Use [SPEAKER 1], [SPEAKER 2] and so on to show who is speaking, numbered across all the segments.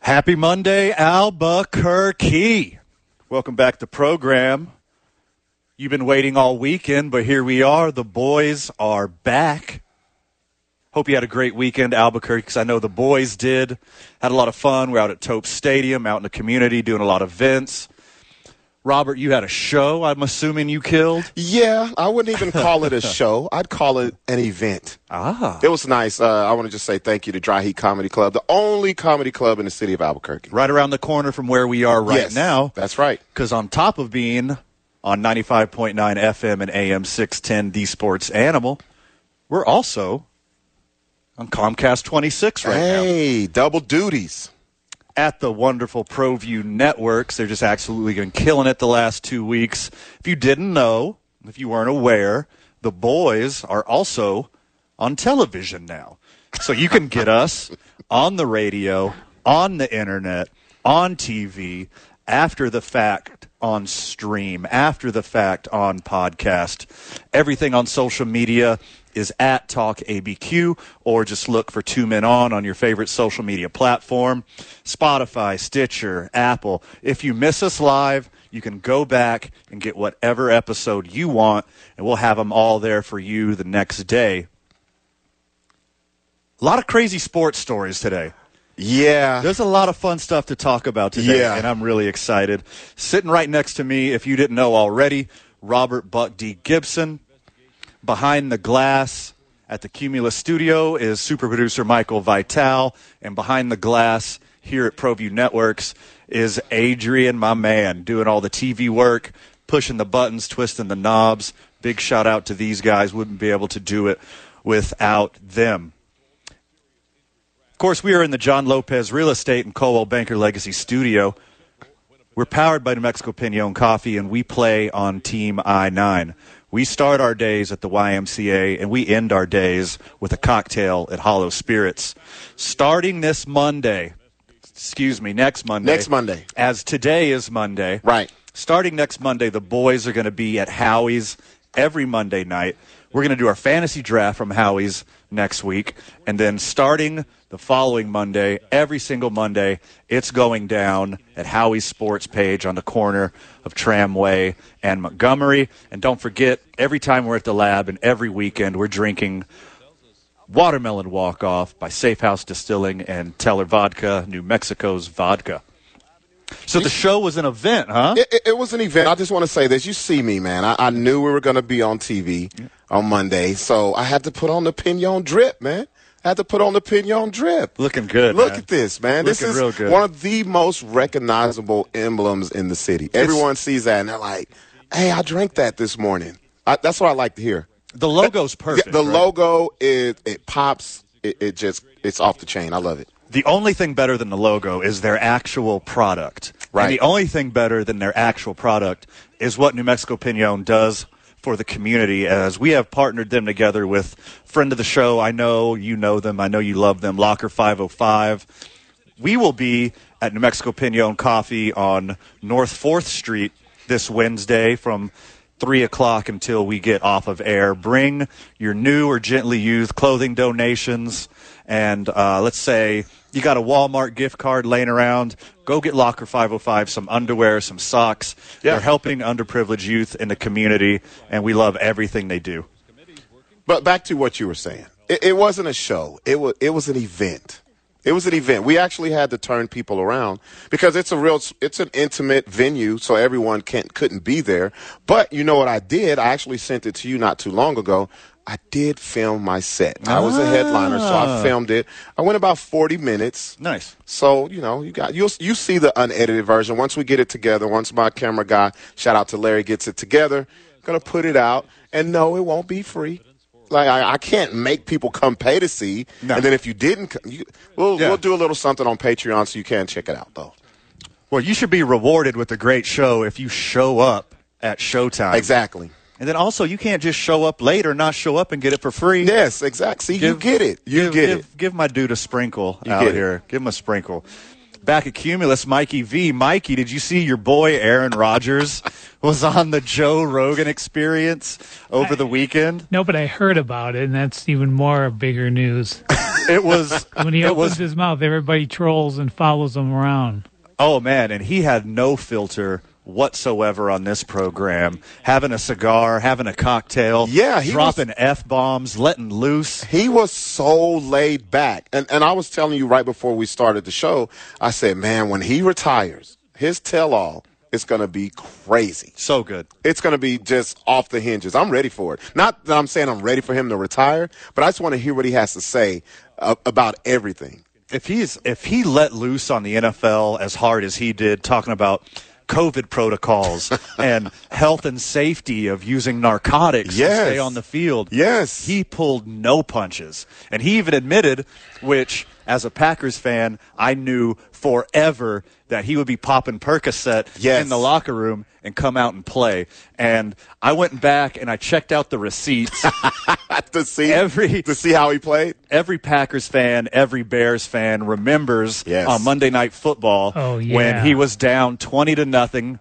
[SPEAKER 1] Happy Monday, Albuquerque. Welcome back to program. You've been waiting all weekend, but here we are. The boys are back. Hope you had a great weekend, Albuquerque, because I know the boys did. Had a lot of fun. We're out at Tope Stadium, out in the community, doing a lot of events. Robert, you had a show, I'm assuming you killed.
[SPEAKER 2] Yeah, I wouldn't even call it a show. I'd call it an event. Ah. It was nice. Uh, I want to just say thank you to Dry Heat Comedy Club, the only comedy club in the city of Albuquerque.
[SPEAKER 1] Right around the corner from where we are right
[SPEAKER 2] Yes,
[SPEAKER 1] now.
[SPEAKER 2] That's right.
[SPEAKER 1] Because on top of being on 95.9 FM and AM 610, the sports animal, we're also on Comcast 26 right now
[SPEAKER 2] hey, double duties.
[SPEAKER 1] at the wonderful ProView Networks. They're just absolutely been killing it the last two weeks. If you didn't know, if you weren't aware, the boys are also on television now. So you can get us on the radio, on the internet, on TV, after the fact on stream, after the fact on podcast. Everything on social media is at Talk ABQ, or just look for Two Men On on your favorite social media platform Spotify, Stitcher, Apple. If you miss us live, you can go back and get whatever episode you want, and we'll have them all there for you the next day. A lot of crazy sports stories today.
[SPEAKER 2] Yeah.
[SPEAKER 1] There's a lot of fun stuff to talk about today,
[SPEAKER 2] Yeah.
[SPEAKER 1] and I'm really excited. Sitting right next to me, if you didn't know already, Robert Buck D. Gibson. Behind the glass at the Cumulus Studio is super producer Michael Vital, and behind the glass here at ProView Networks is Adrian, my man, doing all the TV work, pushing the buttons, twisting the knobs. Big shout out to these guys. Wouldn't be able to do it without them. Of course, we are in the John Lopez Real Estate and Coldwell Banker Legacy Studio. We're powered by New Mexico Pinon Coffee, and we play on Team I 9. We start our days at the YMCA, and we end our days with a cocktail at Hollow Spirits. Starting this Monday, excuse me, next Monday.
[SPEAKER 2] Next Monday.
[SPEAKER 1] As today is Monday.
[SPEAKER 2] Right.
[SPEAKER 1] Starting next Monday, the boys are going to be at Howie's every Monday night. We're going to do our fantasy draft from Howie's next week. And then starting the following Monday, every single Monday, it's going down at Howie's sports page on the corner of Tramway and Montgomery. And don't forget, every time we're at the lab and every weekend, we're drinking Watermelon Walk Off by Safe House Distilling and Teller Vodka, New Mexico's vodka. So the show was an event, huh?
[SPEAKER 2] It, it, it was an event. I just want to say this. You see me, man. I, I knew we were going to be on TV on Monday, so I had to put on the pinion drip, man. I had to put on the pinion drip.
[SPEAKER 1] Looking good.
[SPEAKER 2] Look
[SPEAKER 1] man.
[SPEAKER 2] at this, man. this
[SPEAKER 1] Looking
[SPEAKER 2] is
[SPEAKER 1] real good.
[SPEAKER 2] one of the most recognizable emblems in the city. Everyone sees that and they're like, "Hey, I drank that this morning." I, that's what I like to hear.
[SPEAKER 1] The logo's perfect.
[SPEAKER 2] Yeah, the
[SPEAKER 1] right?
[SPEAKER 2] logo it it pops. It, it just it's off the chain. I love it.
[SPEAKER 1] The only thing better than the logo is their actual product.
[SPEAKER 2] Right.
[SPEAKER 1] And the only thing better than their actual product is what New Mexico Pinon does for the community as we have partnered them together with friend of the show. I know you know them. I know you love them. Locker 505. We will be at New Mexico Pinon Coffee on North 4th Street this Wednesday from 3 o'clock until we get off of air. Bring your new or gently used clothing donations. And uh, let's say you got a Walmart gift card laying around. Go get Locker 505 some underwear, some socks. They're helping underprivileged youth in the community, and we love everything they do.
[SPEAKER 2] But back to what you were saying. It, it wasn't a show. It was it was an event. It was an event. We actually had to turn people around because it's a real it's an intimate venue, so everyone can't couldn't be there. But you know what I did? I actually sent it to you not too long ago. I did film my set. I was a headliner, so I filmed it. I went about forty minutes.
[SPEAKER 1] Nice.
[SPEAKER 2] So you know you got you'll you see the unedited version once we get it together. Once my camera guy, shout out to Larry, gets it together, gonna put it out. And no, it won't be free. Like I, I can't make people come pay to see.
[SPEAKER 1] No.
[SPEAKER 2] And then if you didn't, come- you, we'll
[SPEAKER 1] Yeah.
[SPEAKER 2] we'll do a little something on Patreon so you can check it out though.
[SPEAKER 1] Well, you should be rewarded with a great show if you show up at showtime.
[SPEAKER 2] Exactly.
[SPEAKER 1] And then also, you can't just show up late or not show up and get it for free.
[SPEAKER 2] Yes, exactly. See, you
[SPEAKER 1] Give-
[SPEAKER 2] get it. You
[SPEAKER 1] give,
[SPEAKER 2] get
[SPEAKER 1] give,
[SPEAKER 2] it.
[SPEAKER 1] Give my dude a sprinkle
[SPEAKER 2] You
[SPEAKER 1] out
[SPEAKER 2] get it.
[SPEAKER 1] here. Give him a sprinkle. Back at Cumulus, Mikey V. Mikey, did you see your boy Aaron Rodgers was on the Joe Rogan Experience over the weekend?
[SPEAKER 3] No, but I heard about it, and that's even more bigger news.
[SPEAKER 1] It was
[SPEAKER 3] When he
[SPEAKER 1] it
[SPEAKER 3] opens
[SPEAKER 1] was
[SPEAKER 3] his mouth, everybody trolls and follows him around.
[SPEAKER 1] Oh man, and he had no filter whatsoever on this program. Having a cigar, having a cocktail,
[SPEAKER 2] Yeah, he
[SPEAKER 1] dropping f bombs, letting loose.
[SPEAKER 2] He was so laid back. And and I was telling you right before we started the show, I said, man, when he retires, his tell all is gonna be crazy.
[SPEAKER 1] So good.
[SPEAKER 2] It's gonna be just off the hinges. I'm ready for it. Not that I'm saying I'm ready for him to retire, but I just want to hear what he has to say uh, about everything.
[SPEAKER 1] If he's if he let loose on the NFL as hard as he did, talking about COVID protocols and health and safety of using narcotics
[SPEAKER 2] Yes.
[SPEAKER 1] to stay on the field.
[SPEAKER 2] Yes.
[SPEAKER 1] He pulled no punches. And he even admitted, which as a Packers fan, I knew forever that he would be popping Percocet
[SPEAKER 2] Yes.
[SPEAKER 1] in the locker room and come out and play. And I went back and I checked out the receipts.
[SPEAKER 2] to see
[SPEAKER 1] Every-
[SPEAKER 2] to see how he played.
[SPEAKER 1] every Packers fan, every Bears fan remembers
[SPEAKER 2] Yes.
[SPEAKER 1] on Monday Night Football
[SPEAKER 3] Oh, yeah.
[SPEAKER 1] when he was down 20 to nothing,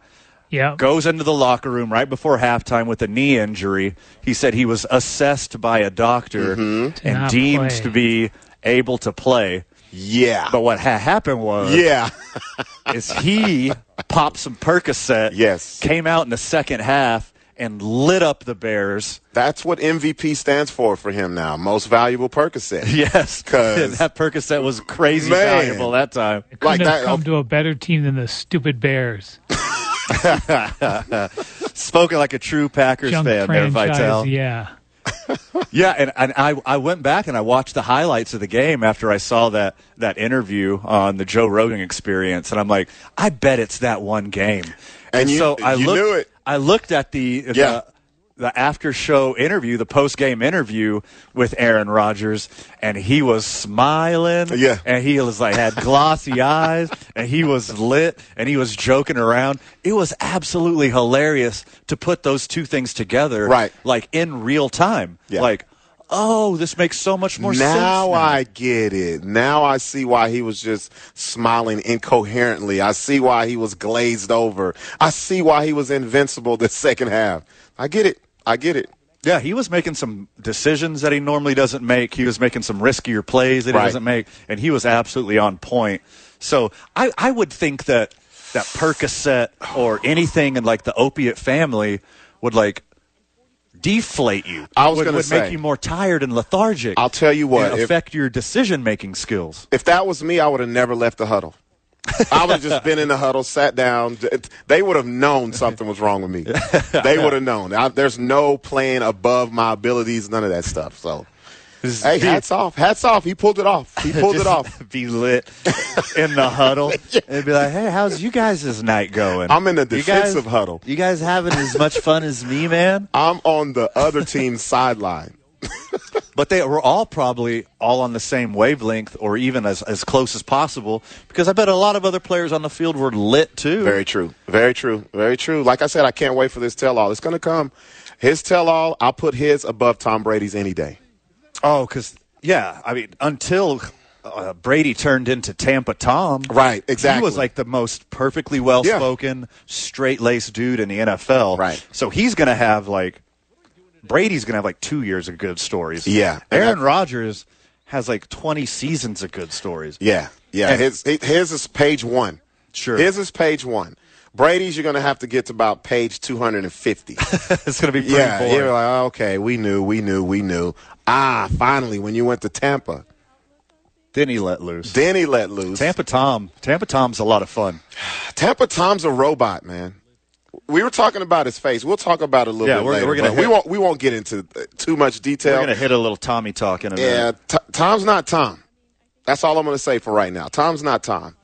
[SPEAKER 3] Yeah.
[SPEAKER 1] goes into the locker room right before halftime with a knee injury. He said he was assessed by a doctor
[SPEAKER 2] Mm-hmm.
[SPEAKER 1] and
[SPEAKER 3] not
[SPEAKER 1] deemed
[SPEAKER 3] play.
[SPEAKER 1] to be able to play.
[SPEAKER 2] Yeah.
[SPEAKER 1] But what ha- happened was
[SPEAKER 2] yeah.
[SPEAKER 1] is he popped some Percocet,
[SPEAKER 2] Yes.
[SPEAKER 1] came out in the second half and lit up the Bears.
[SPEAKER 2] That's what MVP stands for for him now. Most valuable Percocet.
[SPEAKER 1] Yes,
[SPEAKER 2] 'Cause-
[SPEAKER 1] that Percocet was crazy
[SPEAKER 2] Man.
[SPEAKER 1] valuable that oh. time.
[SPEAKER 2] Like
[SPEAKER 3] Couldn't have
[SPEAKER 2] that.
[SPEAKER 3] come to a better team than the stupid Bears.
[SPEAKER 1] Spoken like a true Packers
[SPEAKER 3] Junk
[SPEAKER 1] fan there, Vital.
[SPEAKER 3] franchise. Yeah.
[SPEAKER 1] Yeah, and, and I, I went back and I watched the highlights of the game after I saw that, that interview on the Joe Rogan experience, and I'm like, I bet it's that one game.
[SPEAKER 2] And you- you
[SPEAKER 1] looked,
[SPEAKER 2] knew it.
[SPEAKER 1] I looked at the the-
[SPEAKER 2] Yeah.
[SPEAKER 1] the, after show interview, the post game interview with Aaron Rodgers, and he was smiling.
[SPEAKER 2] Yeah.
[SPEAKER 1] And he was like had glossy eyes and he was lit and he was joking around. It was absolutely hilarious to put those two things together
[SPEAKER 2] Right.
[SPEAKER 1] like in real time.
[SPEAKER 2] Yeah.
[SPEAKER 1] Like, oh, this makes so much more sense.
[SPEAKER 2] now I get it. Now I see why he was just smiling incoherently. I see why he was glazed over. I see why he was invincible the second half. I get it. I get it.
[SPEAKER 1] Yeah, he was making some decisions that he normally doesn't make. He was making some riskier plays that
[SPEAKER 2] Right.
[SPEAKER 1] he doesn't make, and he was absolutely on point. So I, I would think that that Percocet or anything in like the opiate family would like deflate you.
[SPEAKER 2] I was
[SPEAKER 1] would,
[SPEAKER 2] gonna
[SPEAKER 1] would
[SPEAKER 2] say.
[SPEAKER 1] make you more tired and lethargic.
[SPEAKER 2] I'll tell you what,
[SPEAKER 1] and
[SPEAKER 2] if-
[SPEAKER 1] affect your decision making skills.
[SPEAKER 2] If that was me, I would have never left the huddle. I would have just been in the huddle, sat down. They would have known something was wrong with me. They would have known. I, there's no playing above my abilities, none of that stuff. So, hey, hats off, hats off. He pulled it off. He pulled it
[SPEAKER 1] Just
[SPEAKER 2] off.
[SPEAKER 1] Be lit in the huddle and be like, "Hey, how's you guys this night going?"
[SPEAKER 2] I'm in the
[SPEAKER 1] You guys-
[SPEAKER 2] defensive huddle.
[SPEAKER 1] You guys having as much fun as me, man?
[SPEAKER 2] I'm on the other team's sideline.
[SPEAKER 1] But they were all probably all on the same wavelength or even as, as close as possible because I bet a lot of other players on the field were lit too.
[SPEAKER 2] Very true. Very true. Very true. Like I said, I can't wait for this tell all. It's going to come. His tell all, I'll put his above Tom Brady's any day.
[SPEAKER 1] Oh, because, yeah, I mean, until uh, Brady turned into Tampa Tom.
[SPEAKER 2] Right, exactly.
[SPEAKER 1] He was like the most perfectly well spoken, straight laced dude in the NFL.
[SPEAKER 2] Right.
[SPEAKER 1] So he's going to have like, Brady's going to have like two years of good stories.
[SPEAKER 2] Yeah.
[SPEAKER 1] Aaron Rodgers has like 20 seasons of good stories.
[SPEAKER 2] Yeah. Yeah.
[SPEAKER 1] And-
[SPEAKER 2] his, his is page one.
[SPEAKER 1] Sure.
[SPEAKER 2] His is page one. Brady's, you're going to have to get to about page 250.
[SPEAKER 1] it's going to be pretty
[SPEAKER 2] yeah.
[SPEAKER 1] boring.
[SPEAKER 2] You're like, "Oh, okay, we knew, we knew, we knew. Ah, finally, when you went to Tampa,
[SPEAKER 1] then he let loose.
[SPEAKER 2] then he let loose.
[SPEAKER 1] Tampa Tom. Tampa Tom's a lot of fun.
[SPEAKER 2] Tampa Tom's a robot, man. We were talking about his face. We'll talk about it a little
[SPEAKER 1] Yeah,
[SPEAKER 2] bit
[SPEAKER 1] we're-
[SPEAKER 2] later.
[SPEAKER 1] we're gonna
[SPEAKER 2] but
[SPEAKER 1] hit-
[SPEAKER 2] we won't we won't get into uh, too much detail.
[SPEAKER 1] We're gonna hit a little Tommy talk in a
[SPEAKER 2] Yeah,
[SPEAKER 1] minute.
[SPEAKER 2] t- Tom's not Tom. That's all I'm going to say for right now. Tom's not Tom.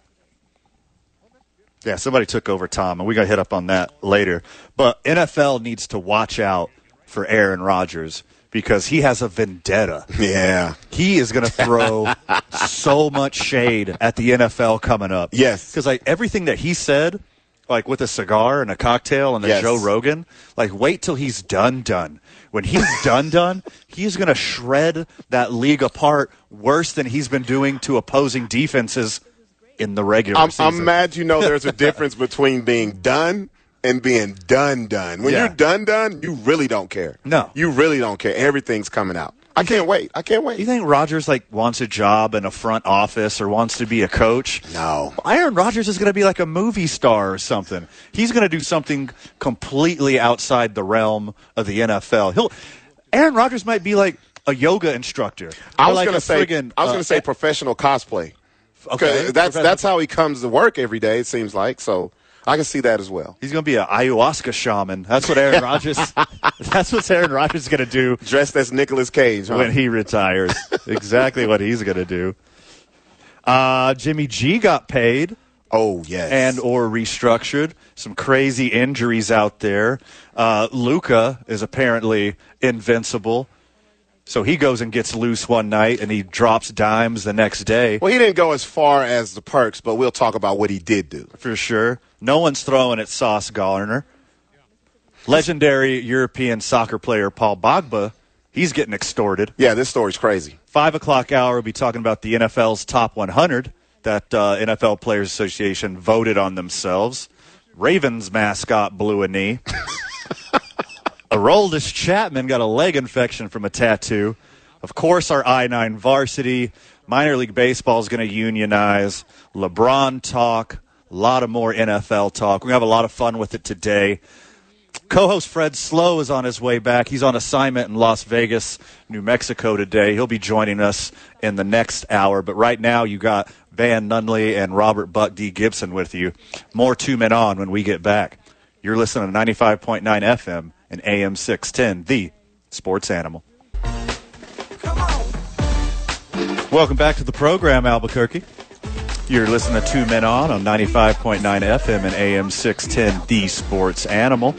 [SPEAKER 1] Yeah, somebody took over Tom, and we're gonna hit up on that later. But NFL needs to watch out for Aaron Rodgers because he has a vendetta.
[SPEAKER 2] Yeah.
[SPEAKER 1] He is going to throw so much shade at the NFL coming up.
[SPEAKER 2] Yes.
[SPEAKER 1] Because like everything that he said, like with a cigar and a cocktail and a
[SPEAKER 2] Yes.
[SPEAKER 1] Joe Rogan, like wait till he's done done. When he's done done, he's going to shred that league apart worse than he's been doing to opposing defenses in the regular
[SPEAKER 2] I'm,
[SPEAKER 1] season.
[SPEAKER 2] I'm mad you know there's a difference between being done and being done done. When
[SPEAKER 1] Yeah.
[SPEAKER 2] you're done done, you really don't care.
[SPEAKER 1] No.
[SPEAKER 2] You really don't care. Everything's coming out. I can't wait. I can't wait.
[SPEAKER 1] You think Rodgers like wants a job in a front office or wants to be a coach?
[SPEAKER 2] No.
[SPEAKER 1] Aaron Rodgers is going to be like a movie star or something. He's going to do something completely outside the realm of the NFL. He'll Aaron Rodgers might be like a yoga instructor.
[SPEAKER 2] I
[SPEAKER 1] or
[SPEAKER 2] was
[SPEAKER 1] like
[SPEAKER 2] gonna
[SPEAKER 1] a
[SPEAKER 2] say
[SPEAKER 1] friggin',
[SPEAKER 2] I was
[SPEAKER 1] uh,
[SPEAKER 2] gonna say professional cosplay.
[SPEAKER 1] Okay.
[SPEAKER 2] Okay, that's that's how he comes to work every day. It seems like so. I can see that as well.
[SPEAKER 1] He's going to be an ayahuasca shaman. That's what Aaron Rodgers. that's what Aaron Rodgers is going to do
[SPEAKER 2] Dressed as Nicolas Cage. Huh?
[SPEAKER 1] when he retires. exactly what he's going to do. Uh, Jimmy G got paid.
[SPEAKER 2] oh yes,
[SPEAKER 1] and or restructured. Some crazy injuries out there. Uh, Luca is apparently invincible, so he goes and gets loose one night and he drops dimes the next day
[SPEAKER 2] well, he didn't go as far as the perks, but we'll talk about what he did do.
[SPEAKER 1] for sure. No one's throwing at Sauce Garner. Legendary European soccer player Paul Pogba, he's getting extorted.
[SPEAKER 2] Yeah, this story's crazy.
[SPEAKER 1] Five o'clock hour, we'll be talking about the NFL's top 100 that uh, NFL Players Association voted on themselves. Ravens mascot blew a knee. Aroldis Chapman got a leg infection from a tattoo. Of course, our I 9 varsity. Minor League Baseball is going to unionize. LeBron talk. A lot of more NFL talk. We're going to have a lot of fun with it today. Co host Fred Slow is on his way back. He's on assignment in Las Vegas, New Mexico today. He'll be joining us in the next hour. But right now, you got Van Nunley and Robert Buck D. Gibson with you. More two men on when we get back. You're listening to 95.9 FM and AM 610, the sports animal. Welcome back to the program, Albuquerque. You're listening to Two Men On on 95.9 FM and AM 610, the sports animal.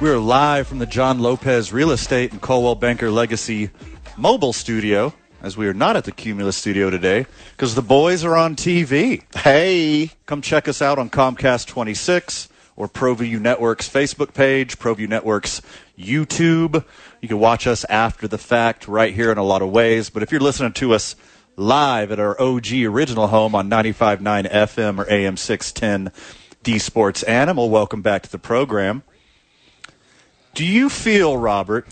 [SPEAKER 1] We're live from the John Lopez Real Estate and Colwell Banker Legacy mobile studio, as we are not at the Cumulus studio today because the boys are on TV.
[SPEAKER 2] Hey,
[SPEAKER 1] Come check us out on Comcast 26 or ProView Network's Facebook page, ProView Network's YouTube. You can watch us after the fact right here in a lot of ways. But if you're listening to us live at our OG original home on 95.9 FM or AM 610 D Sports Animal, welcome back to the program. Do you feel, Robert,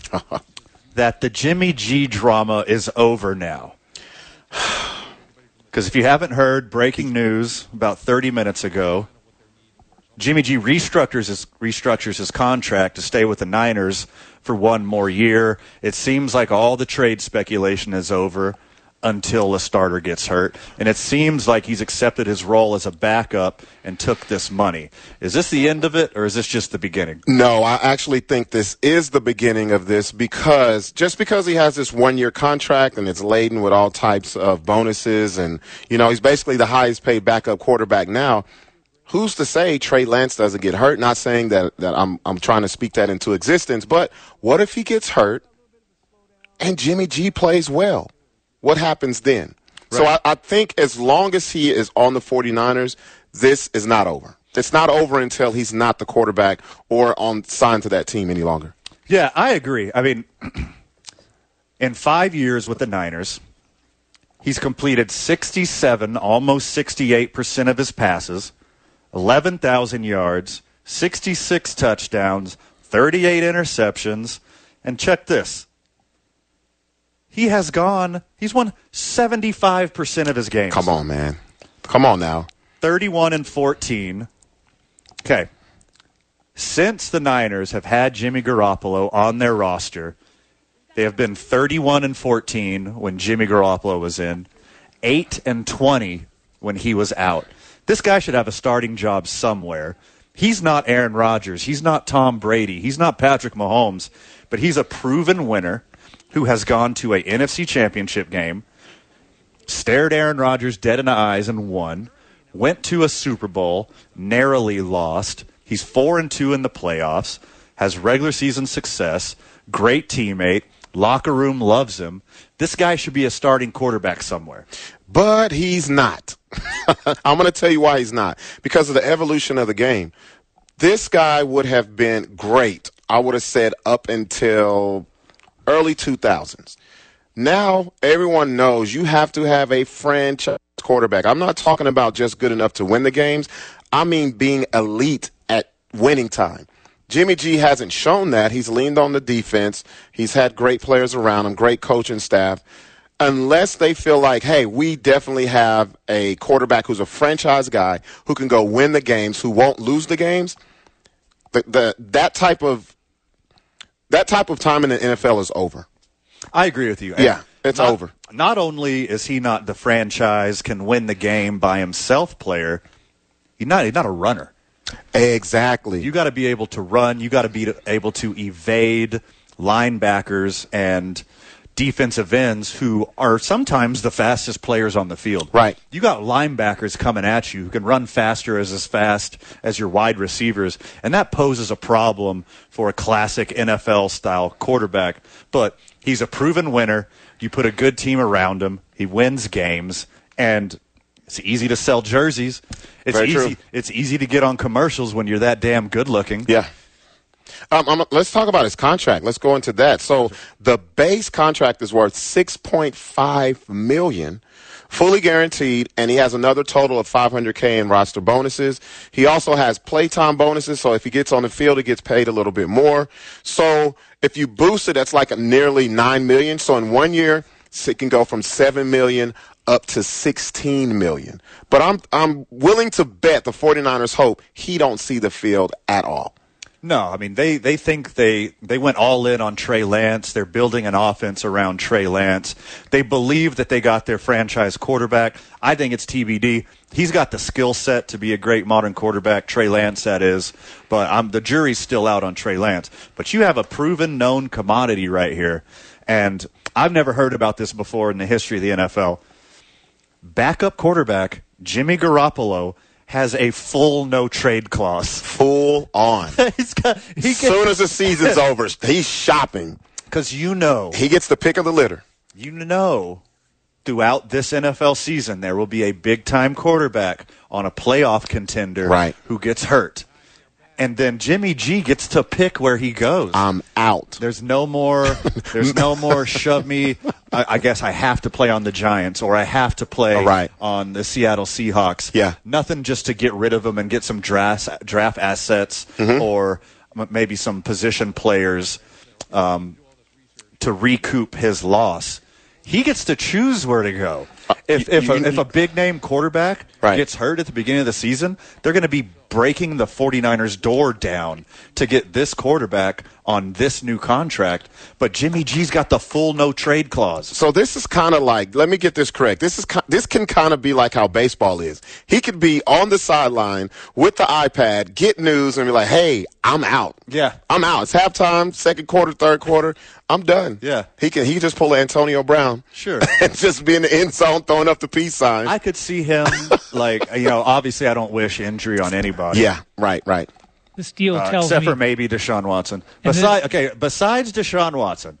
[SPEAKER 1] that the Jimmy G drama is over now? Because if you haven't heard breaking news about 30 minutes ago, Jimmy G restructures his, restructures his contract to stay with the Niners for one more year. It seems like all the trade speculation is over until a starter gets hurt. And it seems like he's accepted his role as a backup and took this money. Is this the end of it, or is this just the beginning?
[SPEAKER 2] No, I actually think this is the beginning of this because just because he has this one year contract and it's laden with all types of bonuses and, you know, he's basically the highest paid backup quarterback now. Who's to say Trey Lance doesn't get hurt? Not saying that, that I'm, I'm trying to speak that into existence, but what if he gets hurt and Jimmy G plays well? What happens then? So I, I think as long as he is on the 49ers, this is not over. It's not over until he's not the quarterback or on signed to that team any longer.
[SPEAKER 1] Yeah, I agree. I mean, in five years with the Niners, he's completed 67, almost 68% of his passes, 11,000 yards, 66 touchdowns, 38 interceptions, and check this. He has gone, he's won 75% of his games.
[SPEAKER 2] Come on, man. Come on now.
[SPEAKER 1] 31 and 14. Okay. Since the Niners have had Jimmy Garoppolo on their roster, they have been 31 and 14 when Jimmy Garoppolo was in, 8 and 20 when he was out. This guy should have a starting job somewhere. He's not Aaron Rodgers. He's not Tom Brady. He's not Patrick Mahomes, but he's a proven winner who has gone to a NFC championship game stared Aaron Rodgers dead in the eyes and won. Went to a Super Bowl, narrowly lost. He's four and two in the playoffs. has regular season success, great teammate, locker room loves him. This guy should be a starting quarterback somewhere.
[SPEAKER 2] but he's not. I'm going to tell you why he's not because of the evolution of the game. This guy would have been great, I would have said, up until early 2000s. Now, everyone knows you have to have a franchise quarterback. I'm not talking about just good enough to win the games, I mean being elite at winning time. Jimmy G hasn't shown that. He's leaned on the defense. He's had great players around him, great coaching staff. Unless they feel like, hey, we definitely have a quarterback who's a franchise guy who can go win the games, who won't lose the games, the, the, that type of that type of time in the NFL is over.
[SPEAKER 1] I agree with you. And
[SPEAKER 2] Yeah, it's
[SPEAKER 1] not-
[SPEAKER 2] over.
[SPEAKER 1] Not only is he not the franchise can win the game by himself player, he's not he's not a runner.
[SPEAKER 2] Exactly.
[SPEAKER 1] You got to be able to run. You got to be able to evade linebackers and defensive ends who are sometimes the fastest players on the field.
[SPEAKER 2] Right.
[SPEAKER 1] You got linebackers coming at you who can run faster as as fast as your wide receivers, and that poses a problem for a classic NFL style quarterback. But he's a proven winner. You put a good team around him. He wins games and it's easy to sell jerseys. It's
[SPEAKER 2] Very true.
[SPEAKER 1] easy it's easy to get on commercials when you're that damn good looking.
[SPEAKER 2] Yeah. Um, I'm- let's talk about his contract. Let's go into that. So the base contract is worth 6.5 million, fully guaranteed, and he has another total of 500k in roster bonuses. He also has playtime bonuses. So if he gets on the field, he gets paid a little bit more. So if you boost it, that's like a nearly nine million. So in one year, so it can go from 7 million up to 16 million. But I'm I'm willing to bet the 49ers hope he don't see the field at all.
[SPEAKER 1] No, I mean they they think they they went all in on Trey Lance. They're building an offense around Trey Lance. They believe that they got their franchise quarterback. I think it's TBD. He's got the skill set to be a great modern quarterback. Trey Lance, that is, but i the jury's still out on Trey Lance. But you have a proven, known commodity right here, and I've never heard about this before in the history of the NFL. Backup quarterback Jimmy Garoppolo has a full no trade clause.
[SPEAKER 2] Full on.
[SPEAKER 1] He's got he
[SPEAKER 2] As soon as the season's over, he's shopping.
[SPEAKER 1] because you know
[SPEAKER 2] He gets the pick of the litter.
[SPEAKER 1] you know throughout this NFL season there will be a big time quarterback on a playoff contender
[SPEAKER 2] Right.
[SPEAKER 1] who gets hurt, and then Jimmy G gets to pick where he goes.
[SPEAKER 2] I'm out.
[SPEAKER 1] there's no more. There's no more. Shove me. I, I guess I have to play on the Giants, or I have to play
[SPEAKER 2] All right.
[SPEAKER 1] on the Seattle Seahawks.
[SPEAKER 2] Yeah.
[SPEAKER 1] nothing just to get rid of them and get some draft draft assets
[SPEAKER 2] Mm-hmm.
[SPEAKER 1] or m- maybe some position players um, to recoup his loss. He gets to choose where to go. If if a,
[SPEAKER 2] Uh, you-
[SPEAKER 1] if a big name quarterback
[SPEAKER 2] Right.
[SPEAKER 1] gets hurt at the beginning of the season, they're going to be breaking the 49ers door down to get this quarterback on this new contract, but Jimmy G's got the full no trade clause.
[SPEAKER 2] So this is kind of like. Let me get this correct. This is ki- this can kind of be like how baseball is. He could be on the sideline with the iPad, get news, and be like, "Hey, I'm out.
[SPEAKER 1] Yeah.
[SPEAKER 2] I'm out. It's halftime, second quarter, third quarter. I'm done.
[SPEAKER 1] Yeah.
[SPEAKER 2] he can. He just pull Antonio Brown.
[SPEAKER 1] Sure.
[SPEAKER 2] and just be in the end zone throwing up the peace sign.
[SPEAKER 1] I could see him like you know, obviously I don't wish injury on anybody.
[SPEAKER 2] yeah. Right. Right.
[SPEAKER 3] This deal
[SPEAKER 1] Uh,
[SPEAKER 3] tells
[SPEAKER 1] except
[SPEAKER 3] me
[SPEAKER 1] for maybe Deshaun Watson.
[SPEAKER 3] And then-
[SPEAKER 1] Besides, okay, besides Deshaun Watson,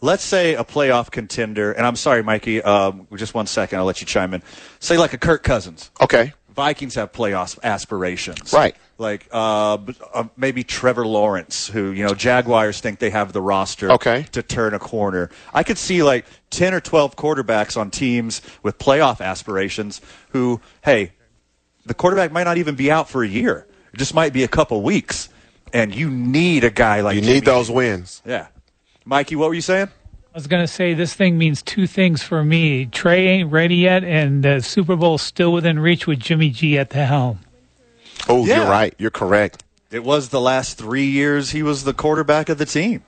[SPEAKER 1] let's say a playoff contender, and I'm sorry, Mikey, um, just one second, I'll let you chime in. Say like a Kirk Cousins.
[SPEAKER 2] Okay.
[SPEAKER 1] Vikings have playoff aspirations,
[SPEAKER 2] Right.
[SPEAKER 1] Like uh, b- uh, maybe Trevor Lawrence, who you know Jaguars think they have the roster,
[SPEAKER 2] Okay.
[SPEAKER 1] to turn a corner. I could see like ten or twelve quarterbacks on teams with playoff aspirations who, hey, the quarterback might not even be out for a year. It just might be a couple weeks, and you need a guy like
[SPEAKER 2] You
[SPEAKER 1] Jimmy
[SPEAKER 2] need those wins.
[SPEAKER 1] Yeah, Mikey, what were you saying?
[SPEAKER 3] I was gonna say this thing means two things for me. Trey ain't ready yet, and the Super Bowl still within reach with Jimmy G at the helm.
[SPEAKER 2] Oh, you're
[SPEAKER 1] Yeah.
[SPEAKER 2] right. You're correct.
[SPEAKER 1] It was the last three years he was the quarterback of the team.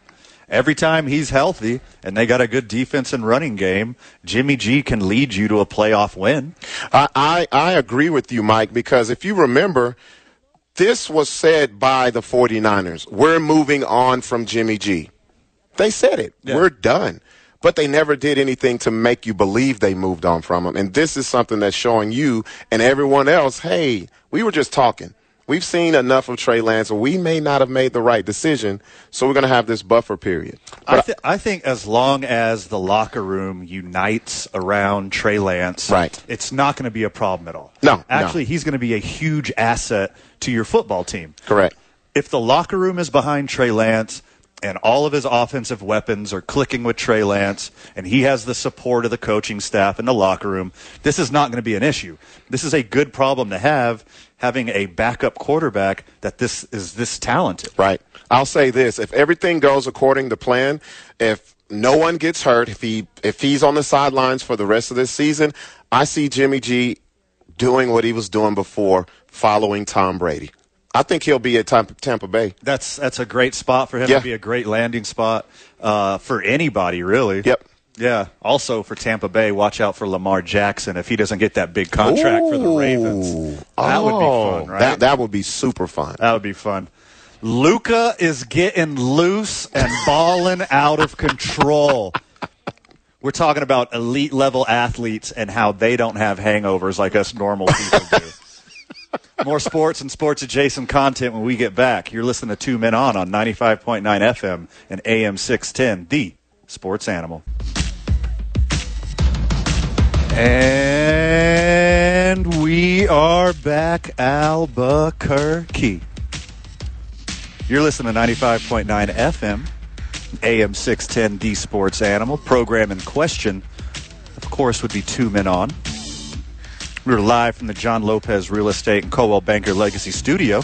[SPEAKER 1] Every time he's healthy and they got a good defense and running game, Jimmy G can lead you to a playoff win.
[SPEAKER 2] I, I, I agree with you, Mike, because if you remember, this was said by the 49ers. We're moving on from Jimmy G. They said it.
[SPEAKER 1] Yeah.
[SPEAKER 2] We're done. But they never did anything to make you believe they moved on from him. And this is something that's showing you and everyone else hey, we were just talking. we've seen enough of Trey Lance. We may not have made the right decision, so we're going to have this buffer period.
[SPEAKER 1] I, th- I think as long as the locker room unites around Trey Lance,
[SPEAKER 2] Right.
[SPEAKER 1] it's not going to be a problem at all.
[SPEAKER 2] No, no.
[SPEAKER 1] Actually, he's going to be a huge asset to your football team.
[SPEAKER 2] Correct.
[SPEAKER 1] If the locker room is behind Trey Lance and all of his offensive weapons are clicking with Trey Lance and he has the support of the coaching staff in the locker room, this is not going to be an issue. This is a good problem to have having a backup quarterback that this is this talented.
[SPEAKER 2] Right. I'll say this: if everything goes according to plan, if no one gets hurt, if he if he's on the sidelines for the rest of this season, I see Jimmy G doing what he was doing before, following Tom Brady. I think he'll be at Tampa, Tampa Bay.
[SPEAKER 1] That's that's a great spot for him.
[SPEAKER 2] Yeah.
[SPEAKER 1] It'd be a great landing spot uh, for anybody, really.
[SPEAKER 2] Yep.
[SPEAKER 1] Yeah. Also for Tampa Bay, watch out for Lamar Jackson if he doesn't get that big contract for the Ravens.
[SPEAKER 2] Ooh.
[SPEAKER 1] That would be
[SPEAKER 2] Oh,
[SPEAKER 1] fun, right? Uh,
[SPEAKER 2] That that would be super fun.
[SPEAKER 1] That would be fun. Luca is getting loose and balling out of control. We're talking about elite level athletes and how they don't have hangovers like us normal people do. More sports and sports adjacent content when we get back. You're listening to Two Men On on 95.9 FM and AM 610, the sports animal. And we are back, Albuquerque. You're listening to 95.9 FM, AM 610, D Sports Animal. Program in question, of course, would be Two Men On. We're live from the John Lopez Real Estate and Coldwell Banker Legacy Studio.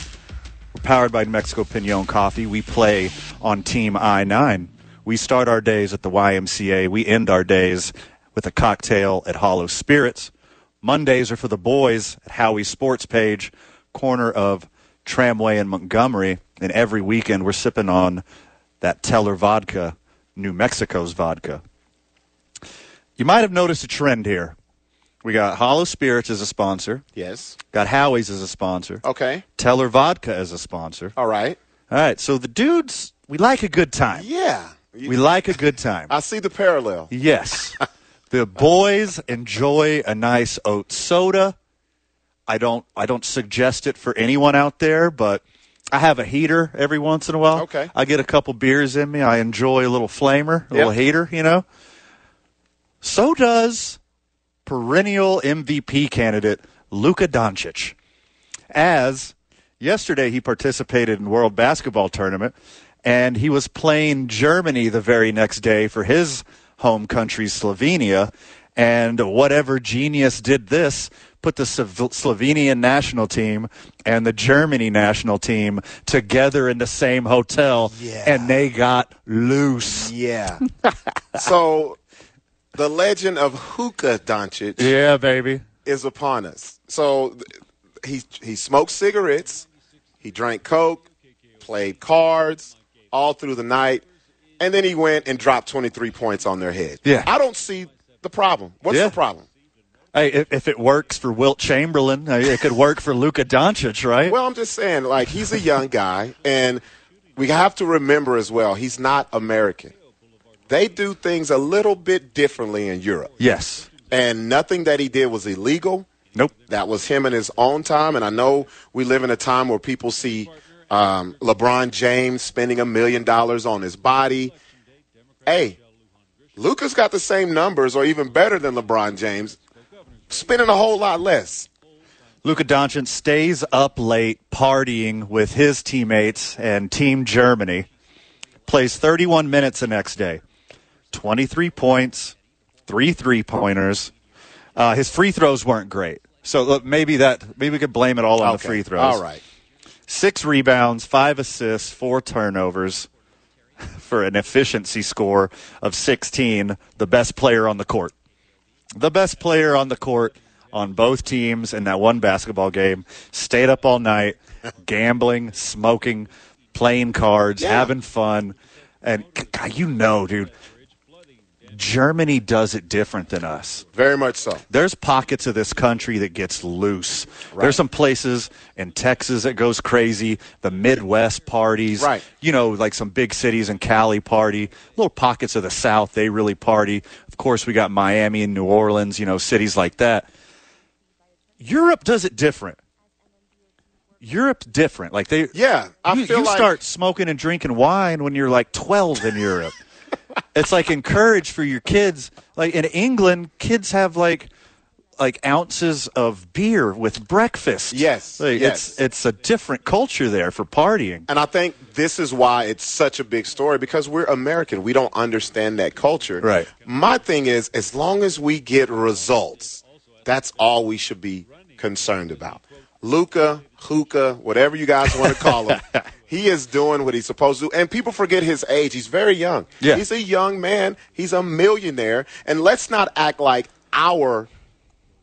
[SPEAKER 1] We're powered by New Mexico Pinon Coffee. We play on Team I 9. We start our days at the YMCA. We end our days with a cocktail at Hollow Spirits. Mondays are for the boys at Howie's Sports Page, corner of Tramway and Montgomery. And every weekend we're sipping on that Teller vodka, New Mexico's vodka. You might have noticed a trend here. We got Hollow Spirits as a sponsor,
[SPEAKER 2] Yes.
[SPEAKER 1] got Howie's as a sponsor,
[SPEAKER 2] Okay.
[SPEAKER 1] Teller Vodka as a sponsor.
[SPEAKER 2] All right.
[SPEAKER 1] All right, so the dudes, we like a good time.
[SPEAKER 2] Yeah.
[SPEAKER 1] We like a good time.
[SPEAKER 2] I see the parallel.
[SPEAKER 1] Yes. the boys enjoy a nice oat soda. I don't I don't suggest it for anyone out there, but I have a heater every once in a while.
[SPEAKER 2] Okay.
[SPEAKER 1] I get a couple beers in me. I enjoy a little flamer, a little
[SPEAKER 2] Yep.
[SPEAKER 1] heater, you know. So does perennial MVP candidate Luka Doncic. As yesterday he participated in World Basketball Tournament and he was playing Germany the very next day for his home country Slovenia and whatever genius did this put the Slo- Slovenian national team and the Germany national team together in the same hotel and they got loose.
[SPEAKER 2] Yeah. so the legend of Hookah Doncic
[SPEAKER 1] Yeah, baby.
[SPEAKER 2] is upon us. So th- he he smoked cigarettes, he drank coke, played cards all through the night, and then he went and dropped 23 points on their head.
[SPEAKER 1] Yeah.
[SPEAKER 2] I don't see the problem. What's
[SPEAKER 1] Yeah.
[SPEAKER 2] the problem?
[SPEAKER 1] Hey, if, if it works for Wilt Chamberlain, uh, it could work for Luka Doncic, right?
[SPEAKER 2] Well, I'm just saying like he's a young guy and we have to remember as well, he's not American. They do things a little bit differently in Europe.
[SPEAKER 1] yes.
[SPEAKER 2] and nothing that he did was illegal.
[SPEAKER 1] Nope.
[SPEAKER 2] That was him in his own time. And I know we live in a time where people see um, LeBron James spending a million dollars on his body. Hey, Luca's got the same numbers or even better than LeBron James, spending a whole lot less.
[SPEAKER 1] Luka Doncic stays up late partying with his teammates and Team Germany. Plays 31 minutes the next day. 23 points, three three pointers. Uh, his free throws weren't great. So look, maybe that maybe we could blame it all on the
[SPEAKER 2] Okay.
[SPEAKER 1] free throws.
[SPEAKER 2] All right.
[SPEAKER 1] Six rebounds, five assists, four turnovers for an efficiency score of 16, the best player on the court. The best player on the court on both teams in that one basketball game stayed up all night, gambling, smoking, playing cards,
[SPEAKER 2] Yeah.
[SPEAKER 1] having fun. And God, you know, dude, Germany does it different than us
[SPEAKER 2] Very much so.
[SPEAKER 1] there's pockets of this country that gets loose. There's some places in Texas that goes crazy, the Midwest parties.
[SPEAKER 2] Right.
[SPEAKER 1] You know, like some big cities in Cali party, little pockets of the South, they really party. Of course, we got Miami and New Orleans, you know, cities like that. Europe does it different. Europe's different. Like they,
[SPEAKER 2] Yeah, I
[SPEAKER 1] you,
[SPEAKER 2] feel
[SPEAKER 1] you
[SPEAKER 2] like-
[SPEAKER 1] start smoking and drinking wine when you're like 12 in Europe. it's like encouraged for your kids. Like in England, kids have like like ounces of beer with breakfast.
[SPEAKER 2] Yes,
[SPEAKER 1] Like,
[SPEAKER 2] yes.
[SPEAKER 1] it's it's a different culture there for partying.
[SPEAKER 2] And I think this is why it's such a big story because we're American. We don't understand that culture.
[SPEAKER 1] Right.
[SPEAKER 2] My thing is, as long as we get results, that's all we should be concerned about. Luca, Hookah, whatever you guys want to call him, he is doing what he's supposed to. And people forget his age. He's very young.
[SPEAKER 1] Yeah.
[SPEAKER 2] He's a young man. He's a millionaire. And let's not act like our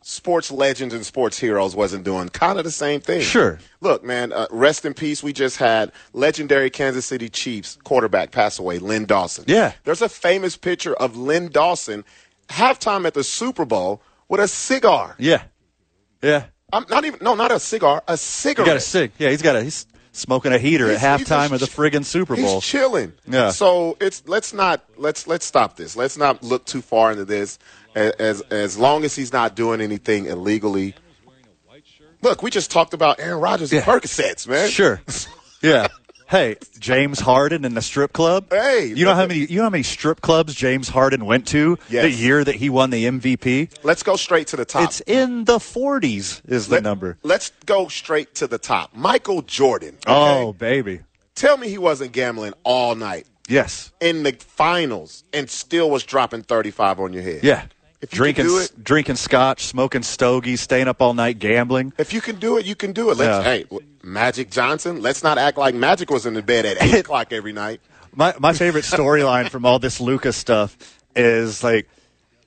[SPEAKER 2] sports legends and sports heroes wasn't doing kind of the same thing.
[SPEAKER 1] Sure.
[SPEAKER 2] Look, man, uh, rest in peace. We just had legendary Kansas City Chiefs quarterback pass away, Lynn Dawson.
[SPEAKER 1] Yeah.
[SPEAKER 2] There's a famous picture of Lynn Dawson halftime at the Super Bowl with a cigar.
[SPEAKER 1] Yeah, yeah.
[SPEAKER 2] I'm not even no, not a cigar, a cigarette.
[SPEAKER 1] You got a cig. Yeah, he's got a he's smoking a heater
[SPEAKER 2] He's-
[SPEAKER 1] at
[SPEAKER 2] he's
[SPEAKER 1] halftime
[SPEAKER 2] just
[SPEAKER 1] of the
[SPEAKER 2] ch-
[SPEAKER 1] friggin' Super Bowl.
[SPEAKER 2] He's chilling.
[SPEAKER 1] Yeah.
[SPEAKER 2] So it's let's not let's let's stop this. Let's not look too far into this. As as, as long as he's not doing anything illegally. Look, we just talked about Aaron Rodgers and
[SPEAKER 1] Yeah.
[SPEAKER 2] Percocets, man.
[SPEAKER 1] Sure. Yeah. Hey, James Harden in the strip club.
[SPEAKER 2] Hey,
[SPEAKER 1] you know how
[SPEAKER 2] look
[SPEAKER 1] many you know how many strip clubs James Harden went to
[SPEAKER 2] Yes.
[SPEAKER 1] the year that he won the MVP?
[SPEAKER 2] Let's go straight to the top.
[SPEAKER 1] It's in the 40s is the
[SPEAKER 2] Let-
[SPEAKER 1] number.
[SPEAKER 2] Let's go straight to the top. Michael Jordan. okay?
[SPEAKER 1] Oh, baby.
[SPEAKER 2] Tell me he wasn't gambling all night
[SPEAKER 1] Yes.
[SPEAKER 2] in the finals and still was dropping 35 on your head.
[SPEAKER 1] Yeah.
[SPEAKER 2] If you
[SPEAKER 1] drinking
[SPEAKER 2] can do
[SPEAKER 1] s-
[SPEAKER 2] it-
[SPEAKER 1] drinking scotch, smoking stogies, staying up all night gambling.
[SPEAKER 2] If you can do it, you can do it. Let's,
[SPEAKER 1] Yeah.
[SPEAKER 2] Hey, w- Magic Johnson, let's not act like Magic was in the bed at 8 o'clock every night.
[SPEAKER 1] My my favorite storyline from all this Lucas stuff is like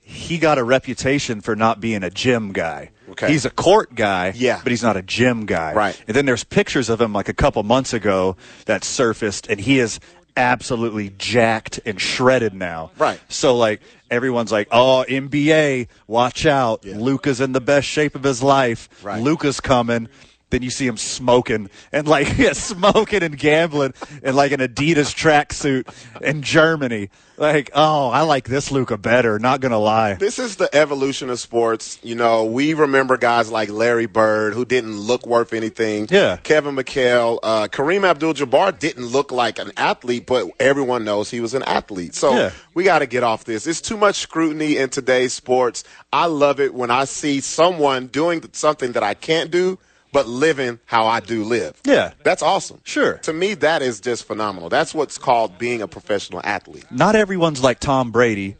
[SPEAKER 1] he got a reputation for not being a gym guy.
[SPEAKER 2] Okay.
[SPEAKER 1] He's a court guy,
[SPEAKER 2] Yeah.
[SPEAKER 1] but he's not a gym guy.
[SPEAKER 2] Right.
[SPEAKER 1] And then there's pictures of him like a couple months ago that surfaced and he is absolutely jacked and shredded now.
[SPEAKER 2] Right.
[SPEAKER 1] So like everyone's like, "Oh, NBA, watch out. Luca's in the best shape of his life.
[SPEAKER 2] Right.
[SPEAKER 1] Luca's coming." Then you see him smoking and like yeah, smoking and gambling and like an Adidas tracksuit in Germany. Like, oh, I like this Luca better. Not gonna lie.
[SPEAKER 2] This is the evolution of sports. You know, we remember guys like Larry Bird who didn't look worth anything.
[SPEAKER 1] Yeah.
[SPEAKER 2] Kevin McHale, uh, Kareem Abdul-Jabbar didn't look like an athlete, but everyone knows he was an athlete. So
[SPEAKER 1] Yeah.
[SPEAKER 2] we got to get off this. It's too much scrutiny in today's sports. I love it when I see someone doing something that I can't do. But living how I do live.
[SPEAKER 1] Yeah.
[SPEAKER 2] That's awesome.
[SPEAKER 1] Sure.
[SPEAKER 2] To me, that is just phenomenal. That's what's called being a professional athlete.
[SPEAKER 1] not everyone's like Tom Brady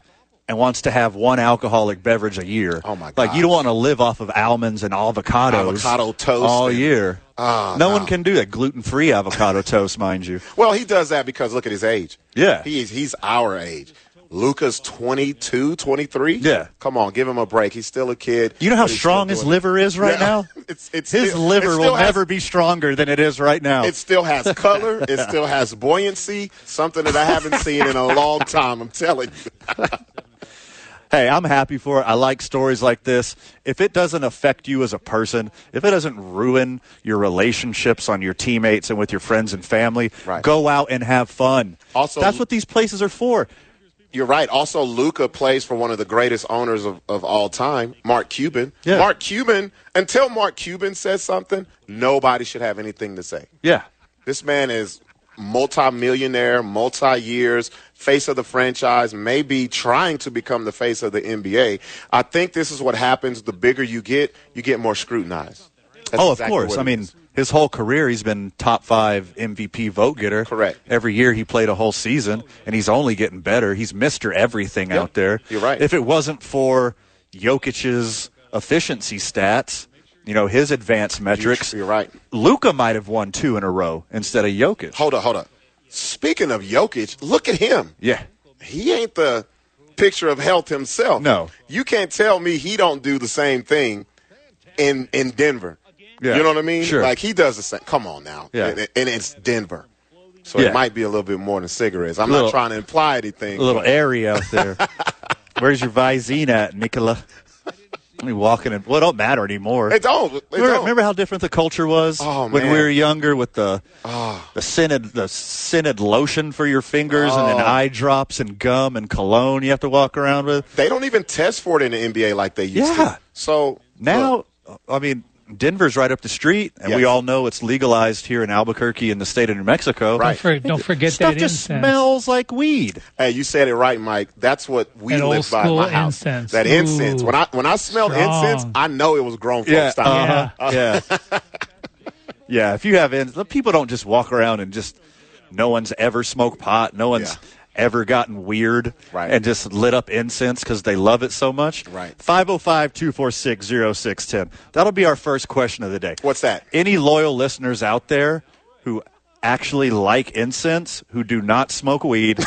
[SPEAKER 1] and wants to have one alcoholic beverage a year.
[SPEAKER 2] Oh, my
[SPEAKER 1] Like you don't
[SPEAKER 2] gosh.
[SPEAKER 1] want to live off of almonds and avocados,
[SPEAKER 2] Avocado toast
[SPEAKER 1] all
[SPEAKER 2] and- Ah,
[SPEAKER 1] year. no, one can do that. Gluten free avocado toast, mind you.
[SPEAKER 2] Well, he does that because look at his age.
[SPEAKER 1] Yeah.
[SPEAKER 2] He is, he's our age. Luca's 22, 23.
[SPEAKER 1] Yeah.
[SPEAKER 2] Come on, give him a break. He's still a kid.
[SPEAKER 1] You know how
[SPEAKER 2] but he's
[SPEAKER 1] strong
[SPEAKER 2] still
[SPEAKER 1] his
[SPEAKER 2] doing it.
[SPEAKER 1] liver is right
[SPEAKER 2] Yeah.
[SPEAKER 1] now.
[SPEAKER 2] It's- it's
[SPEAKER 1] his
[SPEAKER 2] still-
[SPEAKER 1] liver
[SPEAKER 2] it
[SPEAKER 1] will
[SPEAKER 2] still has-
[SPEAKER 1] never be stronger than it is right now.
[SPEAKER 2] It still has color. it still has buoyancy, something that I haven't seen in a long time, I'm telling you.
[SPEAKER 1] hey, I'm happy for it. I like stories like this. If it doesn't affect you as a person, if it doesn't ruin your relationships on your teammates and with your friends and family,
[SPEAKER 2] Right.
[SPEAKER 1] go out and have fun.
[SPEAKER 2] Also-
[SPEAKER 1] that's what these places are for.
[SPEAKER 2] You're right. Also, Luca plays for one of the greatest owners of, of all time, Mark Cuban.
[SPEAKER 1] Yeah.
[SPEAKER 2] Mark Cuban, until Mark Cuban says something, nobody should have anything to say.
[SPEAKER 1] Yeah.
[SPEAKER 2] This man is multi-millionaire, multi-years, face of the franchise, maybe trying to become the face of the NBA. I think this is what happens. The bigger you get, you get more scrutinized. That's
[SPEAKER 1] oh, of
[SPEAKER 2] exactly
[SPEAKER 1] course.
[SPEAKER 2] what
[SPEAKER 1] I
[SPEAKER 2] it
[SPEAKER 1] mean,
[SPEAKER 2] is.
[SPEAKER 1] his whole career, he's been top five MVP vote getter.
[SPEAKER 2] Correct.
[SPEAKER 1] Every year he played a whole season, and he's only getting better. He's Mister Everything out there.
[SPEAKER 2] You're right.
[SPEAKER 1] If it wasn't for Jokic's efficiency stats, you know his advanced metrics,
[SPEAKER 2] you're right.
[SPEAKER 1] Luca might have won two in a row instead of Jokic.
[SPEAKER 2] hold up, hold up. Speaking of Jokic, look at him.
[SPEAKER 1] yeah.
[SPEAKER 2] He ain't the picture of health himself.
[SPEAKER 1] No.
[SPEAKER 2] You can't tell me he don't do the same thing in in Denver.
[SPEAKER 1] Yeah.
[SPEAKER 2] You know what I mean?
[SPEAKER 1] Sure.
[SPEAKER 2] Like he does the same. Come on now.
[SPEAKER 1] Yeah.
[SPEAKER 2] And, and it's Denver. So
[SPEAKER 1] Yeah.
[SPEAKER 2] it might be a little bit more than cigarettes. I'm
[SPEAKER 1] Little-
[SPEAKER 2] not trying to imply anything.
[SPEAKER 1] A little
[SPEAKER 2] but-
[SPEAKER 1] airy out there. Where's your Visine at, Nicola? Me walking in. Well, it don't matter anymore.
[SPEAKER 2] It don't. It
[SPEAKER 1] Remember,
[SPEAKER 2] don't.
[SPEAKER 1] remember how different the culture was
[SPEAKER 2] Oh,
[SPEAKER 1] when
[SPEAKER 2] man. Ah.
[SPEAKER 1] we were younger with the the scented the scented lotion for your fingers and
[SPEAKER 2] Oh.
[SPEAKER 1] then eye drops and gum and cologne you have to walk around with.
[SPEAKER 2] They don't even test for it in the NBA like they used
[SPEAKER 1] Yeah.
[SPEAKER 2] to. So
[SPEAKER 1] Now,
[SPEAKER 2] look,
[SPEAKER 1] I mean, Denver's right up the street, and we
[SPEAKER 2] Yes.
[SPEAKER 1] all know it's legalized here in Albuquerque in the state of New Mexico.
[SPEAKER 2] Right.
[SPEAKER 3] For, don't forget
[SPEAKER 1] Stuff
[SPEAKER 3] that
[SPEAKER 1] just
[SPEAKER 3] incense.
[SPEAKER 1] smells like weed.
[SPEAKER 2] Hey, you said it right, Mike. That's what we live
[SPEAKER 3] That old
[SPEAKER 2] by. in
[SPEAKER 3] school
[SPEAKER 2] My house.
[SPEAKER 3] incense.
[SPEAKER 2] That incense.
[SPEAKER 3] Ooh.
[SPEAKER 2] When I when I smelled
[SPEAKER 3] Strong.
[SPEAKER 2] incense, I know it was grown folks time.
[SPEAKER 1] uh-huh, yeah. yeah, if you have in people don't just walk around and just no one's ever smoked pot, no one's
[SPEAKER 2] Yeah.
[SPEAKER 1] ever gotten weird
[SPEAKER 2] Right.
[SPEAKER 1] and just lit up incense cuz they love it so much.
[SPEAKER 2] Right.
[SPEAKER 1] 505-246-0610. That'll be our first question of the day.
[SPEAKER 2] What's that?
[SPEAKER 1] Any loyal listeners out there who actually like incense who do not smoke weed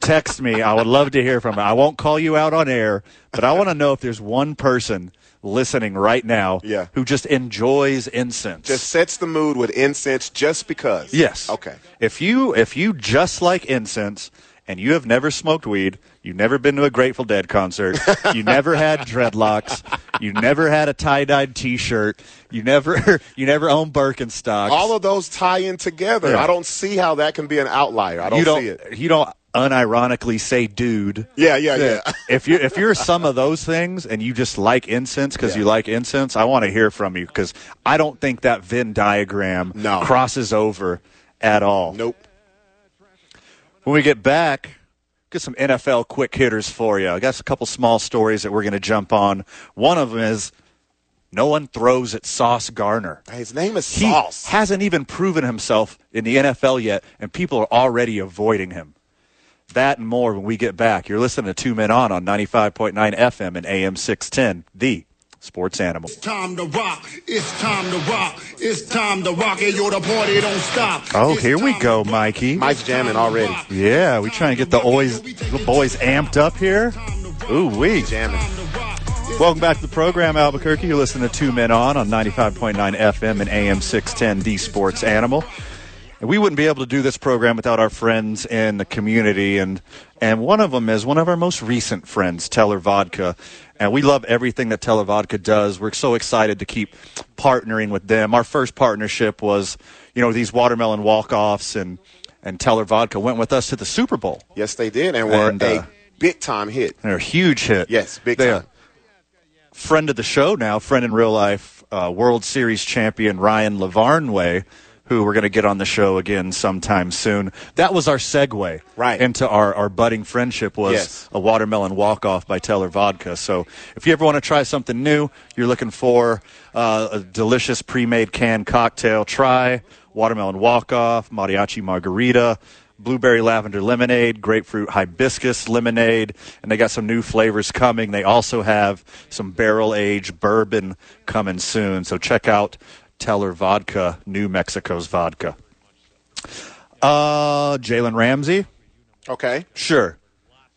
[SPEAKER 1] text me. I would love to hear from you. I won't call you out on air, but I want to know if there's one person listening right now
[SPEAKER 2] Yeah.
[SPEAKER 1] who just enjoys incense.
[SPEAKER 2] Just sets the mood with incense just because.
[SPEAKER 1] yes.
[SPEAKER 2] Okay.
[SPEAKER 1] If you if you just like incense and you have never smoked weed, you've never been to a Grateful Dead concert, you never had dreadlocks, you never had a tie-dyed t-shirt, you never you never own Birkenstocks.
[SPEAKER 2] All of those tie in together.
[SPEAKER 1] Yeah.
[SPEAKER 2] I don't see how that can be an outlier. I don't,
[SPEAKER 1] you don't
[SPEAKER 2] see it.
[SPEAKER 1] you don't unironically say dude.
[SPEAKER 2] Yeah, yeah, yeah.
[SPEAKER 1] if you if you're some of those things and you just like incense because you like incense, I want to hear from you because I don't think that Venn diagram
[SPEAKER 2] No.
[SPEAKER 1] crosses over at all.
[SPEAKER 2] Nope.
[SPEAKER 1] When we get back, get some NFL quick hitters for you. I got a couple small stories that we're going to jump on. One of them is no one throws at Sauce Garner.
[SPEAKER 2] His name is
[SPEAKER 1] He
[SPEAKER 2] Sauce.
[SPEAKER 1] hasn't even proven himself in the NFL yet, and people are already avoiding him. That and more when we get back. You're listening to Two Men On on 95.9 FM and AM 610, the sports animal.
[SPEAKER 4] time to rock. It's time to rock. It's time to rock. And yo, the party don't stop.
[SPEAKER 1] Oh,
[SPEAKER 4] It's
[SPEAKER 1] here we
[SPEAKER 4] time
[SPEAKER 1] go,
[SPEAKER 4] to rock.
[SPEAKER 1] Mikey.
[SPEAKER 2] Mike's jamming already.
[SPEAKER 1] Yeah, we trying to get the boys, the boys amped up here. Ooh, we.
[SPEAKER 2] Jamming.
[SPEAKER 1] Welcome back to the program, Albuquerque. You're listening to Two Men On on 95.9 FM and AM 610, the sports animal. And we wouldn't be able to do this program without our friends in the community. And, and one of them is one of our most recent friends, Teller Vodka. And we love everything that Teller Vodka does. We're so excited to keep partnering with them. Our first partnership was, you know, these watermelon walk-offs and, and Teller Vodka went with us to the Super Bowl.
[SPEAKER 2] Yes, they did, and were
[SPEAKER 1] And, uh,
[SPEAKER 2] a big time hit.
[SPEAKER 1] They're a huge hit.
[SPEAKER 2] Yes, big
[SPEAKER 1] They're
[SPEAKER 2] time.
[SPEAKER 1] Friend of the show now, friend in real life, uh, World Series champion Ryan Lavarnway, who we're going to get on the show again sometime soon. That was our segue
[SPEAKER 2] Right.
[SPEAKER 1] into our, our budding friendship was
[SPEAKER 2] Yes.
[SPEAKER 1] a watermelon walk off by Teller Vodka. So if you ever want to try something new, you're looking for uh, a delicious pre made canned cocktail, try watermelon walk off, mariachi margarita, blueberry lavender lemonade, grapefruit hibiscus lemonade, and they got some new flavors coming. They also have some barrel aged bourbon coming soon. So check out Teller Vodka, New Mexico's vodka. Uh, Jalen Ramsey,
[SPEAKER 2] Okay.
[SPEAKER 1] sure.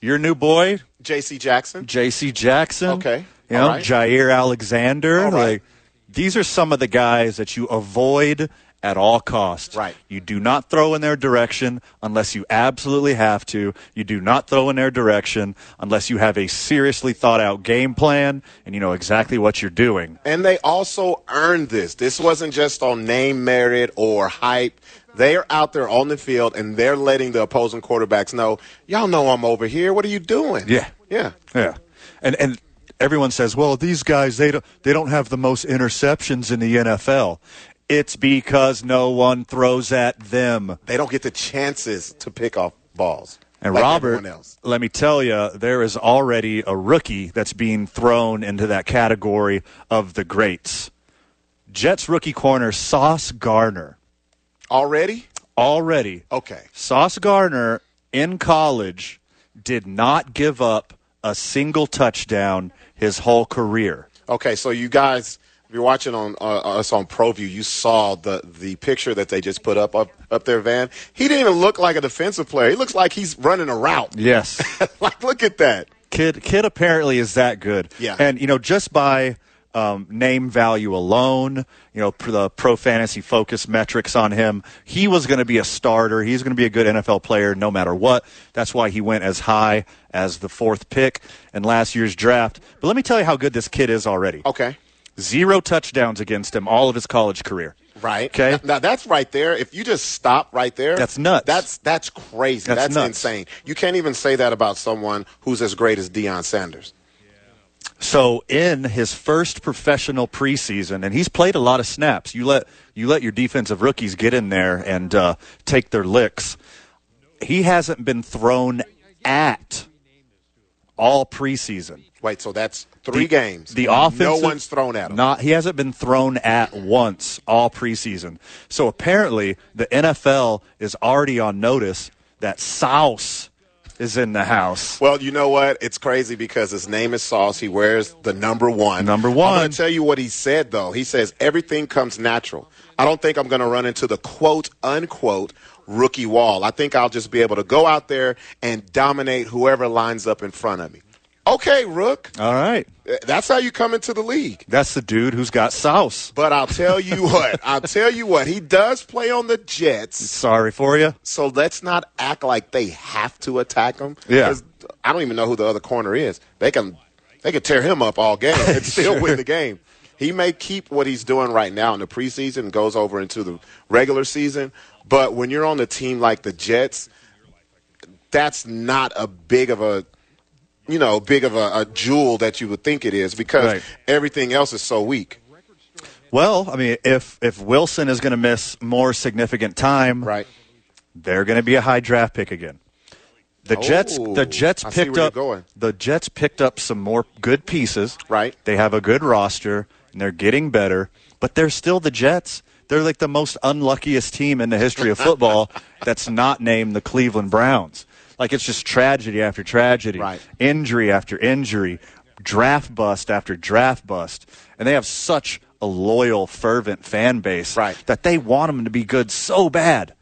[SPEAKER 1] Your new boy,
[SPEAKER 2] J.C. Jackson.
[SPEAKER 1] J.C. Jackson.
[SPEAKER 2] Okay.
[SPEAKER 1] You know,
[SPEAKER 2] All right.
[SPEAKER 1] Jair Alexander.
[SPEAKER 2] All right.
[SPEAKER 1] Like, these are some of the guys that you avoid at all costs.
[SPEAKER 2] Right.
[SPEAKER 1] You do not throw in their direction unless you absolutely have to. You do not throw in their direction unless you have a seriously thought out game plan and you know exactly what you're doing.
[SPEAKER 2] And they also earned this. This wasn't just on name merit or hype. They're out there on the field and they're letting the opposing quarterbacks know, y'all know I'm over here. What are you doing?
[SPEAKER 1] Yeah.
[SPEAKER 2] Yeah.
[SPEAKER 1] Yeah. And and everyone says, "Well, these guys they don't they don't have the most interceptions in the NFL." It's because no one throws at them.
[SPEAKER 2] They don't get the chances to pick off balls.
[SPEAKER 1] And
[SPEAKER 2] like
[SPEAKER 1] Robert,
[SPEAKER 2] everyone else.
[SPEAKER 1] let me tell you, there is already a rookie that's being thrown into that category of the greats. Jets rookie corner Sauce Garner
[SPEAKER 2] Already?
[SPEAKER 1] already.
[SPEAKER 2] Okay.
[SPEAKER 1] Sauce Garner in college did not give up a single touchdown his whole career.
[SPEAKER 2] Okay, so you guys, if you're watching on uh, us on ProView, you saw the the picture that they just put up up up there. Van, he didn't even look like a defensive player. He looks like he's running a route.
[SPEAKER 1] Yes.
[SPEAKER 2] like, look at that.
[SPEAKER 1] Kid Kid apparently is that good.
[SPEAKER 2] Yeah.
[SPEAKER 1] And you know, just by um, name value alone, you know, pr- the pro fantasy focus metrics on him, he was going to be a starter. He's going to be a good NFL player no matter what. That's why he went as high as the fourth pick in last year's draft. But let me tell you how good this kid is already.
[SPEAKER 2] Okay,
[SPEAKER 1] Zero touchdowns against him all of his college career.
[SPEAKER 2] right.
[SPEAKER 1] Okay.
[SPEAKER 2] Now, now that's right there. If you just stop right there,
[SPEAKER 1] That's nuts.
[SPEAKER 2] That's that's crazy.
[SPEAKER 1] That's
[SPEAKER 2] That's,
[SPEAKER 1] nuts.
[SPEAKER 2] insane. You can't even say that about someone who's as great as Deion Sanders.
[SPEAKER 1] So in his first professional preseason, and he's played a lot of snaps. You let you let your defensive rookies get in there and uh, take their licks. He hasn't been thrown at all preseason.
[SPEAKER 2] Wait, so that's three
[SPEAKER 1] The-
[SPEAKER 2] games.
[SPEAKER 1] The offense.
[SPEAKER 2] No one's thrown at him.
[SPEAKER 1] Not he hasn't been thrown at once all preseason. So apparently the NFL is already on notice that Sauce is in the house.
[SPEAKER 2] Well, you know what? It's crazy because his name is Sauce. He wears the number one.
[SPEAKER 1] Number
[SPEAKER 2] I'm
[SPEAKER 1] one.
[SPEAKER 2] going to tell you what he said, though. He says, everything comes natural. I don't think I'm going to run into the quote unquote rookie wall. I think I'll just be able to go out there and dominate whoever lines up in front of me. Okay, Rook.
[SPEAKER 1] All right.
[SPEAKER 2] That's how you come into the league.
[SPEAKER 1] That's the dude who's got Sauce.
[SPEAKER 2] But I'll tell you what. I'll tell you what. He does play on the Jets.
[SPEAKER 1] Sorry for you.
[SPEAKER 2] So let's not act like they have to attack him.
[SPEAKER 1] Yeah.
[SPEAKER 2] 'Cause I don't even know who the other corner is. They can they can tear him up all game and still win the game. He may keep what he's doing right now in the preseason and goes over into the regular season. But when you're on a team like the Jets, that's not a big of a you know, big of a, a jewel that you would think it is because
[SPEAKER 1] Right.
[SPEAKER 2] everything else is so weak.
[SPEAKER 1] Well, I mean, if if Wilson is going to miss more significant time,
[SPEAKER 2] Right.
[SPEAKER 1] they're going to be a high draft pick again. The Jets,
[SPEAKER 2] Oh,
[SPEAKER 1] the Jets
[SPEAKER 2] I see
[SPEAKER 1] picked
[SPEAKER 2] where you're
[SPEAKER 1] up
[SPEAKER 2] going.
[SPEAKER 1] the Jets picked up some more good pieces.
[SPEAKER 2] Right.
[SPEAKER 1] they have a good roster and they're getting better, but they're still the Jets. They're like the most unluckiest team in the history of football that's not named the Cleveland Browns. Like it's just tragedy after tragedy,
[SPEAKER 2] Right.
[SPEAKER 1] injury after injury, draft bust after draft bust, and they have such a loyal, fervent fan base
[SPEAKER 2] Right.
[SPEAKER 1] that they want them to be good so bad.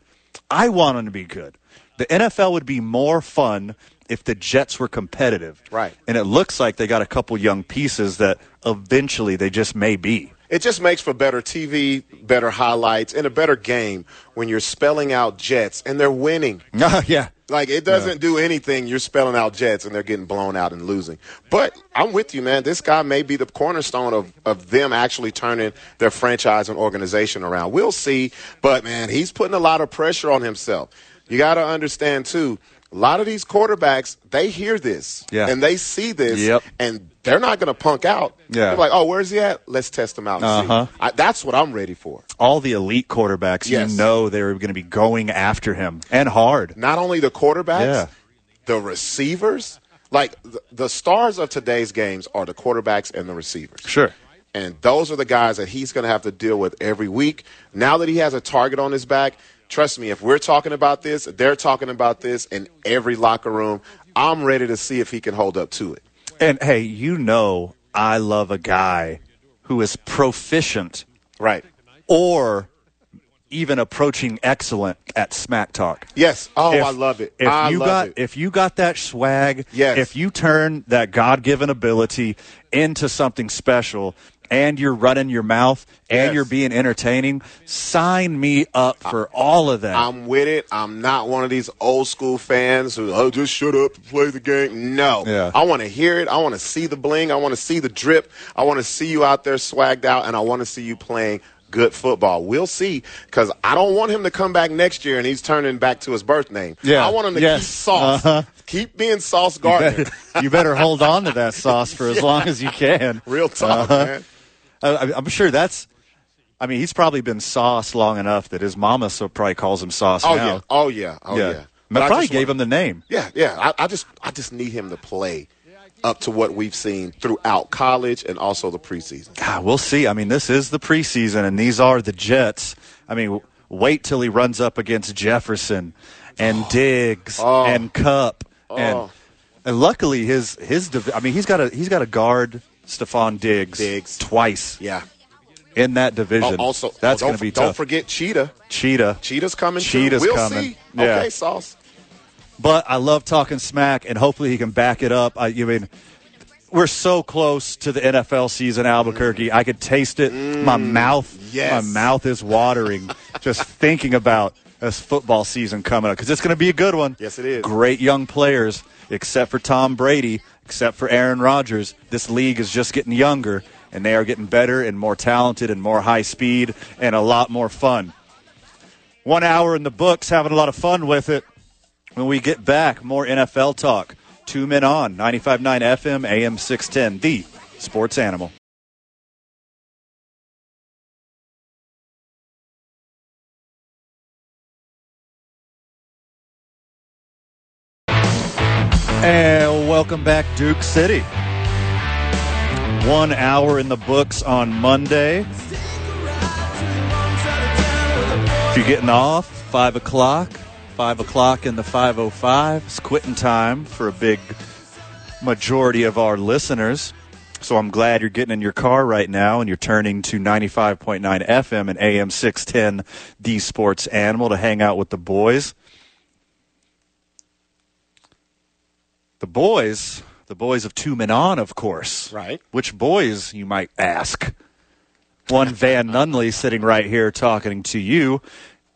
[SPEAKER 1] I want them to be good. The NFL would be more fun if the Jets were competitive.
[SPEAKER 2] Right.
[SPEAKER 1] And it looks like they got a couple young pieces that eventually they just may be.
[SPEAKER 2] It just makes for better TV, better highlights, and a better game when you're spelling out Jets and they're winning.
[SPEAKER 1] yeah.
[SPEAKER 2] Like it doesn't do anything. You're spelling out Jets and they're getting blown out and losing. But I'm with you, man. This guy may be the cornerstone of, of them actually turning their franchise and organization around. We'll see. But man, he's putting a lot of pressure on himself. You got to understand too. A lot of these quarterbacks, they hear this
[SPEAKER 1] Yeah.
[SPEAKER 2] and they see this,
[SPEAKER 1] Yep.
[SPEAKER 2] and they're not going to punk out.
[SPEAKER 1] Yeah.
[SPEAKER 2] They're like, oh, where's he at? Let's test him out. and see."
[SPEAKER 1] Uh-huh.
[SPEAKER 2] I, that's what I'm ready for.
[SPEAKER 1] All the elite quarterbacks,
[SPEAKER 2] Yes.
[SPEAKER 1] you know they're going to be going after him and hard.
[SPEAKER 2] not only the quarterbacks,
[SPEAKER 1] Yeah.
[SPEAKER 2] the receivers. Like the, the stars of today's games are the quarterbacks and the receivers.
[SPEAKER 1] Sure.
[SPEAKER 2] And those are the guys that he's going to have to deal with every week. Now that he has a target on his back, trust me, if we're talking about this, they're talking about this in every locker room. I'm ready to see if he can hold up to it.
[SPEAKER 1] And hey, you know I love a guy who is proficient
[SPEAKER 2] Right.
[SPEAKER 1] or even approaching excellent at smack talk.
[SPEAKER 2] Yes. Oh,
[SPEAKER 1] If-
[SPEAKER 2] I love it.
[SPEAKER 1] If
[SPEAKER 2] I
[SPEAKER 1] you
[SPEAKER 2] love
[SPEAKER 1] got
[SPEAKER 2] it.
[SPEAKER 1] if you got that swag,
[SPEAKER 2] Yes.
[SPEAKER 1] if you turn that God given ability into something special and you're running your mouth and
[SPEAKER 2] Yes.
[SPEAKER 1] you're being entertaining, sign me up for all of that.
[SPEAKER 2] I'm with it. I'm not one of these old school fans who oh just shut up and play the game. No,
[SPEAKER 1] Yeah.
[SPEAKER 2] I want to hear it. I want to see the bling. I want to see the drip. I want to see you out there swagged out, and I want to see you playing good football. We'll see because I don't want him to come back next year and he's turning back to his birth name.
[SPEAKER 1] Yeah.
[SPEAKER 2] I want him to
[SPEAKER 1] Yes. Uh-huh.
[SPEAKER 2] keep sauce, keep being Sauce Gardner.
[SPEAKER 1] you better hold on to that sauce for as long as you can. Uh-huh.
[SPEAKER 2] Real talk, man.
[SPEAKER 1] I, I- I'm sure that's. I mean, he's probably been sauce long enough that his mama so probably calls him sauce
[SPEAKER 2] Oh
[SPEAKER 1] now.
[SPEAKER 2] yeah. Oh yeah. Oh yeah. But I
[SPEAKER 1] probably
[SPEAKER 2] just
[SPEAKER 1] gave
[SPEAKER 2] wanna-
[SPEAKER 1] him the name.
[SPEAKER 2] Yeah, yeah. I, I just I just need him to play up to what we've seen throughout college and also the preseason.
[SPEAKER 1] God, we'll see. I mean, this is the preseason, and these are the Jets. I mean, w- wait till he runs up against Jefferson
[SPEAKER 2] Oh.
[SPEAKER 1] and Diggs and Cup, and and luckily his his. div- I mean, he's got to he's got to guard Stephon Diggs,
[SPEAKER 2] Diggs.
[SPEAKER 1] twice
[SPEAKER 2] Yeah.
[SPEAKER 1] in that division.
[SPEAKER 2] Oh, also,
[SPEAKER 1] that's
[SPEAKER 2] oh,
[SPEAKER 1] going
[SPEAKER 2] don't,
[SPEAKER 1] to be
[SPEAKER 2] don't
[SPEAKER 1] tough.
[SPEAKER 2] forget Cheetah.
[SPEAKER 1] Cheetah.
[SPEAKER 2] Cheetah's coming. too.
[SPEAKER 1] Cheetah's
[SPEAKER 2] we'll
[SPEAKER 1] coming.
[SPEAKER 2] see.
[SPEAKER 1] Yeah.
[SPEAKER 2] Okay, Sauce.
[SPEAKER 1] But I love talking smack, and hopefully he can back it up. I, I mean, we're so close to the NFL season, Albuquerque. I could taste it. my mouth,
[SPEAKER 2] yes.
[SPEAKER 1] my mouth is watering just thinking about this football season coming up because it's going to be a good one.
[SPEAKER 2] Yes, it is.
[SPEAKER 1] Great young players, except for Tom Brady, except for Aaron Rodgers. This league is just getting younger, and they are getting better and more talented and more high speed and a lot more fun. One hour in the books, having a lot of fun with it. When we get back, more NFL talk. Two men on 95.9 FM, AM 610, the Sports Animal. And welcome back, Duke City. One hour in the books on Monday. If you're getting off, 5 o'clock, 5 o'clock in the 505. It's quitting time for a big majority of our listeners. So I'm glad you're getting in your car right now and you're turning to 95.9 FM and AM 610, the sports animal, to hang out with the boys. The boys, the boys of Two Men On, of course.
[SPEAKER 2] Right.
[SPEAKER 1] Which boys, you might ask? One Van Nunley sitting right here talking to you,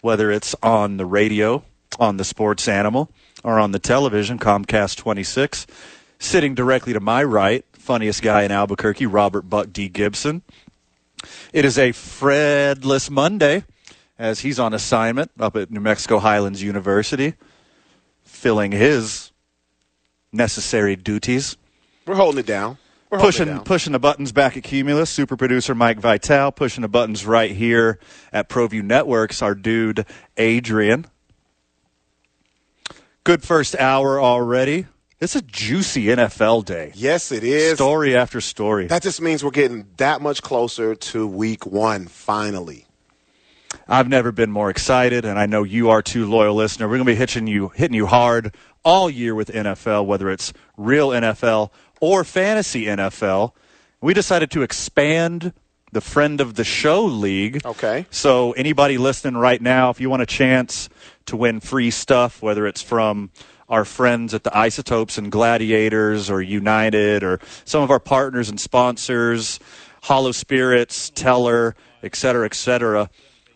[SPEAKER 1] whether it's on the radio, on the sports animal, or on the television, Comcast 26. Sitting directly to my right, funniest guy in Albuquerque, Robert Buck D. Gibson. It is a Fredless Monday as he's on assignment up at New Mexico Highlands University, filling his necessary duties.
[SPEAKER 2] We're holding it down. We're holding it
[SPEAKER 1] Pushing,
[SPEAKER 2] down.
[SPEAKER 1] pushing the buttons back at Cumulus, super producer Mike Vital, pushing the buttons right here at ProView Networks, our dude Adrian. Good first hour already. It's a juicy NFL day.
[SPEAKER 2] Yes, it is.
[SPEAKER 1] Story after story.
[SPEAKER 2] That just means we're getting that much closer to week one, finally.
[SPEAKER 1] I've never been more excited, and I know you are too, loyal listener. We're going to be hitting you, hitting you hard all year with NFL, whether it's real NFL or fantasy NFL. We decided to expand the friend of the show league.
[SPEAKER 2] Okay.
[SPEAKER 1] So anybody listening right now, if you want a chance to win free stuff, whether it's from our friends at the Isotopes and Gladiators or United or some of our partners and sponsors, Hollow Spirits, Teller, et cetera, et cetera,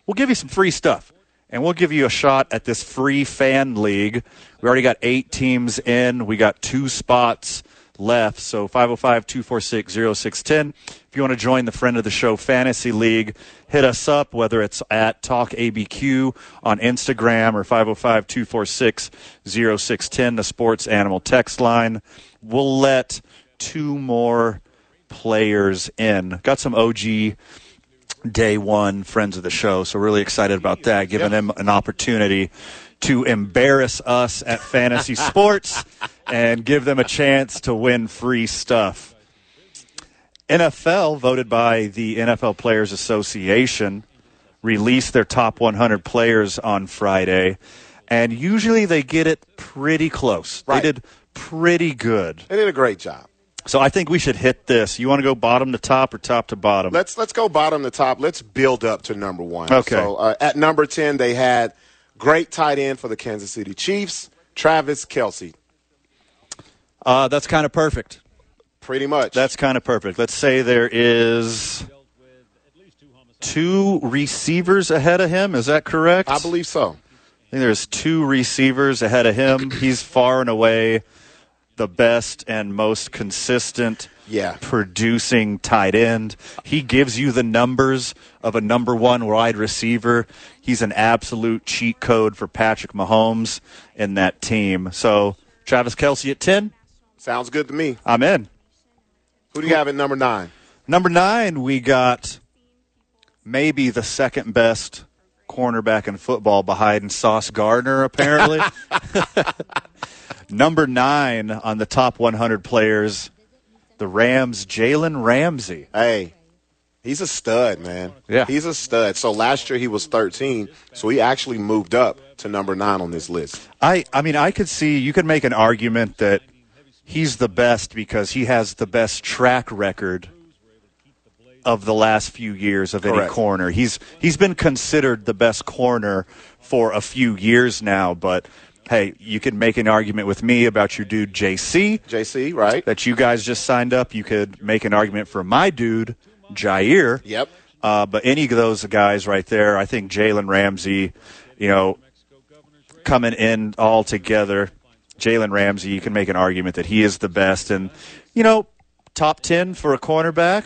[SPEAKER 1] we'll give you some free stuff. And we'll give you a shot at this free fan league. We already got eight teams in. We got two spots left. So 505 246 0610. If you want to join the Friend of the Show Fantasy League, hit us up, whether it's at TalkABQ on Instagram or 505 246 0610, the Sports Animal text line. We'll let two more players in. Got some OG day one friends of the show. So really excited about that, giving them an opportunity to embarrass us at fantasy sports and give them a chance to win free stuff. NFL, voted by the NFL Players Association, released their top 100 players on Friday, and usually they get it pretty close.
[SPEAKER 2] Right.
[SPEAKER 1] They did pretty good.
[SPEAKER 2] They did a great job.
[SPEAKER 1] So I think we should hit this. You want to go bottom to top or top to bottom?
[SPEAKER 2] Let's let's go bottom to top. Let's build up to number one.
[SPEAKER 1] Okay.
[SPEAKER 2] So uh, at number ten, they had great tight end for the Kansas City Chiefs, Travis Kelsey.
[SPEAKER 1] Uh, that's kind of perfect.
[SPEAKER 2] Pretty much.
[SPEAKER 1] That's kind of perfect. Let's say there is two receivers ahead of him. Is that correct?
[SPEAKER 2] I believe so.
[SPEAKER 1] I think there's two receivers ahead of him. He's far and away the best and most consistent
[SPEAKER 2] Yeah.
[SPEAKER 1] producing tight end. He gives you the numbers of a number one wide receiver. He's an absolute cheat code for Patrick Mahomes and that team. So Travis Kelsey at 10,
[SPEAKER 2] Sounds good to me.
[SPEAKER 1] I'm in.
[SPEAKER 2] Who do you have at number nine?
[SPEAKER 1] Number nine, we got maybe the second best cornerback in football behind Sauce Gardner, apparently. Number nine on the top 100 players, the Rams, Jalen Ramsey.
[SPEAKER 2] Hey, he's a stud, man.
[SPEAKER 1] Yeah.
[SPEAKER 2] He's a stud. So last year he was 13, so he actually moved up to number nine on this list.
[SPEAKER 1] I, I mean, I could see you could make an argument that he's the best because he has the best track record of the last few years of any
[SPEAKER 2] Correct.
[SPEAKER 1] corner. He's he's been considered the best corner for a few years now, but hey, you could make an argument with me about your dude JC
[SPEAKER 2] JC, right?
[SPEAKER 1] that you guys just signed up. You could make an argument for my dude Jair.
[SPEAKER 2] Yep.
[SPEAKER 1] Uh, but any of those guys right there, I think Jalen Ramsey, you know, coming in all together, Jalen Ramsey, you can make an argument that he is the best. And, you know, top 10 for a cornerback,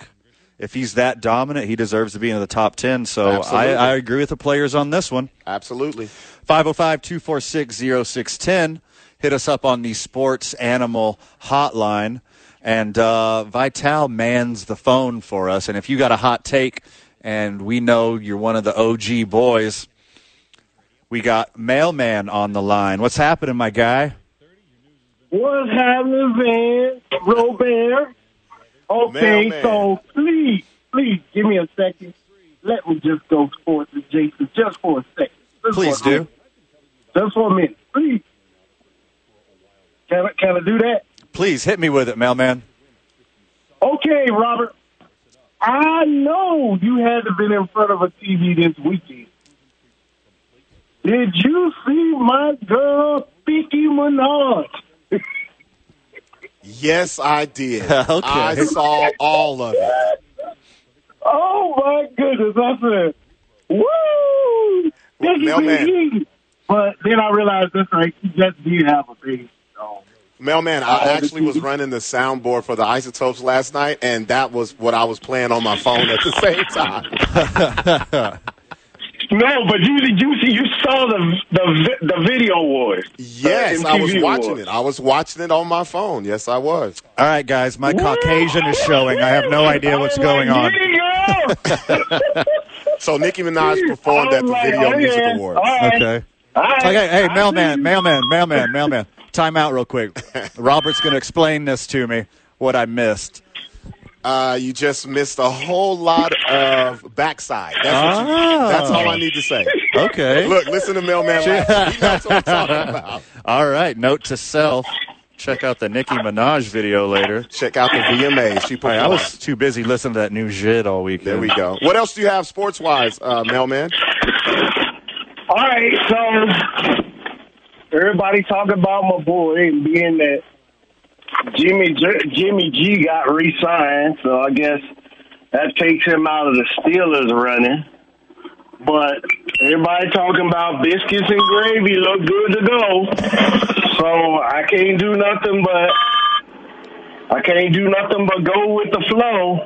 [SPEAKER 1] if he's that dominant, he deserves to be in the top 10. So I,
[SPEAKER 2] Absolutely.
[SPEAKER 1] I agree with the players on this one.
[SPEAKER 2] Absolutely.
[SPEAKER 1] 505 246 0610. Hit us up on the Sports Animal Hotline. And uh, Vital mans the phone for us. And if you got a hot take and we know you're one of the OG boys, we got Mailman on the line. What's happening, my guy?
[SPEAKER 5] What's happening, Van Robert? Okay,
[SPEAKER 2] Mailman.
[SPEAKER 5] so please, please give me a second. Let me just go forth to Jason just for a second. Just
[SPEAKER 1] Please
[SPEAKER 5] for a
[SPEAKER 1] do.
[SPEAKER 5] minute. Just for a minute, please. Can I, can I do that?
[SPEAKER 1] Please hit me with it, Mailman.
[SPEAKER 5] Okay, Robert. I know you had to been in front of a TV this weekend. Did you see my girl, Nicki Minaj?
[SPEAKER 2] Yes, I did.
[SPEAKER 1] Okay.
[SPEAKER 2] I saw all of it.
[SPEAKER 5] Oh my goodness! I said, "Woo!" This is
[SPEAKER 2] Mailman.
[SPEAKER 5] easy. But then I realized that's right. He just did have a baby. So.
[SPEAKER 2] Mailman,
[SPEAKER 5] All
[SPEAKER 2] I
[SPEAKER 5] the
[SPEAKER 2] actually was
[SPEAKER 5] TV.
[SPEAKER 2] running the soundboard for the isotopes last night, and that was what I was playing on my phone at the same time.
[SPEAKER 6] No, but you you you saw the the vi- the video awards.
[SPEAKER 2] Yes,
[SPEAKER 6] Uh,
[SPEAKER 2] I was
[SPEAKER 6] MTV
[SPEAKER 2] watching
[SPEAKER 6] awards.
[SPEAKER 2] it. I was watching it on my phone. Yes, I was.
[SPEAKER 1] All right, guys, my Caucasian is showing. I have no idea what's
[SPEAKER 6] I'm like,
[SPEAKER 1] going on.
[SPEAKER 6] "Yeah."
[SPEAKER 2] So Nicki Minaj performed
[SPEAKER 6] I
[SPEAKER 2] at the
[SPEAKER 6] was like,
[SPEAKER 2] Video
[SPEAKER 6] "Oh,
[SPEAKER 2] Music
[SPEAKER 6] yeah.
[SPEAKER 2] Awards.
[SPEAKER 6] All right.
[SPEAKER 1] Okay.
[SPEAKER 6] All right.
[SPEAKER 1] Okay, hey,
[SPEAKER 6] I
[SPEAKER 1] mailman,
[SPEAKER 6] see.
[SPEAKER 1] mailman, mailman, mailman. Time out real quick. Robert's going to explain this to me, what I missed.
[SPEAKER 2] Uh, you just missed a whole lot of backside. That's, what you,
[SPEAKER 1] Oh.
[SPEAKER 2] that's all I need to say.
[SPEAKER 1] Okay.
[SPEAKER 2] Look, listen to Mailman. laugh. He knows what I'm talking about.
[SPEAKER 1] All right, note to self. Check out the Nicki Minaj video later.
[SPEAKER 2] Check out the VMAs. She
[SPEAKER 1] All right,
[SPEAKER 2] performed.
[SPEAKER 1] I was too busy listening to that new shit all weekend.
[SPEAKER 2] there we go. What else do you have sports wise, uh, Mailman?
[SPEAKER 5] All right, so everybody talking about my boy and being that Jimmy J- Jimmy G got re-signed, so I guess that takes him out of the Steelers running. But everybody talking about biscuits and gravy look good to go, so I can't do nothing but I can't do nothing but go with the flow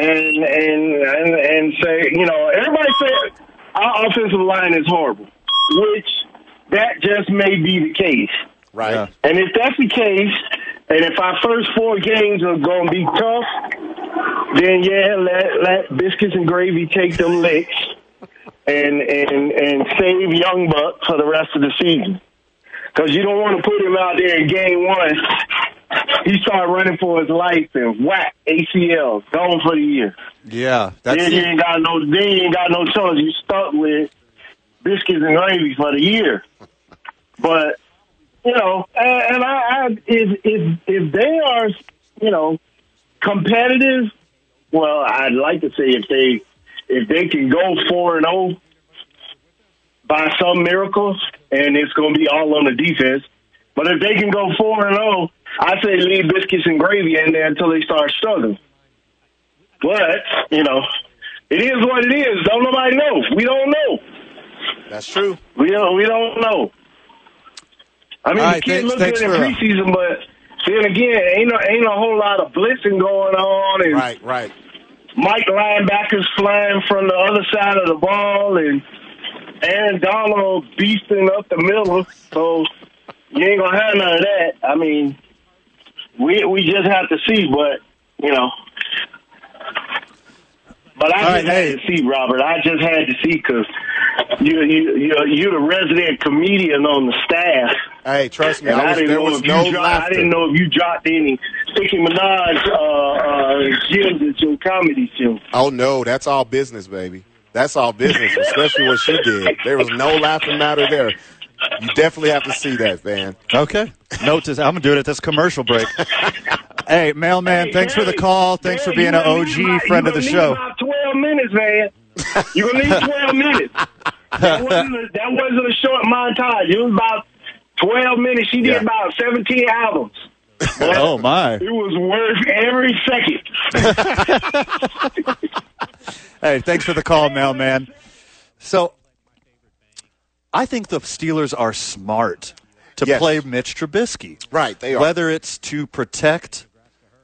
[SPEAKER 5] and and and, and say, you know, everybody say our offensive line is horrible, which that just may be the case.
[SPEAKER 2] Right.
[SPEAKER 1] Yeah.
[SPEAKER 5] And if that's the case, and if our first four games are going to be tough, then yeah, let let biscuits and gravy take them licks, and and and save Young Buck for the rest of the season. Because you don't want to put him out there in game one. He started running for his life and whack ACL, gone for the year.
[SPEAKER 1] Yeah, that's
[SPEAKER 5] Then you ain't got no. Then you ain't got no choice. You stuck with biscuits and gravy for the year. But you know, and, and I, I if if if they are you know competitive, well, I'd like to say if they if they can go four and zero by some miracle, and it's going to be all on the defense. But if they can go four and zero, I say leave biscuits and gravy in there until they start struggling. But you know, it is what it is. Don't nobody know. We don't know.
[SPEAKER 2] That's true.
[SPEAKER 5] We don't. We don't know.
[SPEAKER 1] All
[SPEAKER 5] I mean, the
[SPEAKER 1] right,
[SPEAKER 5] kid
[SPEAKER 1] thanks-
[SPEAKER 5] looked
[SPEAKER 1] thanks
[SPEAKER 5] good in
[SPEAKER 1] for, uh,
[SPEAKER 5] preseason, but then again, ain't a, ain't a whole lot of blitzing going on, and
[SPEAKER 2] Right, right.
[SPEAKER 5] Mike linebackers flying from the other side of the ball, and Aaron Donald beasting up the middle. So you ain't gonna have none of that. I mean, we we just have to see, but you know. But I
[SPEAKER 1] All
[SPEAKER 5] just
[SPEAKER 1] right,
[SPEAKER 5] had
[SPEAKER 1] hey.
[SPEAKER 5] to see, Robert. I just had to see because you you you you're the resident comedian on the staff.
[SPEAKER 2] Hey, trust me.
[SPEAKER 5] And
[SPEAKER 2] I
[SPEAKER 5] I
[SPEAKER 2] was,
[SPEAKER 5] didn't
[SPEAKER 2] there
[SPEAKER 5] know
[SPEAKER 2] was
[SPEAKER 5] if
[SPEAKER 2] no
[SPEAKER 5] you dropped, I
[SPEAKER 2] laughter.
[SPEAKER 5] didn't know if you dropped any Nicki Minaj uh, uh, gems at your comedy show.
[SPEAKER 2] Oh no, that's all business, baby. That's all business, especially what she did. There was no laughing matter there. You definitely have to see that, man.
[SPEAKER 1] Okay. Note to, I'm gonna do it at this commercial break. hey, mailman, thanks for the call. Thanks for being an OG friend of the show.
[SPEAKER 5] About Twelve minutes, man. You gonna need twelve minutes. That wasn't, a, that wasn't a short montage. It was about twelve minutes. She did
[SPEAKER 2] Yeah.
[SPEAKER 5] about seventeen albums.
[SPEAKER 1] Oh my.
[SPEAKER 5] It was worth every second.
[SPEAKER 1] Hey, thanks for the call, mailman. So, I think the Steelers are smart to
[SPEAKER 2] Yes.
[SPEAKER 1] play Mitch Trubisky.
[SPEAKER 2] Right, they are.
[SPEAKER 1] Whether it's to protect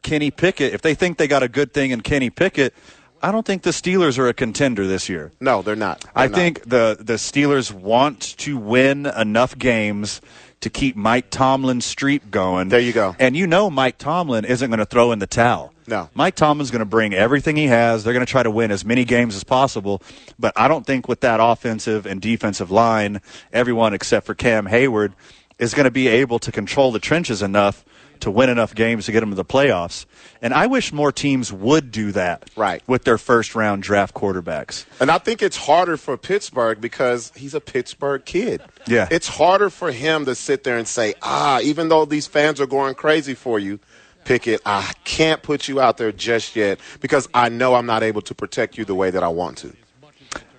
[SPEAKER 1] Kenny Pickett, if they think they got a good thing in Kenny Pickett, I don't think the Steelers are a contender this year.
[SPEAKER 2] No, they're not. They're
[SPEAKER 1] I
[SPEAKER 2] not.
[SPEAKER 1] think the the Steelers want to win enough games to keep Mike Tomlin's streak going.
[SPEAKER 2] There you go.
[SPEAKER 1] And you know Mike Tomlin isn't going to throw in the towel.
[SPEAKER 2] No.
[SPEAKER 1] Mike Tomlin's going to bring everything he has. They're going to try to win as many games as possible. But I don't think with that offensive and defensive line, everyone except for Cam Hayward is going to be able to control the trenches enough to win enough games to get them to the playoffs. And I wish more teams would do that
[SPEAKER 2] Right.
[SPEAKER 1] with their first round draft quarterbacks.
[SPEAKER 2] And I think it's harder for Pittsburgh because he's a Pittsburgh kid.
[SPEAKER 1] Yeah.
[SPEAKER 2] It's harder for him to sit there and say, ah, even though these fans are going crazy for you, Pickett, I can't put you out there just yet because I know I'm not able to protect you the way that I want to.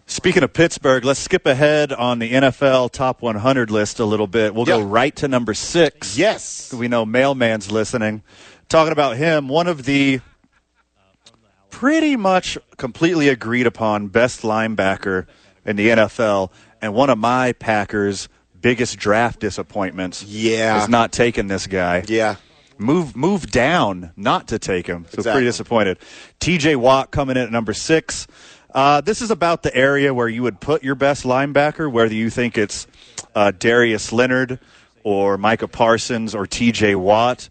[SPEAKER 1] Speaking of Pittsburgh, let's skip ahead on the NFL top 100 list a little bit. We'll go
[SPEAKER 2] Yeah.
[SPEAKER 1] right to number six.
[SPEAKER 2] Yes.
[SPEAKER 1] We know Mailman's listening. Talking about him, one of the pretty much completely agreed upon best linebacker in the NFL, and one of my Packers' biggest draft disappointments
[SPEAKER 2] Yeah.
[SPEAKER 1] is not taking this guy
[SPEAKER 2] Yeah.
[SPEAKER 1] move move down not to take him. So
[SPEAKER 2] Exactly.
[SPEAKER 1] pretty disappointed. T.J. Watt coming in at number six. Uh, this is about the area where you would put your best linebacker, whether you think it's uh, Darius Leonard or Micah Parsons or T.J. Watt.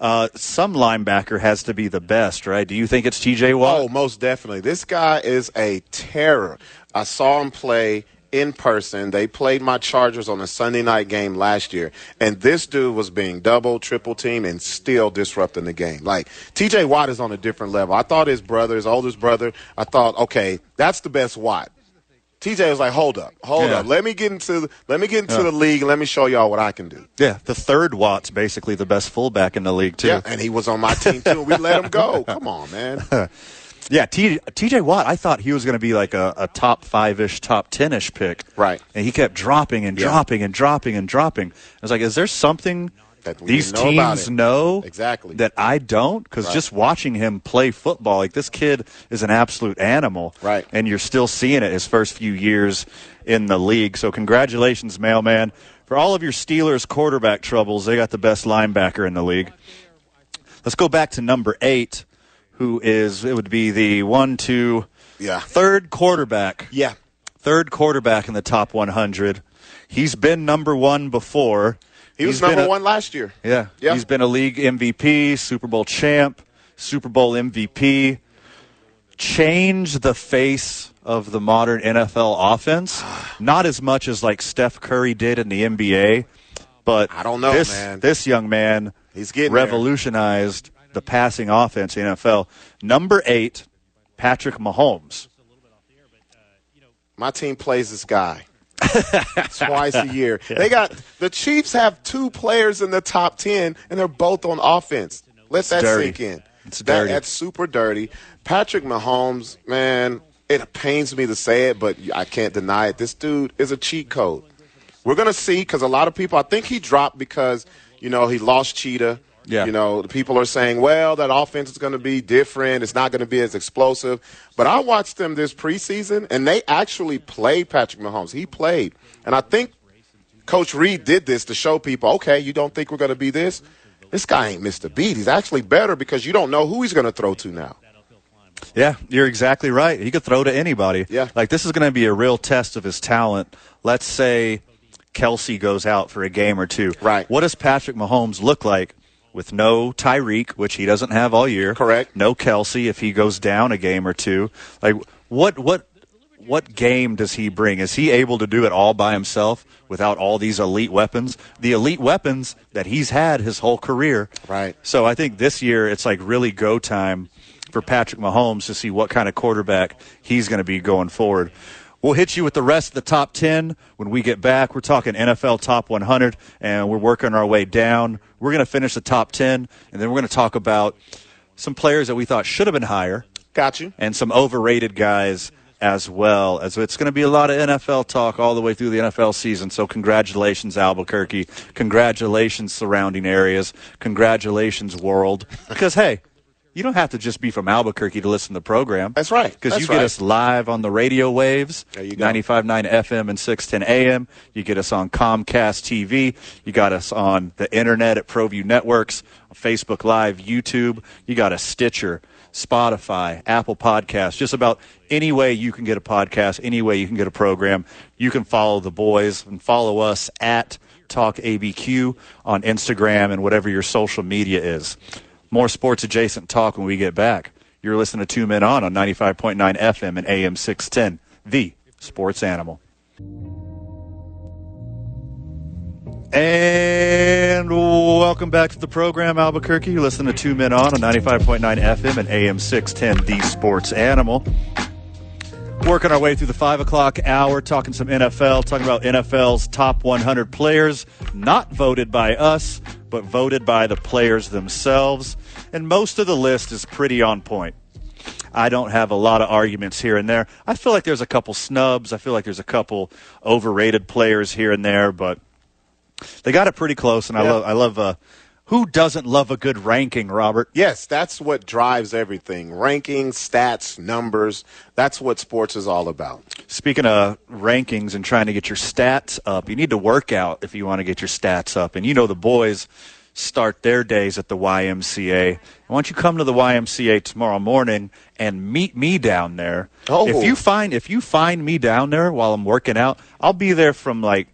[SPEAKER 1] Uh, some linebacker has to be the best, right? Do you think it's T.J. Watt?
[SPEAKER 2] Oh, most definitely. This guy is a terror. I saw him play in person. They played my Chargers on a Sunday night game last year, and this dude was being double, triple team, and still disrupting the game. Like T.J. Watt is on a different level. I thought his brother, his oldest brother, I thought, okay, that's the best Watt. TJ was like, "Hold up, hold
[SPEAKER 1] Yeah.
[SPEAKER 2] up. Let me get into let me get into the league. and Let me show y'all what I can do."
[SPEAKER 1] Yeah, the third Watt's basically the best fullback in the league too.
[SPEAKER 2] Yeah, and he was on my team too. and We let him go. Come on, man.
[SPEAKER 1] Yeah, T- TJ Watt, I thought he was going to be like a, a top five ish, top 10 ish pick.
[SPEAKER 2] Right.
[SPEAKER 1] And he kept dropping and
[SPEAKER 2] Yeah.
[SPEAKER 1] dropping and dropping and dropping. I was like, is there something
[SPEAKER 2] That we
[SPEAKER 1] these
[SPEAKER 2] know about
[SPEAKER 1] teams
[SPEAKER 2] it.
[SPEAKER 1] know
[SPEAKER 2] Exactly.
[SPEAKER 1] that I don't? Because
[SPEAKER 2] Right.
[SPEAKER 1] just watching him play football, like this kid is an absolute animal.
[SPEAKER 2] Right.
[SPEAKER 1] And you're still seeing it his first few years in the league. So, congratulations, mailman. For all of your Steelers quarterback troubles, they got the best linebacker in the league. Let's go back to number eight, who is it would be the one, two,
[SPEAKER 2] Yeah.
[SPEAKER 1] third quarterback.
[SPEAKER 2] Yeah.
[SPEAKER 1] third quarterback in the top 100. He's been number one before.
[SPEAKER 2] He was
[SPEAKER 1] He's been
[SPEAKER 2] number
[SPEAKER 1] a-
[SPEAKER 2] one last year.
[SPEAKER 1] Yeah.
[SPEAKER 2] Yeah.
[SPEAKER 1] he's been a league MVP, Super Bowl champ, Super Bowl MVP. Change the face of the modern NFL offense, not as much as like Steph Curry did in the NBA, but
[SPEAKER 2] I don't know,
[SPEAKER 1] this,
[SPEAKER 2] man.
[SPEAKER 1] This young man,
[SPEAKER 2] He's getting there.
[SPEAKER 1] revolutionized the passing offense in the NFL. Number eight, Patrick Mahomes.
[SPEAKER 2] My team plays this guy twice a year. They got the Chiefs have two players in the top ten, and they're both on offense. Let that
[SPEAKER 1] dirty.
[SPEAKER 2] sink in.
[SPEAKER 1] It's
[SPEAKER 2] That-
[SPEAKER 1] dirty.
[SPEAKER 2] that's super dirty. Patrick Mahomes, man, it pains me to say it, but I can't deny it. This dude is a cheat code. We're gonna see because a lot of people. I think he dropped because you know he lost Cheetah.
[SPEAKER 1] Yeah.
[SPEAKER 2] You know, the people are saying, well, that offense is going to be different. It's not going to be as explosive. But I watched them this preseason, and they actually played Patrick Mahomes. He played. And I think Coach Reed did this to show people, okay, you don't think we're going to be this? This guy ain't missed a beat. He's actually better because you don't know who he's going to throw to now.
[SPEAKER 1] Yeah, you're exactly right. He could throw to anybody.
[SPEAKER 2] Yeah.
[SPEAKER 1] Like this is going to be a real test of his talent. Let's say Kelsey goes out for a game or two.
[SPEAKER 2] Right.
[SPEAKER 1] What does Patrick Mahomes look like with no Tyreek, which he doesn't have all year?
[SPEAKER 2] Correct.
[SPEAKER 1] No Kelsey if he goes down a game or two. Like what what what game does he bring? Is he able to do it all by himself without all these elite weapons? The elite weapons that he's had his whole career.
[SPEAKER 2] Right.
[SPEAKER 1] So I think this year it's like really go time for Patrick Mahomes to see what kind of quarterback he's going to be going forward. We'll hit you with the rest of the top 10 when we get back. We're talking NFL top 100 and we're working our way down. We're going to finish the top 10 and then we're going to talk about some players that we thought should have been higher
[SPEAKER 2] Got you.
[SPEAKER 1] and some overrated guys as well. As it's going to be a lot of NFL talk all the way through the NFL season. So congratulations Albuquerque, congratulations surrounding areas, congratulations world. Because hey, you don't have to just be from Albuquerque to listen to the program.
[SPEAKER 2] That's right.
[SPEAKER 1] Because you
[SPEAKER 2] That's
[SPEAKER 1] get
[SPEAKER 2] right.
[SPEAKER 1] us live on the radio waves,
[SPEAKER 2] There you go.
[SPEAKER 1] 95.9 FM and 610 AM. You get us on Comcast TV. You got us on the internet at ProView Networks, Facebook Live, YouTube. You got us Stitcher. Spotify, Apple Podcasts, just about any way you can get a podcast, any way you can get a program. You can follow the boys and follow us at Talk ABQ on Instagram and whatever your social media is. More sports adjacent talk when we get back. You're listening to Two Men On on 95.9 FM and AM 610, the sports animal. And welcome back to the program, Albuquerque. You're listening to Two Men On on 95.9 FM and AM 610, the sports animal. Working our way through the 5 o'clock hour, talking some NFL, talking about NFL's top 100 players, not voted by us, but voted by the players themselves. And most of the list is pretty on point. I don't have a lot of arguments here and there. I feel like there's a couple snubs. I feel like there's a couple overrated players here and there, but they got it pretty close. And I love, I love, uh, who doesn't love a good ranking, Robert?
[SPEAKER 2] Yes, that's what drives everything rankings, stats, numbers. That's what sports is all about.
[SPEAKER 1] Speaking of rankings and trying to get your stats up, you need to work out if you want to get your stats up. And you know the boys start their days at the YMCA. Why don't you come to the YMCA tomorrow morning and meet me down there?
[SPEAKER 2] Oh.
[SPEAKER 1] If you find if you find me down there while I'm working out, I'll be there from like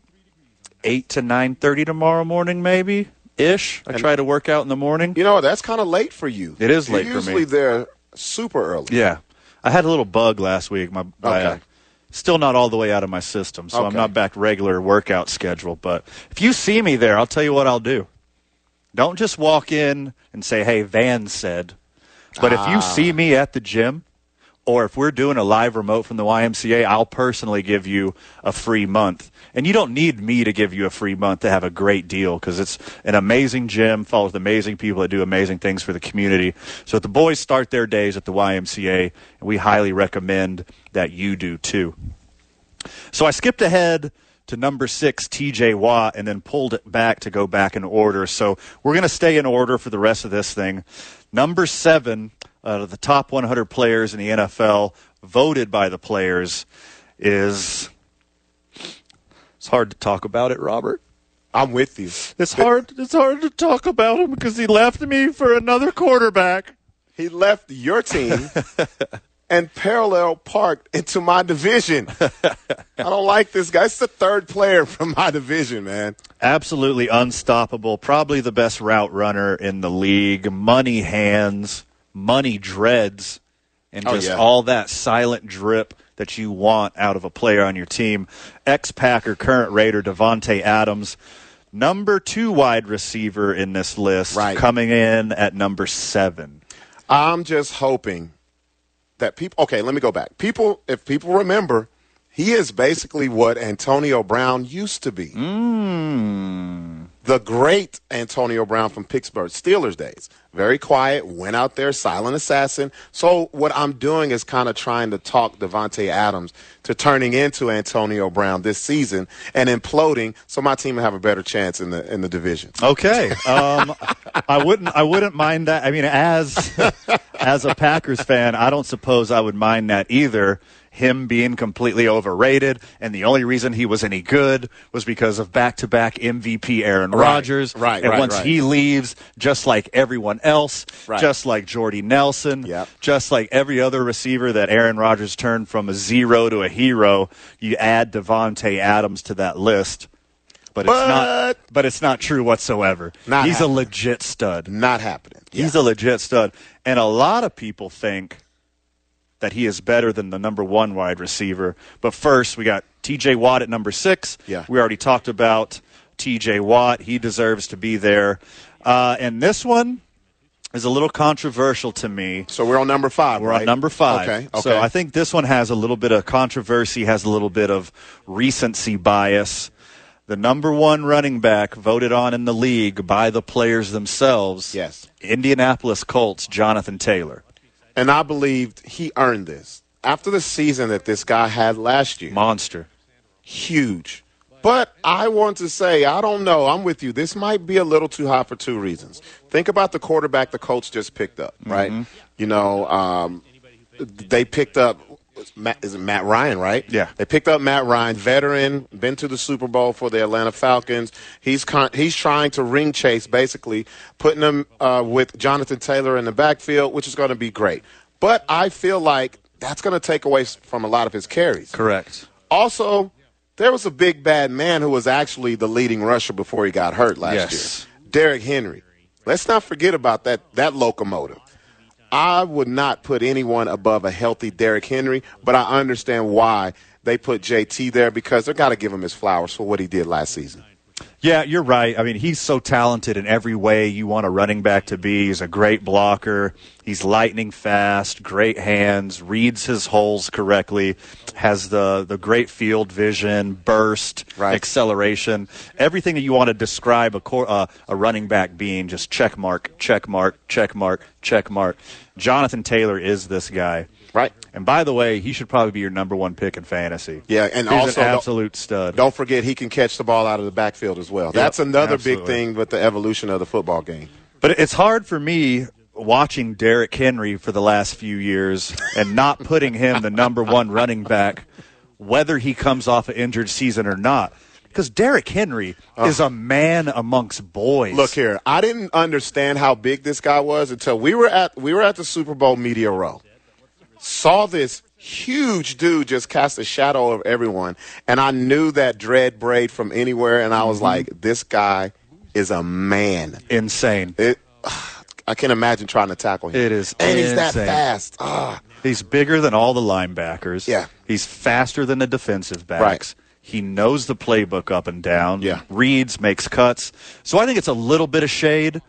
[SPEAKER 1] eight to nine thirty tomorrow morning, maybe ish. I try to work out in the morning.
[SPEAKER 2] You know, that's kind of late for you.
[SPEAKER 1] It is
[SPEAKER 2] You're
[SPEAKER 1] late for me.
[SPEAKER 2] Usually they're super early.
[SPEAKER 1] Yeah, I had a little bug last week. My, my
[SPEAKER 2] Okay.
[SPEAKER 1] uh, still not all the way out of my system, so I'm
[SPEAKER 2] Okay.
[SPEAKER 1] not back to regular workout schedule. But if you see me there, I'll tell you what I'll do. Don't just walk in and say, "Hey, Van said." But if
[SPEAKER 2] Ah.
[SPEAKER 1] you see me at the gym, or if we're doing a live remote from the YMCA, I'll personally give you a free month. And you don't need me to give you a free month to have a great deal because it's an amazing gym, follows amazing people that do amazing things for the community. So the boys start their days at the YMCA, and we highly recommend that you do too. So I skipped ahead to number six, TJ Watt, and then pulled it back to go back in order. So we're going to stay in order for the rest of this thing. Number seven, out of the top 100 players in the NFL, voted by the players, is. It's hard to talk about it, Robert.
[SPEAKER 2] I'm with you.
[SPEAKER 1] It's hard. It's hard to talk about him because he left me for another quarterback.
[SPEAKER 2] He left your team and parallel parked into my division. I don't like this guy. It's the third player from my division, man.
[SPEAKER 1] absolutely unstoppable, probably the best route runner in the league, money hands, money dreads, and
[SPEAKER 2] Oh,
[SPEAKER 1] just
[SPEAKER 2] yeah.
[SPEAKER 1] all that silent drip that you want out of a player on your team. Ex Packer, current Raider, Devontae Adams. Number two wide receiver in this list,
[SPEAKER 2] Right.
[SPEAKER 1] coming in at number seven.
[SPEAKER 2] I'm just hoping that people. Okay, let me go back. People, if people remember, he is basically what Antonio Brown used to be.
[SPEAKER 1] Mm.
[SPEAKER 2] The great Antonio Brown from Pittsburgh Steelers days. Very quiet, went out there, silent assassin. So what I'm doing is kind of trying to talk Devontae Adams to turning into Antonio Brown this season and imploding, so my team will have a better chance in the in the division.
[SPEAKER 1] Uh, Okay, um, I wouldn't. I wouldn't mind that. I mean, as as a Packers fan, I don't suppose I would mind that either. Him being completely overrated, and the only reason he was any good was because of back-to-back MVP Aaron Rodgers.
[SPEAKER 2] right,
[SPEAKER 1] and
[SPEAKER 2] right,
[SPEAKER 1] once
[SPEAKER 2] right.
[SPEAKER 1] he leaves, just like everyone else,
[SPEAKER 2] Right.
[SPEAKER 1] just like Jordy Nelson,
[SPEAKER 2] Yep.
[SPEAKER 1] just like every other receiver that Aaron Rodgers turned from a zero to a hero, you add Devontae Adams to that list. But, it's not.
[SPEAKER 2] But-
[SPEAKER 1] But it's not true whatsoever.
[SPEAKER 2] Not
[SPEAKER 1] He's a
[SPEAKER 2] happening.
[SPEAKER 1] legit stud.
[SPEAKER 2] Not happening.
[SPEAKER 1] He's a legit stud. And a lot of people think that he is better than the number one wide receiver. But first, we got TJ Watt at number six.
[SPEAKER 2] Yeah.
[SPEAKER 1] We already talked about TJ Watt. He deserves to be there. Uh, and this one is a little controversial to me.
[SPEAKER 2] So we're on number five.
[SPEAKER 1] We're
[SPEAKER 2] right?
[SPEAKER 1] on number five.
[SPEAKER 2] Okay. Okay.
[SPEAKER 1] So I think this one has a little bit of controversy, has a little bit of recency bias. The number one running back voted on in the league by the players themselves.
[SPEAKER 2] Yes.
[SPEAKER 1] Indianapolis Colts, Jonathan Taylor.
[SPEAKER 2] and I believed he earned this after the season that this guy had last year.
[SPEAKER 1] Monster.
[SPEAKER 2] Huge. But I want to say, I don't know. I'm with you. This might be a little too high for two reasons. Think about the quarterback the Colts just picked up, right? You know, um, they picked up Matt, is it Matt Ryan, right?
[SPEAKER 1] Yeah.
[SPEAKER 2] They picked up Matt Ryan, veteran, been to the Super Bowl for the Atlanta Falcons. He's con- he's trying to ring chase, basically putting him uh, with Jonathan Taylor in the backfield, which is going to be great. But I feel like that's going to take away s- from a lot of his carries.
[SPEAKER 1] Correct.
[SPEAKER 2] Also, there was a big bad man who was actually the leading rusher before he got hurt last
[SPEAKER 1] Yes.
[SPEAKER 2] year. Derrick Henry. Let's not forget about that that locomotive. I would not put anyone above a healthy Derrick Henry, but I understand why they put JT there because they're got to give him his flowers for what he did last season.
[SPEAKER 1] Yeah, you're right. I mean, he's so talented in every way you want a running back to be. He's a great blocker. He's lightning fast, great hands, reads his holes correctly, has the, the great field vision, burst,
[SPEAKER 2] Right.
[SPEAKER 1] acceleration, everything that you want to describe a, cor- uh, a running back being. Just check mark, check mark, check mark, check mark. Jonathan Taylor is this guy.
[SPEAKER 2] Right.
[SPEAKER 1] And by the way, he should probably be your number one pick in fantasy.
[SPEAKER 2] Yeah, and
[SPEAKER 1] He's
[SPEAKER 2] also
[SPEAKER 1] an
[SPEAKER 2] don't-
[SPEAKER 1] absolute stud.
[SPEAKER 2] Don't forget he can catch the ball out of the backfield as well. That's another big
[SPEAKER 1] absolutely.
[SPEAKER 2] thing with the evolution of the football game.
[SPEAKER 1] But it's hard for me watching Derrick Henry for the last few years and not putting him the number one running back, whether he comes off an injured season or not. Because Derrick Henry is a man amongst boys.
[SPEAKER 2] Look here, I didn't understand how big this guy was until we were at we were at the Super Bowl media row. Saw this huge dude just cast a shadow of everyone, and I knew that dread braid from anywhere, and I
[SPEAKER 1] Mm-hmm.
[SPEAKER 2] was like, this guy is a man.
[SPEAKER 1] insane.
[SPEAKER 2] It, I can't imagine trying to tackle him.
[SPEAKER 1] It is
[SPEAKER 2] and he's that
[SPEAKER 1] insane.
[SPEAKER 2] fast. Ah,
[SPEAKER 1] He's bigger than all the linebackers.
[SPEAKER 2] Yeah.
[SPEAKER 1] He's faster than the defensive backs. He knows the playbook up and down.
[SPEAKER 2] Yeah.
[SPEAKER 1] Reads, makes cuts. So I think it's a little bit of shade.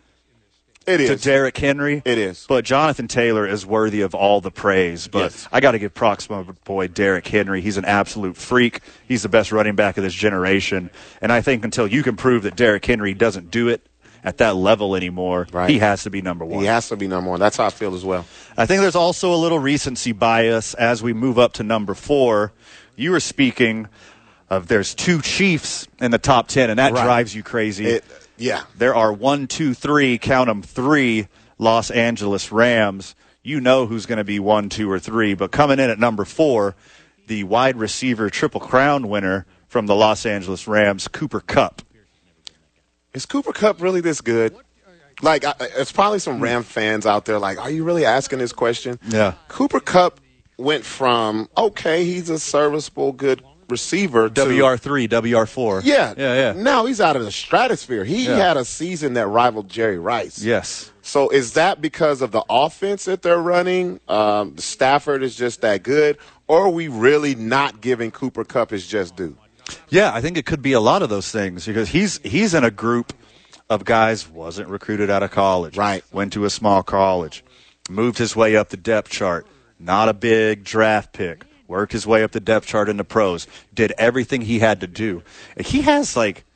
[SPEAKER 2] it
[SPEAKER 1] to
[SPEAKER 2] is.
[SPEAKER 1] Derrick Henry.
[SPEAKER 2] It is.
[SPEAKER 1] But Jonathan Taylor is worthy of all the praise. But
[SPEAKER 2] Yes.
[SPEAKER 1] I got to give props to my boy Derrick Henry. He's an absolute freak. He's the best running back of this generation. And I think until you can prove that Derrick Henry doesn't do it at that level anymore,
[SPEAKER 2] Right.
[SPEAKER 1] he has to be number one.
[SPEAKER 2] he has to be number one. That's how I feel as well.
[SPEAKER 1] I think there's also a little recency bias as we move up to number four. You were speaking of there's two Chiefs in the top 10, and that
[SPEAKER 2] Right.
[SPEAKER 1] drives you crazy.
[SPEAKER 2] It, yeah.
[SPEAKER 1] There are one, two, three, count 'em three Los Angeles Rams. You know who's going to be one, two, or three. But coming in at number four, the wide receiver Triple Crown winner from the Los Angeles Rams, Cooper Cup.
[SPEAKER 2] Is Cooper Cup really this good? Like, I, I- it's probably some Ram fans out there like, are you really asking this question?
[SPEAKER 1] Yeah.
[SPEAKER 2] Cooper Cup went from, okay, he's a serviceable, good receiver to.
[SPEAKER 1] WR3, WR4.
[SPEAKER 2] Yeah.
[SPEAKER 1] Yeah, yeah.
[SPEAKER 2] Now he's out of the stratosphere. He
[SPEAKER 1] Yeah.
[SPEAKER 2] had a season that rivaled Jerry Rice.
[SPEAKER 1] Yes.
[SPEAKER 2] So is that because of the offense that they're running? Um, Stafford is just that good? Or are we really not giving Cooper Cup his just due?
[SPEAKER 1] Yeah, I think it could be a lot of those things because he's he's in a group of guys wasn't recruited out of college.
[SPEAKER 2] Right.
[SPEAKER 1] Went to a small college, moved his way up the depth chart. Not a big draft pick. Worked his way up the depth chart in the pros. Did everything he had to do. He has like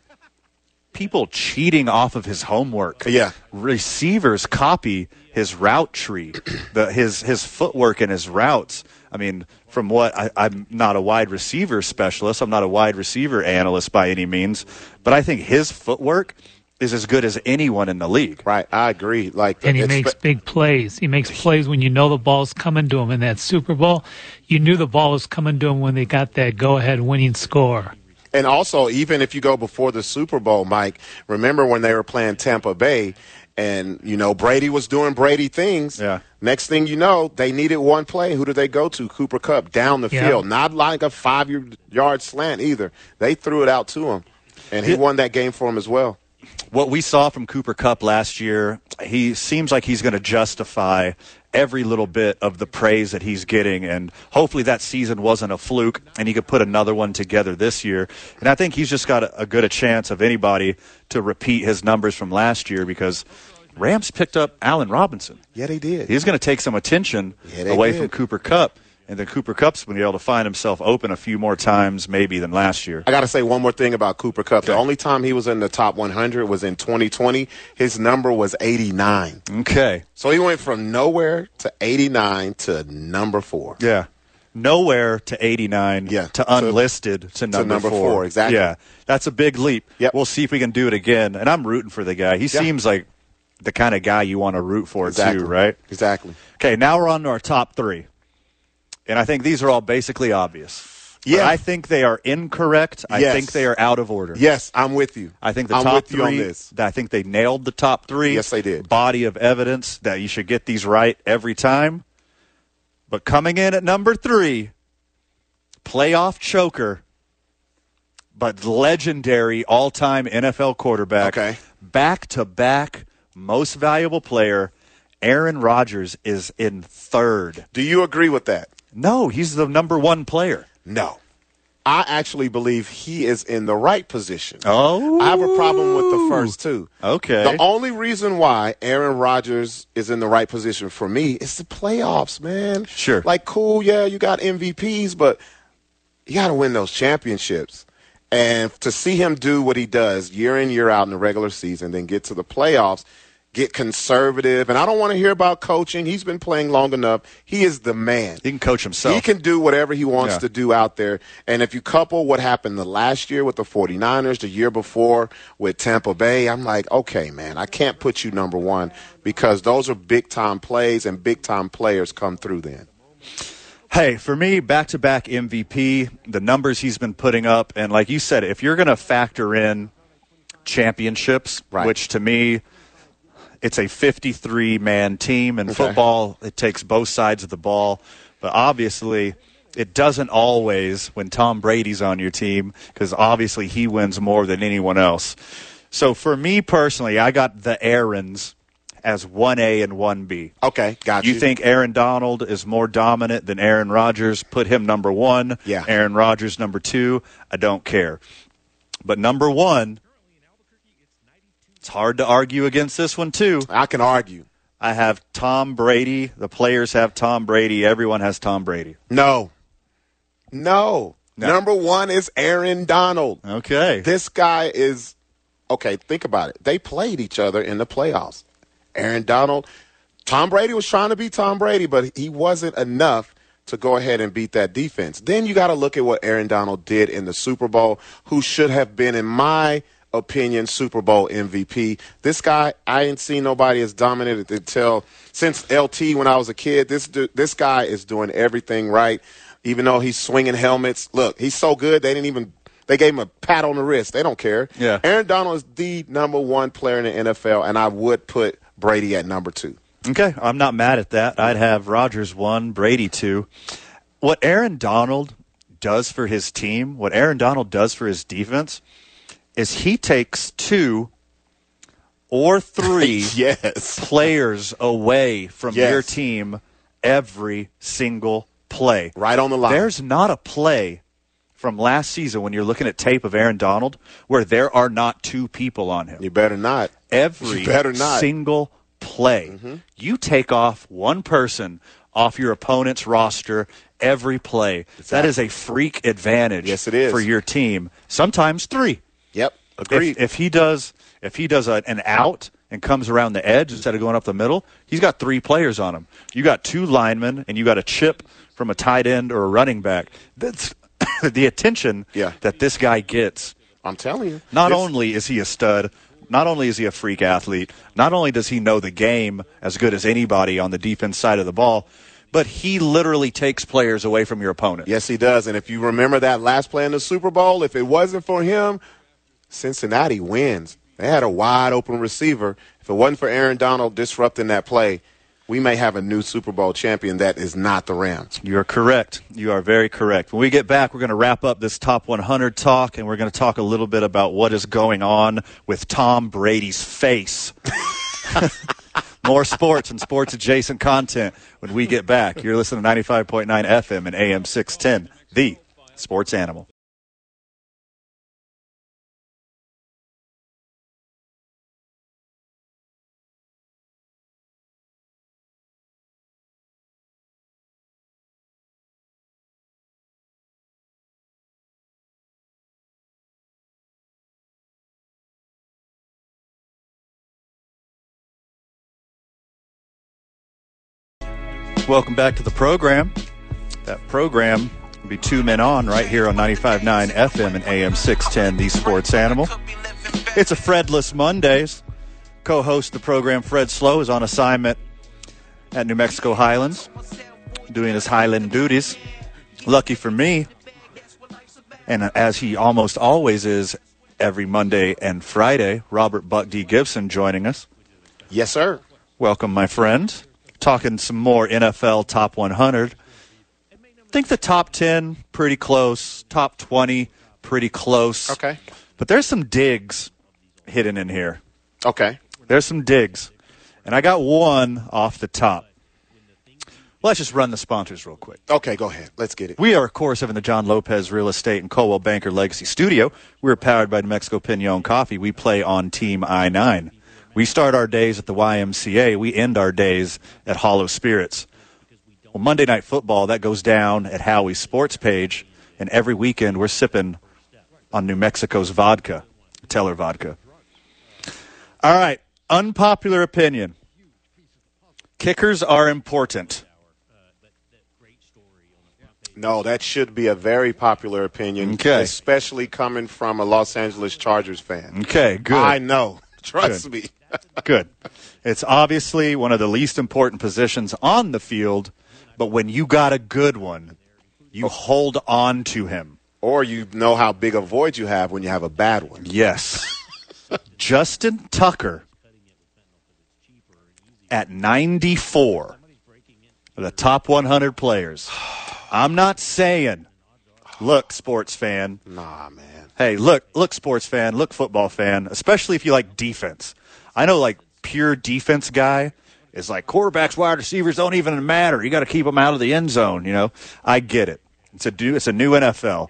[SPEAKER 1] people cheating off of his homework.
[SPEAKER 2] Yeah.
[SPEAKER 1] Receivers copy his route tree, the, his his footwork and his routes. I mean, from what I, I'm not a wide receiver specialist, I'm not a wide receiver analyst by any means, but I think his footwork is as good as anyone in the league.
[SPEAKER 2] Right. I agree. Like,
[SPEAKER 3] And he
[SPEAKER 2] it's-
[SPEAKER 3] makes big plays. He makes plays when you know the ball's coming to him in that Super Bowl. You knew the ball was coming to him when they got that go ahead winning score.
[SPEAKER 2] And also, even if you go before the Super Bowl, Mike, remember when they were playing Tampa Bay and, you know, Brady was doing Brady things.
[SPEAKER 1] Yeah.
[SPEAKER 2] Next thing you know, they needed one play. Who did they go to? Cooper Cup down the
[SPEAKER 3] Yeah.
[SPEAKER 2] field. Not like a five y- yard slant either. They threw it out to him. And he won that game for him as well.
[SPEAKER 1] what we saw from Cooper Cup last year, he seems like he's going to justify every little bit of the praise that he's getting. And hopefully that season wasn't a fluke and he could put another one together this year. And I think he's just got a, a good a chance of anybody to repeat his numbers from last year because Rams picked up Allen Robinson.
[SPEAKER 2] Yeah, they did.
[SPEAKER 1] He's going to take some attention
[SPEAKER 2] Yeah, they
[SPEAKER 1] away
[SPEAKER 2] did.
[SPEAKER 1] from Cooper Cup. And then Cooper Cup's going to be able to find himself open a few more times maybe than last year.
[SPEAKER 2] I got to say one more thing about Cooper Cup. The
[SPEAKER 1] Okay.
[SPEAKER 2] only time he was in the top 100 was in 2020. His number was 89.
[SPEAKER 1] Okay.
[SPEAKER 2] So he went from nowhere to 89 to number four.
[SPEAKER 1] Yeah. Nowhere to 89
[SPEAKER 2] Yeah.
[SPEAKER 1] to
[SPEAKER 2] To-
[SPEAKER 1] unlisted to, number,
[SPEAKER 2] number four, exactly.
[SPEAKER 1] Yeah. That's a big leap.
[SPEAKER 2] Yep.
[SPEAKER 1] We'll see if we can do it again. And I'm rooting for the guy. He seems like the kind of guy you want to root for, too, right?
[SPEAKER 2] Exactly.
[SPEAKER 1] Okay, now we're on to our top three. And I think these are all basically obvious. But
[SPEAKER 2] Yeah.
[SPEAKER 1] I think they are incorrect. I
[SPEAKER 2] Yes.
[SPEAKER 1] think they are out of order.
[SPEAKER 2] Yes, I'm with you.
[SPEAKER 1] I think the
[SPEAKER 2] I'm
[SPEAKER 1] top
[SPEAKER 2] with
[SPEAKER 1] three.
[SPEAKER 2] you on this.
[SPEAKER 1] I think they nailed the top three.
[SPEAKER 2] Yes, they did.
[SPEAKER 1] Body of evidence that you should get these right every time. But coming in at number three, playoff choker, but legendary all-time NFL quarterback.
[SPEAKER 2] Okay.
[SPEAKER 1] back-to-back most valuable player. Aaron Rodgers is in third.
[SPEAKER 2] Do you agree with that?
[SPEAKER 1] No, he's the number one player.
[SPEAKER 2] No. I actually believe he is in the right position.
[SPEAKER 1] Oh,
[SPEAKER 2] I have a problem with the first two.
[SPEAKER 1] Okay.
[SPEAKER 2] The only reason why Aaron Rodgers is in the right position for me is the playoffs, man.
[SPEAKER 1] Sure.
[SPEAKER 2] Like, cool, yeah, you got MVPs, but you got to win those championships. And to see him do what he does year in, year out in the regular season, then get to the playoffs, get conservative. And I don't want to hear about coaching. He's been playing long enough. He is the man.
[SPEAKER 1] He can coach himself.
[SPEAKER 2] He can do whatever he wants
[SPEAKER 1] Yeah.
[SPEAKER 2] to do out there. And if you couple what happened the last year with the 49ers, the year before with Tampa Bay, I'm like, okay, man, I can't put you number one because those are big time plays and big time players come through then.
[SPEAKER 1] Hey, for me, back to back MVP, the numbers he's been putting up, and like you said, if you're going to factor in championships,
[SPEAKER 2] Right.
[SPEAKER 1] which to me, it's a 53 man team in football, it takes both sides of the ball, but obviously. It doesn't always when Tom Brady's on your team because obviously he wins more than anyone else. So for me personally, I got the Aarons as 1A and 1B.
[SPEAKER 2] Okay, got you.
[SPEAKER 1] You think Aaron Donald is more dominant than Aaron Rodgers? Put him number one.
[SPEAKER 2] Yeah.
[SPEAKER 1] Aaron Rodgers number two. I don't care. But number one, it's hard to argue against this one too.
[SPEAKER 2] I can argue.
[SPEAKER 1] I have Tom Brady. The players have Tom Brady. Everyone has Tom Brady.
[SPEAKER 2] No. No.
[SPEAKER 1] No.
[SPEAKER 2] Number one is Aaron Donald.
[SPEAKER 1] Okay.
[SPEAKER 2] This guy is okay. Think about it. They played each other in the playoffs. Aaron Donald, Tom Brady was trying to be Tom Brady, but he wasn't enough to go ahead and beat that defense. Then you got to look at what Aaron Donald did in the Super Bowl, who should have been, in my opinion, Super Bowl MVP. This guy, I ain't seen nobody as dominant until since LT when I was a kid. This du- this guy is doing everything right, even though he's swinging helmets. Look, he's so good they didn't even they gave him a pat on the wrist. They don't care.
[SPEAKER 1] Yeah.
[SPEAKER 2] Aaron Donald is the number one player in the NFL, and I would put Brady at number two.
[SPEAKER 1] Okay, I'm not mad at that. I'd have Rodgers one, Brady two. What Aaron Donald does for his team, what Aaron Donald does for his defense, is he takes two or three
[SPEAKER 2] Yes.
[SPEAKER 1] players away from
[SPEAKER 2] Yes.
[SPEAKER 1] your team every single play.
[SPEAKER 2] Right on the line.
[SPEAKER 1] There's not a play from last season when you're looking at tape of Aaron Donald where there are not two people on him
[SPEAKER 2] You better not.
[SPEAKER 1] every
[SPEAKER 2] You better not. Mm-hmm.
[SPEAKER 1] single play. You take off one person off your opponent's roster every play. That is a freak advantage
[SPEAKER 2] Yes, it is.
[SPEAKER 1] for your team. Sometimes three.
[SPEAKER 2] Yep.
[SPEAKER 1] If-
[SPEAKER 2] Agreed.
[SPEAKER 1] If, he does, if he does a, an out and comes around the edge instead of going up the middle, he's got three players on him. You got two linemen, and you got a chip from a tight end or a running back. That's the attention
[SPEAKER 2] Yeah.
[SPEAKER 1] that this guy gets.
[SPEAKER 2] I'm telling you.
[SPEAKER 1] Not
[SPEAKER 2] This-
[SPEAKER 1] only is he a stud, not only is he a freak athlete, not only does he know the game as good as anybody on the defense side of the ball, but he literally takes players away from your opponent.
[SPEAKER 2] Yes, he does. And if you remember that last play in the Super Bowl, if it wasn't for him, Cincinnati wins. They had a wide open receiver. If it wasn't for Aaron Donald disrupting that play, we may have a new Super Bowl champion that is not the Rams.
[SPEAKER 1] You're correct. You are very correct. When we get back, we're going to wrap up this top 100 talk and we're going to talk a little bit about what is going on with Tom Brady's face. More sports and sports adjacent content when we get back. You're listening to 95.9 FM and AM 610, the sports animal. Welcome back to the program. That program will be Two Men On right here on 95.9 FM and AM 610, The Sports Animal. It's a Fredless Mondays. Co host of the program, Fred Slow, is on assignment at New Mexico Highlands. doing his Highland duties. Lucky for me, and as he almost always is every Monday and Friday, Robert Buck D. Gibson joining us.
[SPEAKER 2] Yes, sir.
[SPEAKER 1] Welcome, my friend. Talking some more NFL top 100. think the top 10 pretty close, top 20 pretty close.
[SPEAKER 2] Okay.
[SPEAKER 1] But there's some digs hidden in here.
[SPEAKER 2] Okay.
[SPEAKER 1] There's some digs. And I got one off the top. Let's just run the sponsors real quick.
[SPEAKER 2] Okay, go ahead. Let's get it.
[SPEAKER 1] We are, of course, having the John Lopez Real Estate and Colwell Banker Legacy Studio. We're powered by New Mexico Pinon Coffee. We play on Team I 9. We start our days at the YMCA. We end our days at Hollow Spirits. Well, Monday Night Football, that goes down at Howie's sports page. And every weekend, we're sipping on New Mexico's vodka, Teller vodka. All right, unpopular opinion. Kickers are important.
[SPEAKER 2] No, that should be a very popular opinion,
[SPEAKER 1] Okay.
[SPEAKER 2] especially coming from a Los Angeles Chargers fan.
[SPEAKER 1] Okay, Mm, good.
[SPEAKER 2] I know. Trust
[SPEAKER 1] Good.
[SPEAKER 2] me.
[SPEAKER 1] Good. It's obviously one of the least important positions on the field, but when you got a good one, you hold on to him.
[SPEAKER 2] Or you know how big a void you have when you have a bad one.
[SPEAKER 1] Yes. Justin Tucker at 94, the top 100 players. I'm not saying, look, sports fan,
[SPEAKER 2] Nah, man.
[SPEAKER 1] Hey, look, look, sports fan, look, football fan, especially if you like defense. I know, like, pure defense guy is like quarterbacks, wide receivers don't even matter. You got to keep them out of the end zone. You know, I get it. It's a do. It's a new NFL,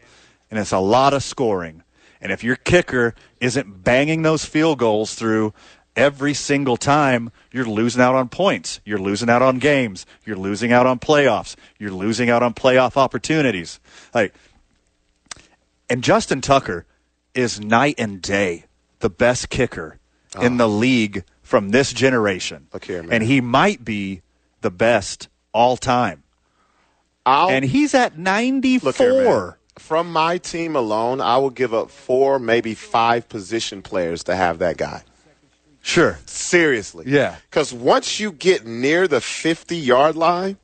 [SPEAKER 1] and it's a lot of scoring. And if your kicker isn't banging those field goals through every single time, you're losing out on points. You're losing out on games. You're losing out on playoffs. You're losing out on playoff opportunities. Like and Justin Tucker is night and day the best kicker in the league from this generation.
[SPEAKER 2] Ah. Look here, man.
[SPEAKER 1] And he might be the best all time.
[SPEAKER 2] I'll
[SPEAKER 1] And he's at 94.
[SPEAKER 2] look here, man. From my team alone, I will give up four, maybe five position players to have that guy.
[SPEAKER 1] Sure.
[SPEAKER 2] Seriously.
[SPEAKER 1] Yeah.
[SPEAKER 2] Because once you get near the 50 yard line,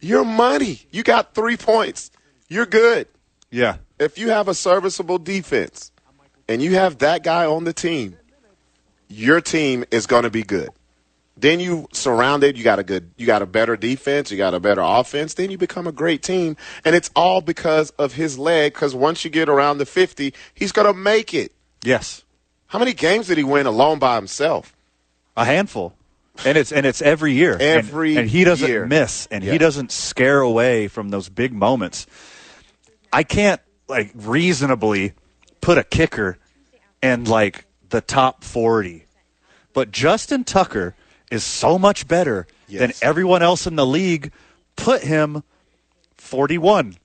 [SPEAKER 2] you're money. You got three points. You're good.
[SPEAKER 1] Yeah.
[SPEAKER 2] If you have a serviceable defense and you have that guy on the team, your team is going to be good. Then you surround it. You got a good, you got a better defense. You got a better offense. Then you become a great team, and it's all because of his leg. Because once you get around the fifty, he's going to make it.
[SPEAKER 1] Yes.
[SPEAKER 2] How many games did he win alone by himself?
[SPEAKER 1] A handful. And it's and it's every year. And-
[SPEAKER 2] Every
[SPEAKER 1] and, he doesn't
[SPEAKER 2] year.
[SPEAKER 1] miss and
[SPEAKER 2] Yeah.
[SPEAKER 1] he doesn't scare away from those big moments. I can't like reasonably put a kicker in like the top 40. But Justin Tucker is so much better than
[SPEAKER 2] Yes.
[SPEAKER 1] everyone else in the league. Put him 41,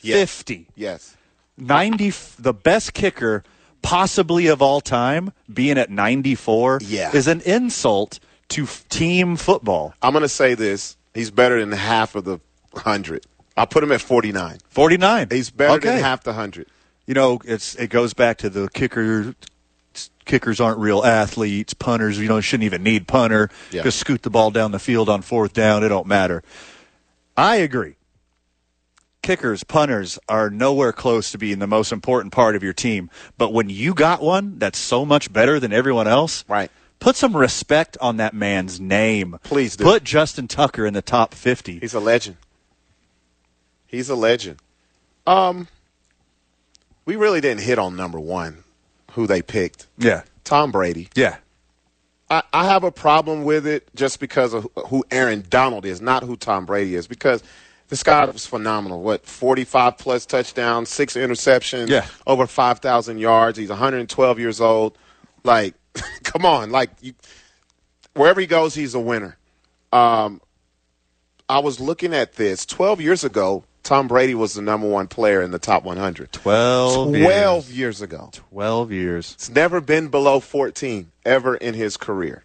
[SPEAKER 2] Yes.
[SPEAKER 1] 50,
[SPEAKER 2] Yes.
[SPEAKER 1] 90, the best kicker possibly of all time, being at 94,
[SPEAKER 2] Yeah.
[SPEAKER 1] is an insult to f- team football.
[SPEAKER 2] I'm going to say this. He's better than half of the 100. I'll put him at 49.
[SPEAKER 1] 49.
[SPEAKER 2] He's better than
[SPEAKER 1] Okay.
[SPEAKER 2] half the 100.
[SPEAKER 1] You know, it's it goes back to the kicker. Kickers aren't real athletes. Punters, you know, shouldn't even need punter.
[SPEAKER 2] Yeah.
[SPEAKER 1] Just scoot the ball down the field on fourth down. It don't matter. I agree. Kickers, punters are nowhere close to being the most important part of your team. But when you got one that's so much better than everyone else,
[SPEAKER 2] Right.
[SPEAKER 1] Put some respect on that man's name,
[SPEAKER 2] Please do.
[SPEAKER 1] Put Justin Tucker in the top fifty.
[SPEAKER 2] He's a legend. He's a legend. Um, we really didn't hit on number one, who they picked.
[SPEAKER 1] yeah,
[SPEAKER 2] Tom Brady.
[SPEAKER 1] yeah,
[SPEAKER 2] I, I have a problem with it just because of who Aaron Donald is, not who Tom Brady is, because this guy was phenomenal. What, 45 plus touchdowns, six interceptions,
[SPEAKER 1] Yeah.
[SPEAKER 2] over 5,000 yards. He's 112 years old. Like, come on. Like, you, wherever he goes, he's a winner. Um, I was looking at this 12 years ago. Tom Brady was the number one player in the top 100.
[SPEAKER 1] 12 years.
[SPEAKER 2] 12 years ago.
[SPEAKER 1] twelve years,
[SPEAKER 2] It's never been below 14 ever in his career.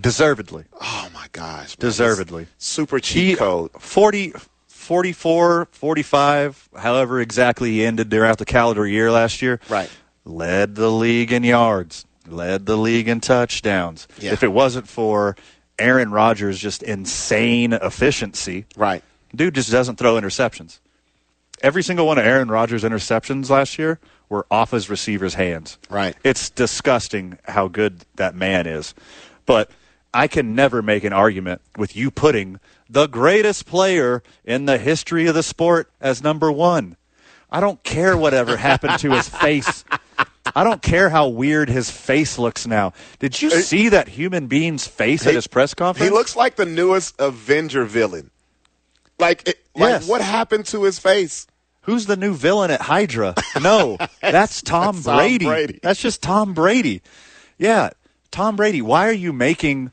[SPEAKER 1] deservedly.
[SPEAKER 2] Oh my gosh. man.
[SPEAKER 1] Deservedly.
[SPEAKER 2] It's Super cheat code.
[SPEAKER 1] 40, 44, 45, however exactly he ended throughout the calendar year last year.
[SPEAKER 2] Right.
[SPEAKER 1] Led the league in yards, led the league in touchdowns.
[SPEAKER 2] Yeah.
[SPEAKER 1] If it wasn't for Aaron Rodgers' just insane efficiency.
[SPEAKER 2] Right.
[SPEAKER 1] Dude just doesn't throw interceptions. Every single one of Aaron Rodgers' interceptions last year were off his receiver's hands.
[SPEAKER 2] Right.
[SPEAKER 1] It's disgusting how good that man is. But I can never make an argument with you putting the greatest player in the history of the sport as number one. I don't care whatever happened to his face. I don't care how weird his face looks now. Did you see that human being's face at his press conference?
[SPEAKER 2] He looks like the newest Avenger villain. Like, it, like
[SPEAKER 1] Yes.
[SPEAKER 2] what happened to his face?
[SPEAKER 1] Who's the new villain at Hydra? No, that's Tom
[SPEAKER 2] that's Tom
[SPEAKER 1] Brady.
[SPEAKER 2] Brady.
[SPEAKER 1] That's just Tom Brady. Yeah, Tom Brady. Why are you making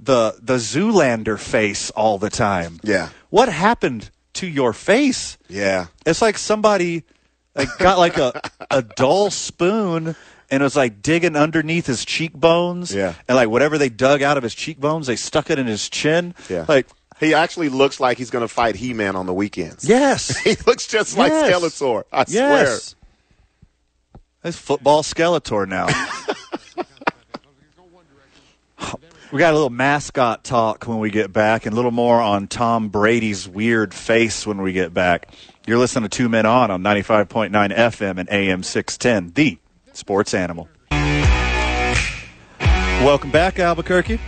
[SPEAKER 1] the the Zoolander face all the time?
[SPEAKER 2] Yeah.
[SPEAKER 1] What happened to your face?
[SPEAKER 2] Yeah.
[SPEAKER 1] It's like somebody like got like a, a dull spoon and was like digging underneath his cheekbones.
[SPEAKER 2] Yeah.
[SPEAKER 1] And like whatever they dug out of his cheekbones, they stuck it in his chin.
[SPEAKER 2] Yeah.
[SPEAKER 1] Like
[SPEAKER 2] He actually looks like he's going to fight He Man on the weekends.
[SPEAKER 1] yes.
[SPEAKER 2] He looks just like
[SPEAKER 1] Yes.
[SPEAKER 2] Skeletor. I
[SPEAKER 1] Yes. That's football Skeletor now. we got a little mascot talk when we get back and a little more on Tom Brady's weird face when we get back. You're listening to Two Men On on 95.9 FM and AM 610, the sports animal. Welcome back, Albuquerque.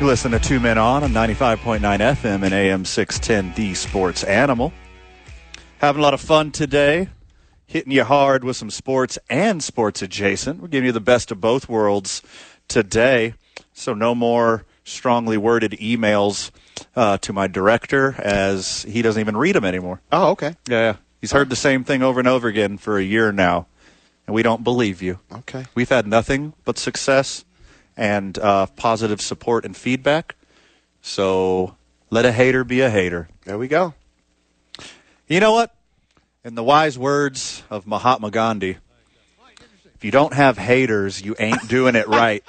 [SPEAKER 1] You listen to Two Men On on 95.9 FM and AM 610, the sports animal. Having a lot of fun today. Hitting you hard with some sports and sports adjacent. We're giving you the best of both worlds today. So, no more strongly worded emails uh, to my director as he doesn't even read them anymore.
[SPEAKER 2] swear. Oh, okay.
[SPEAKER 1] Yeah, yeah. He's heard the same thing over and over again for a year now, and we don't believe you.
[SPEAKER 2] Okay.
[SPEAKER 1] We've had nothing but success and uh, positive support and feedback. So, let a hater be a hater.
[SPEAKER 2] There we go.
[SPEAKER 1] You know what? In the wise words of Mahatma Gandhi, if you don't have haters, you ain't doing it right.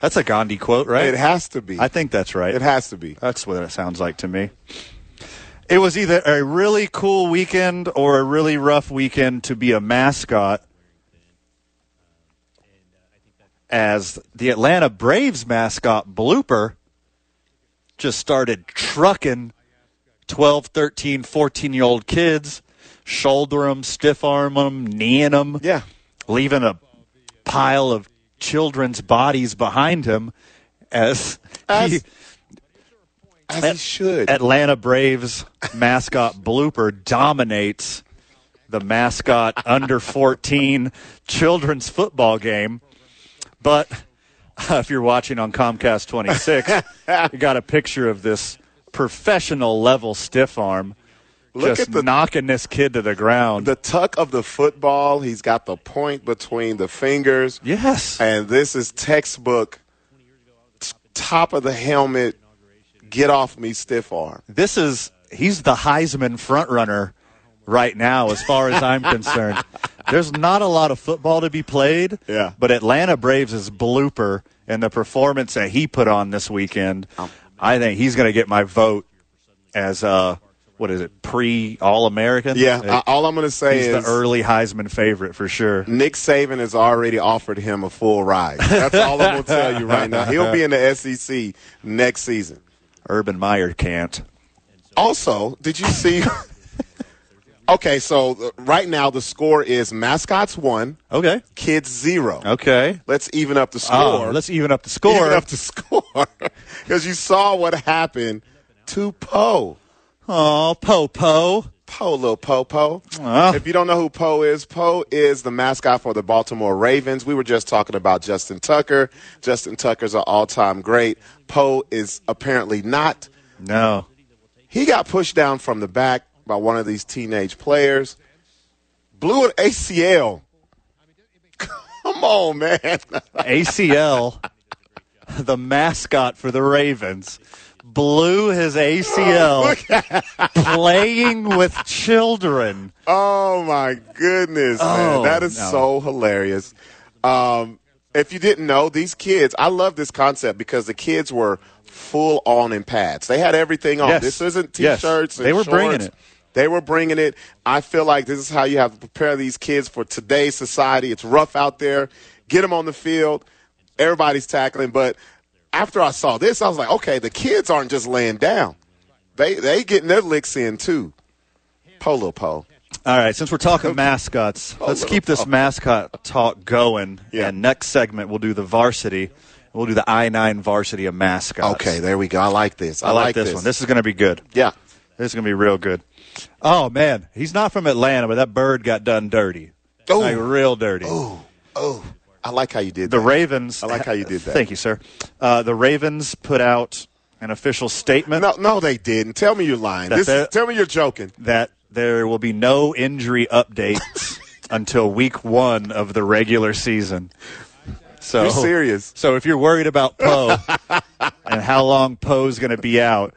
[SPEAKER 1] that's a Gandhi quote, right?
[SPEAKER 2] It has to be.
[SPEAKER 1] I think that's right.
[SPEAKER 2] it has to be.
[SPEAKER 1] That's what it sounds like to me. It was either a really cool weekend or a really rough weekend to be a mascot. As the Atlanta Braves mascot Blooper just started trucking 12, 13, 14 year old kids, shoulder them, stiff arm them, kneeing them
[SPEAKER 2] Yeah.
[SPEAKER 1] leaving a pile of children's bodies behind him as,
[SPEAKER 2] As-
[SPEAKER 1] he-
[SPEAKER 2] As he should.
[SPEAKER 1] Atlanta Braves mascot blooper dominates the mascot under 14 children's football game. But uh, if you're watching on Comcast 26, you got a picture of this professional level stiff arm
[SPEAKER 2] Look
[SPEAKER 1] just
[SPEAKER 2] at the-
[SPEAKER 1] knocking this kid to the ground.
[SPEAKER 2] the tuck of the football, he's got the point between the fingers.
[SPEAKER 1] yes.
[SPEAKER 2] And this is textbook t- top of the helmet, get off me stiff arm.
[SPEAKER 1] this is he's the Heisman front runner right now, as far as I'm concerned. There's not a lot of football to be played.
[SPEAKER 2] Yeah.
[SPEAKER 1] But Atlanta Braves is blooper and the performance that he put on this weekend,
[SPEAKER 2] Um,
[SPEAKER 1] I think he's gonna get my vote as uh what is it, pre All American?
[SPEAKER 2] Yeah, I, all I'm going to say
[SPEAKER 1] he's
[SPEAKER 2] is
[SPEAKER 1] the early Heisman favorite for sure.
[SPEAKER 2] Nick Saban has already offered him a full ride. That's all I'm going to tell you right now. He'll be in the SEC next season.
[SPEAKER 1] Urban Meyer can't.
[SPEAKER 2] Also, did you see? okay, so uh, right now the score is mascots one,
[SPEAKER 1] Okay.
[SPEAKER 2] kids zero.
[SPEAKER 1] Okay.
[SPEAKER 2] Let's even up the
[SPEAKER 1] Oh,
[SPEAKER 2] score.
[SPEAKER 1] let's even up the score.
[SPEAKER 2] even up the score because you saw what happened to Poe.
[SPEAKER 1] oh, Po Po.
[SPEAKER 2] Poe, little Poe Poe.
[SPEAKER 1] Aw.
[SPEAKER 2] If you don't know who Poe is, Poe is the mascot for the Baltimore Ravens. We were just talking about Justin Tucker. Justin Tucker's an all time great. Poe is apparently not.
[SPEAKER 1] No.
[SPEAKER 2] He got pushed down from the back by one of these teenage players, blew an ACL. Come on, man.
[SPEAKER 1] ACL, the mascot for the Ravens, blew his
[SPEAKER 2] Oh,
[SPEAKER 1] ACL playing with children.
[SPEAKER 2] Oh my goodness, man.
[SPEAKER 1] Oh,
[SPEAKER 2] That is
[SPEAKER 1] no.
[SPEAKER 2] so hilarious. Um, if you didn't know, these kids, I love this concept because the kids were full on in pads. They had everything on.
[SPEAKER 1] Yes.
[SPEAKER 2] This isn't
[SPEAKER 1] Yes.
[SPEAKER 2] t-shirts. and
[SPEAKER 1] They were bringing
[SPEAKER 2] shorts.
[SPEAKER 1] it.
[SPEAKER 2] They were bringing it. I feel like this is how you have to prepare these kids for today's society. It's rough out there. Get them on the field. Everybody's tackling, but after I saw this, I was like, okay, the kids aren't just laying down. They they getting their licks in too. Polo po.
[SPEAKER 1] All right, since we're talking mascots, let's keep this mascot talk going.
[SPEAKER 2] Yeah.
[SPEAKER 1] And next segment, we'll do the varsity. We'll do the I 9 varsity of mascots.
[SPEAKER 2] Okay, there we go. I like this. I,
[SPEAKER 1] I like this, one. This is going to be good.
[SPEAKER 2] yeah.
[SPEAKER 1] This is going to be real good. Oh, man. He's not from Atlanta, but that bird got done dirty.
[SPEAKER 2] Oh.
[SPEAKER 1] Like, real dirty.
[SPEAKER 2] Oh, I like how you did
[SPEAKER 1] The
[SPEAKER 2] that.
[SPEAKER 1] Ravens.
[SPEAKER 2] I like how you did that.
[SPEAKER 1] Thank you, sir. Uh, the Ravens put out an official statement
[SPEAKER 2] No, no, they didn't. Tell me you're lying.
[SPEAKER 1] That's
[SPEAKER 2] This,
[SPEAKER 1] it.
[SPEAKER 2] tell me you're joking.
[SPEAKER 1] that there will be no injury updates until week one of the regular season. So
[SPEAKER 2] You're serious.
[SPEAKER 1] So if you're worried about Poe and how long Poe's going to be out,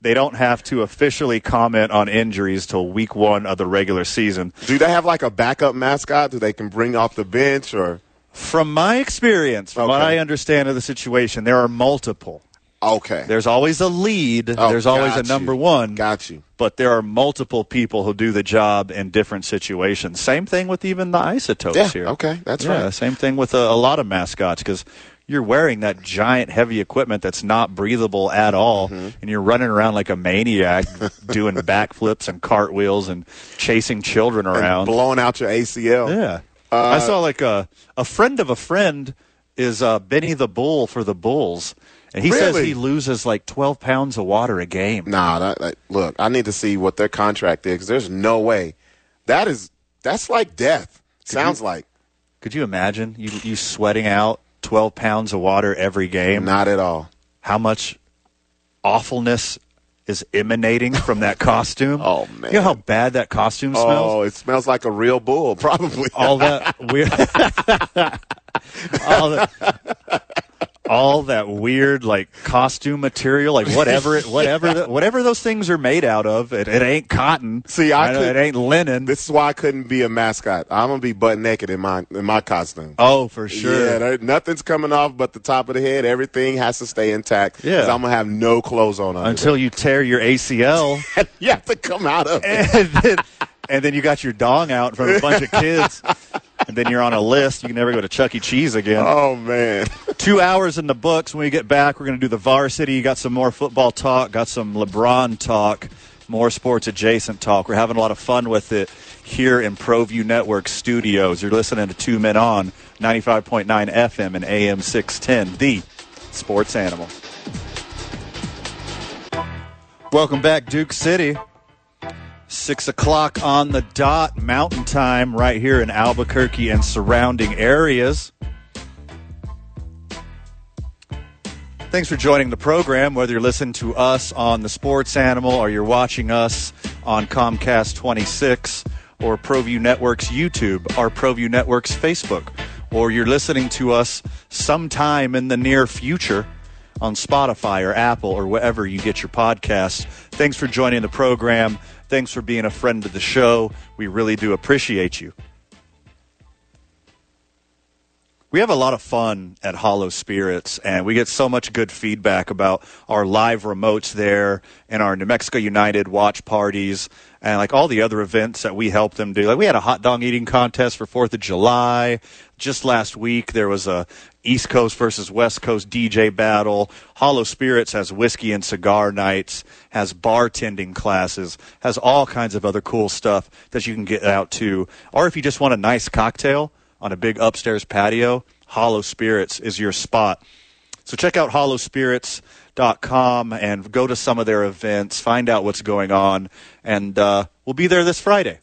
[SPEAKER 1] they don't have to officially comment on injuries till week one of the regular season.
[SPEAKER 2] Do they have like a backup mascot that they can bring off the bench or?
[SPEAKER 1] From my experience, from what
[SPEAKER 2] Okay.
[SPEAKER 1] I understand of the situation, there are multiple.
[SPEAKER 2] Okay.
[SPEAKER 1] There's always a lead.
[SPEAKER 2] Oh,
[SPEAKER 1] There's always a
[SPEAKER 2] got you.
[SPEAKER 1] number one.
[SPEAKER 2] Got you.
[SPEAKER 1] But there are multiple people who do the job in different situations. Same thing with even the isotopes
[SPEAKER 2] Yeah,
[SPEAKER 1] here.
[SPEAKER 2] okay, that's
[SPEAKER 1] Yeah,
[SPEAKER 2] right.
[SPEAKER 1] Same thing with a, a lot of mascots because you're wearing that giant heavy equipment that's not breathable at all,
[SPEAKER 2] Mm-hmm.
[SPEAKER 1] and you're running around like a maniac doing backflips and cartwheels and chasing children
[SPEAKER 2] And
[SPEAKER 1] around.
[SPEAKER 2] blowing out your ACL.
[SPEAKER 1] Yeah. I saw like a a friend of a friend is uh, Benny the Bull for the Bulls, and he says
[SPEAKER 2] Really?
[SPEAKER 1] he loses like twelve pounds of water a game.
[SPEAKER 2] Nah, that, that, look, I need to see what their contract is. 'cause There's no way. That is, that's like death. Sounds like.
[SPEAKER 1] Could you imagine you you sweating out twelve pounds of water every game?
[SPEAKER 2] Not at all.
[SPEAKER 1] How much awfulness is emanating from that costume?
[SPEAKER 2] Oh,
[SPEAKER 1] You know
[SPEAKER 2] man.
[SPEAKER 1] how bad that costume smells.
[SPEAKER 2] Oh, it smells Oh. like a real bull, probably.
[SPEAKER 1] all that weird all that all that weird like costume material like whatever it whatever the, whatever those things are made out of it, it ain't cotton
[SPEAKER 2] See, I
[SPEAKER 1] know,
[SPEAKER 2] could-
[SPEAKER 1] it ain't linen
[SPEAKER 2] This is why I couldn't be a mascot. I'm gonna be butt naked in my in my costume.
[SPEAKER 1] oh for sure
[SPEAKER 2] Yeah, there, nothing's coming off but the top of the head. Everything has to stay intact. 'cause
[SPEAKER 1] Yeah.
[SPEAKER 2] I'm gonna have no clothes on under
[SPEAKER 1] until you tear your acl
[SPEAKER 2] that. you have to come out of it.
[SPEAKER 1] and then, and then you got your dong out from a bunch of kids and then you're on a list you can never go to chuck e cheese again
[SPEAKER 2] Oh man,
[SPEAKER 1] Two hours in the books. When we get back, we're going to do the varsity. You got some more football talk, got some LeBron talk, more sports adjacent talk. We're having a lot of fun with it here in ProView Network studios. You're listening to Two Men On 95.9 FM and AM 610, the sports animal. Welcome back, Duke City. Six o'clock on the dot, mountain time, right here in Albuquerque and surrounding areas. Thanks for joining the program. Whether you're listening to us on the Sports Animal or you're watching us on Comcast 26 or ProView Network's YouTube or ProView Network's Facebook, or you're listening to us sometime in the near future on Spotify or Apple or wherever you get your podcasts. Thanks for joining the program. Thanks for being a friend of the show. We really do appreciate you. We have a lot of fun at Hollow Spirits, and we get so much good feedback about our live remotes there and our New Mexico United watch parties and like all the other events that we help them do. Like we had a hot dog eating contest for 4th of July. Just last week, there was a East Coast versus West Coast DJ battle. Hollow Spirits has whiskey and cigar nights, has bartending classes, has all kinds of other cool stuff that you can get out to. Or if you just want a nice cocktail, on a big upstairs patio, Hollow Spirits is your spot. So check out hollowspirits.com and go to some of their events, find out what's going on, and uh, we'll be there this Friday.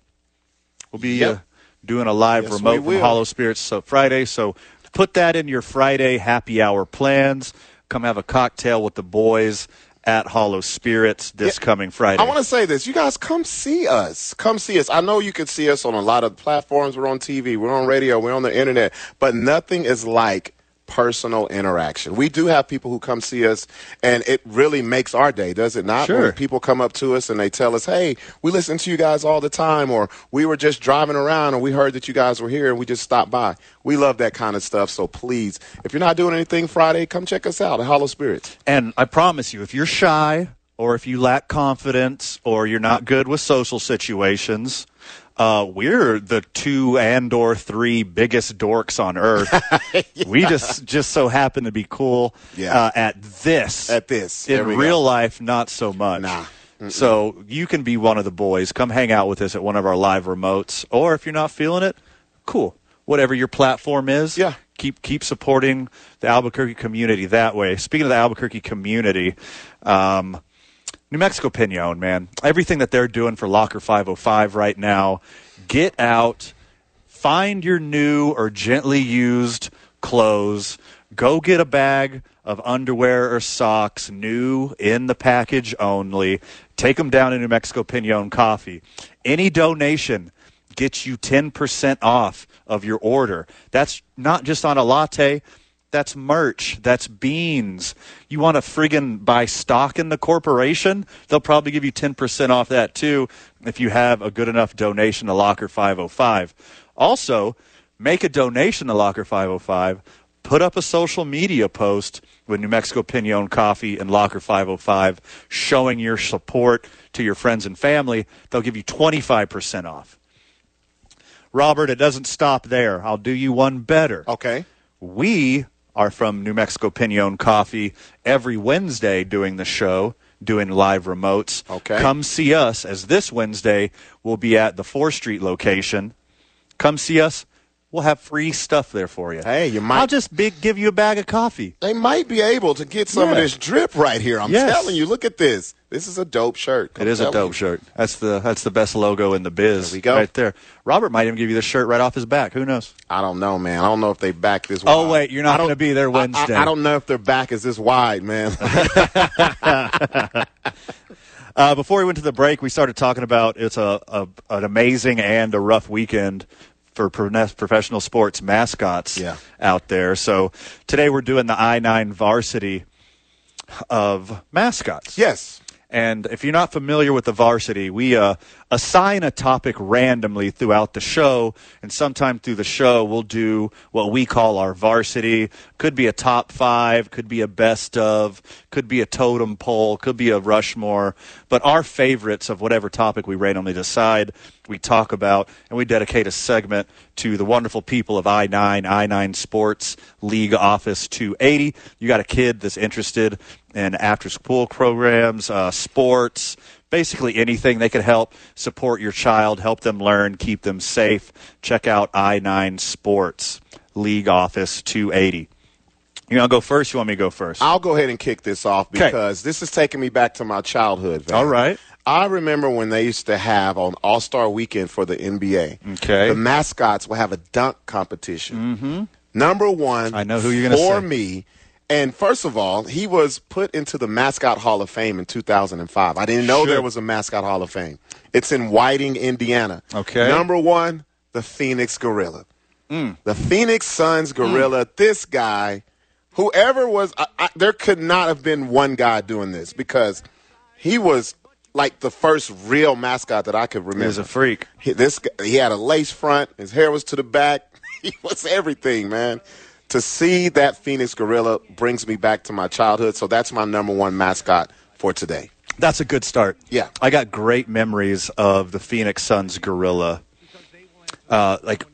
[SPEAKER 1] We'll be uh, doing a live
[SPEAKER 2] Yes,
[SPEAKER 1] remote
[SPEAKER 2] we
[SPEAKER 1] from
[SPEAKER 2] will.
[SPEAKER 1] Hollow Spirits so Friday. So put that in your Friday happy hour plans. Come have a cocktail with the boys at Hollow Spirits this coming Friday.
[SPEAKER 2] I want to say this. You guys, come see us. Come see us. I know you can see us on a lot of platforms. We're on TV. We're on radio. We're on the internet. But nothing is like personal interaction. We do have people who come see us, and it really makes our day, does it not?
[SPEAKER 1] Sure.
[SPEAKER 2] When people come up to us and they tell us, "Hey, we listen to you guys all the time," or "We were just driving around and we heard that you guys were here and we just stopped by." We love that kind of stuff. So please, if you're not doing anything Friday, come check us out at Hollow Spirits.
[SPEAKER 1] And I promise you, if you're shy or if you lack confidence or you're not good with social situations, uh, we're the two and or three biggest dorks on earth. We just just so happen to be cool
[SPEAKER 2] Yeah.
[SPEAKER 1] uh, at this.
[SPEAKER 2] At this.
[SPEAKER 1] in
[SPEAKER 2] There we go.
[SPEAKER 1] real life, not so much.
[SPEAKER 2] Nah.
[SPEAKER 1] So you can be one of the boys. Come hang out with us at one of our live remotes, or if you're not feeling it, cool. Whatever your platform is,
[SPEAKER 2] Yeah.
[SPEAKER 1] Keep keep supporting the Albuquerque community that way. Speaking of the Albuquerque community, um, New Mexico Pinon, man, everything that they're doing for Locker 505 right now, get out, find your new or gently used clothes, go get a bag of underwear or socks, new in the package only, take them down to New Mexico Pinon Coffee. Any donation gets you 10% off of your order. That's not just on a latte. That's merch. That's beans. You want to friggin' buy stock in the corporation? They'll probably give you 10% off that too if you have a good enough donation to Locker 505. Also, make a donation to Locker 505. Put up a social media post with New Mexico Pinon Coffee and Locker 505 showing your support to your friends and family. They'll give you 25% off. Robert, it doesn't stop there. I'll do you one better.
[SPEAKER 2] Okay.
[SPEAKER 1] We are from New Mexico Pinon Coffee every Wednesday doing the show, doing live remotes.
[SPEAKER 2] Okay.
[SPEAKER 1] Come see us as this Wednesday we'll be at the 4th Street location. Come see us. We'll have free stuff there for you.
[SPEAKER 2] Hey, you might-
[SPEAKER 1] I'll just big, give you a bag of coffee.
[SPEAKER 2] They might be able to get some of
[SPEAKER 1] Yeah.
[SPEAKER 2] this drip right here. I'm
[SPEAKER 1] Yes.
[SPEAKER 2] telling you, look at this. This is a dope shirt.
[SPEAKER 1] It is a dope shirt. That's the that's the best logo in the biz.
[SPEAKER 2] There we go.
[SPEAKER 1] Right there. Robert might even give you the shirt right off his back. Who knows?
[SPEAKER 2] I don't know, man. I don't know if they back this.
[SPEAKER 1] Oh,
[SPEAKER 2] wide.
[SPEAKER 1] wait, you're not
[SPEAKER 2] I don't-
[SPEAKER 1] gonna be there
[SPEAKER 2] I- I-
[SPEAKER 1] Wednesday.
[SPEAKER 2] I, don't know if their back is this wide, man.
[SPEAKER 1] Uh, before we went to the break, we started talking about it's a, a an amazing and a rough weekend for pro- professional sports mascots
[SPEAKER 2] Yeah.
[SPEAKER 1] out there. So today we're doing the I nine varsity of mascots.
[SPEAKER 2] yes.
[SPEAKER 1] And if you're not familiar with the varsity, we uh, assign a topic randomly throughout the show. And sometime through the show, we'll do what we call our varsity. Could be a top five, could be a best of, could be a totem pole, could be a Rushmore. But our favorites of whatever topic we randomly decide, we talk about, and we dedicate a segment to the wonderful people of I 9, I 9 Sports League Office 280. You got a kid that's interested and after school programs, uh, sports, basically anything they could help support your child, help them learn, keep them safe. Check out I 9 Sports League Office 280. You want to go first? You want me to go first?
[SPEAKER 2] I'll go ahead and kick this off
[SPEAKER 1] 'Kay.
[SPEAKER 2] because this is taking me back to my childhood. Van.
[SPEAKER 1] All right.
[SPEAKER 2] I remember when they used to have on All Star Weekend for the NBA.
[SPEAKER 1] Okay.
[SPEAKER 2] The mascots will have a dunk competition. Mm-hmm. Number one.
[SPEAKER 1] I know who you're gonna
[SPEAKER 2] for
[SPEAKER 1] say.
[SPEAKER 2] me. And first of all, he was put into the Mascot Hall of Fame in 2005. I didn't know
[SPEAKER 1] Sure.
[SPEAKER 2] there was a Mascot Hall of Fame. It's in Whiting, Indiana.
[SPEAKER 1] Okay.
[SPEAKER 2] Number one, the Phoenix Gorilla. The Phoenix Suns gorilla.
[SPEAKER 1] Mm.
[SPEAKER 2] This guy, whoever was, I, I, there could not have been one guy doing this because he was like the first real mascot that I could remember.
[SPEAKER 1] He's a freak.
[SPEAKER 2] He, this guy- he had a lace front. His hair was to the back. he was everything, man. To see that Phoenix gorilla brings me back to my childhood. So that's my number one mascot for today.
[SPEAKER 1] That's a good start.
[SPEAKER 2] Yeah.
[SPEAKER 1] I got great memories of the Phoenix Suns gorilla. Uh, like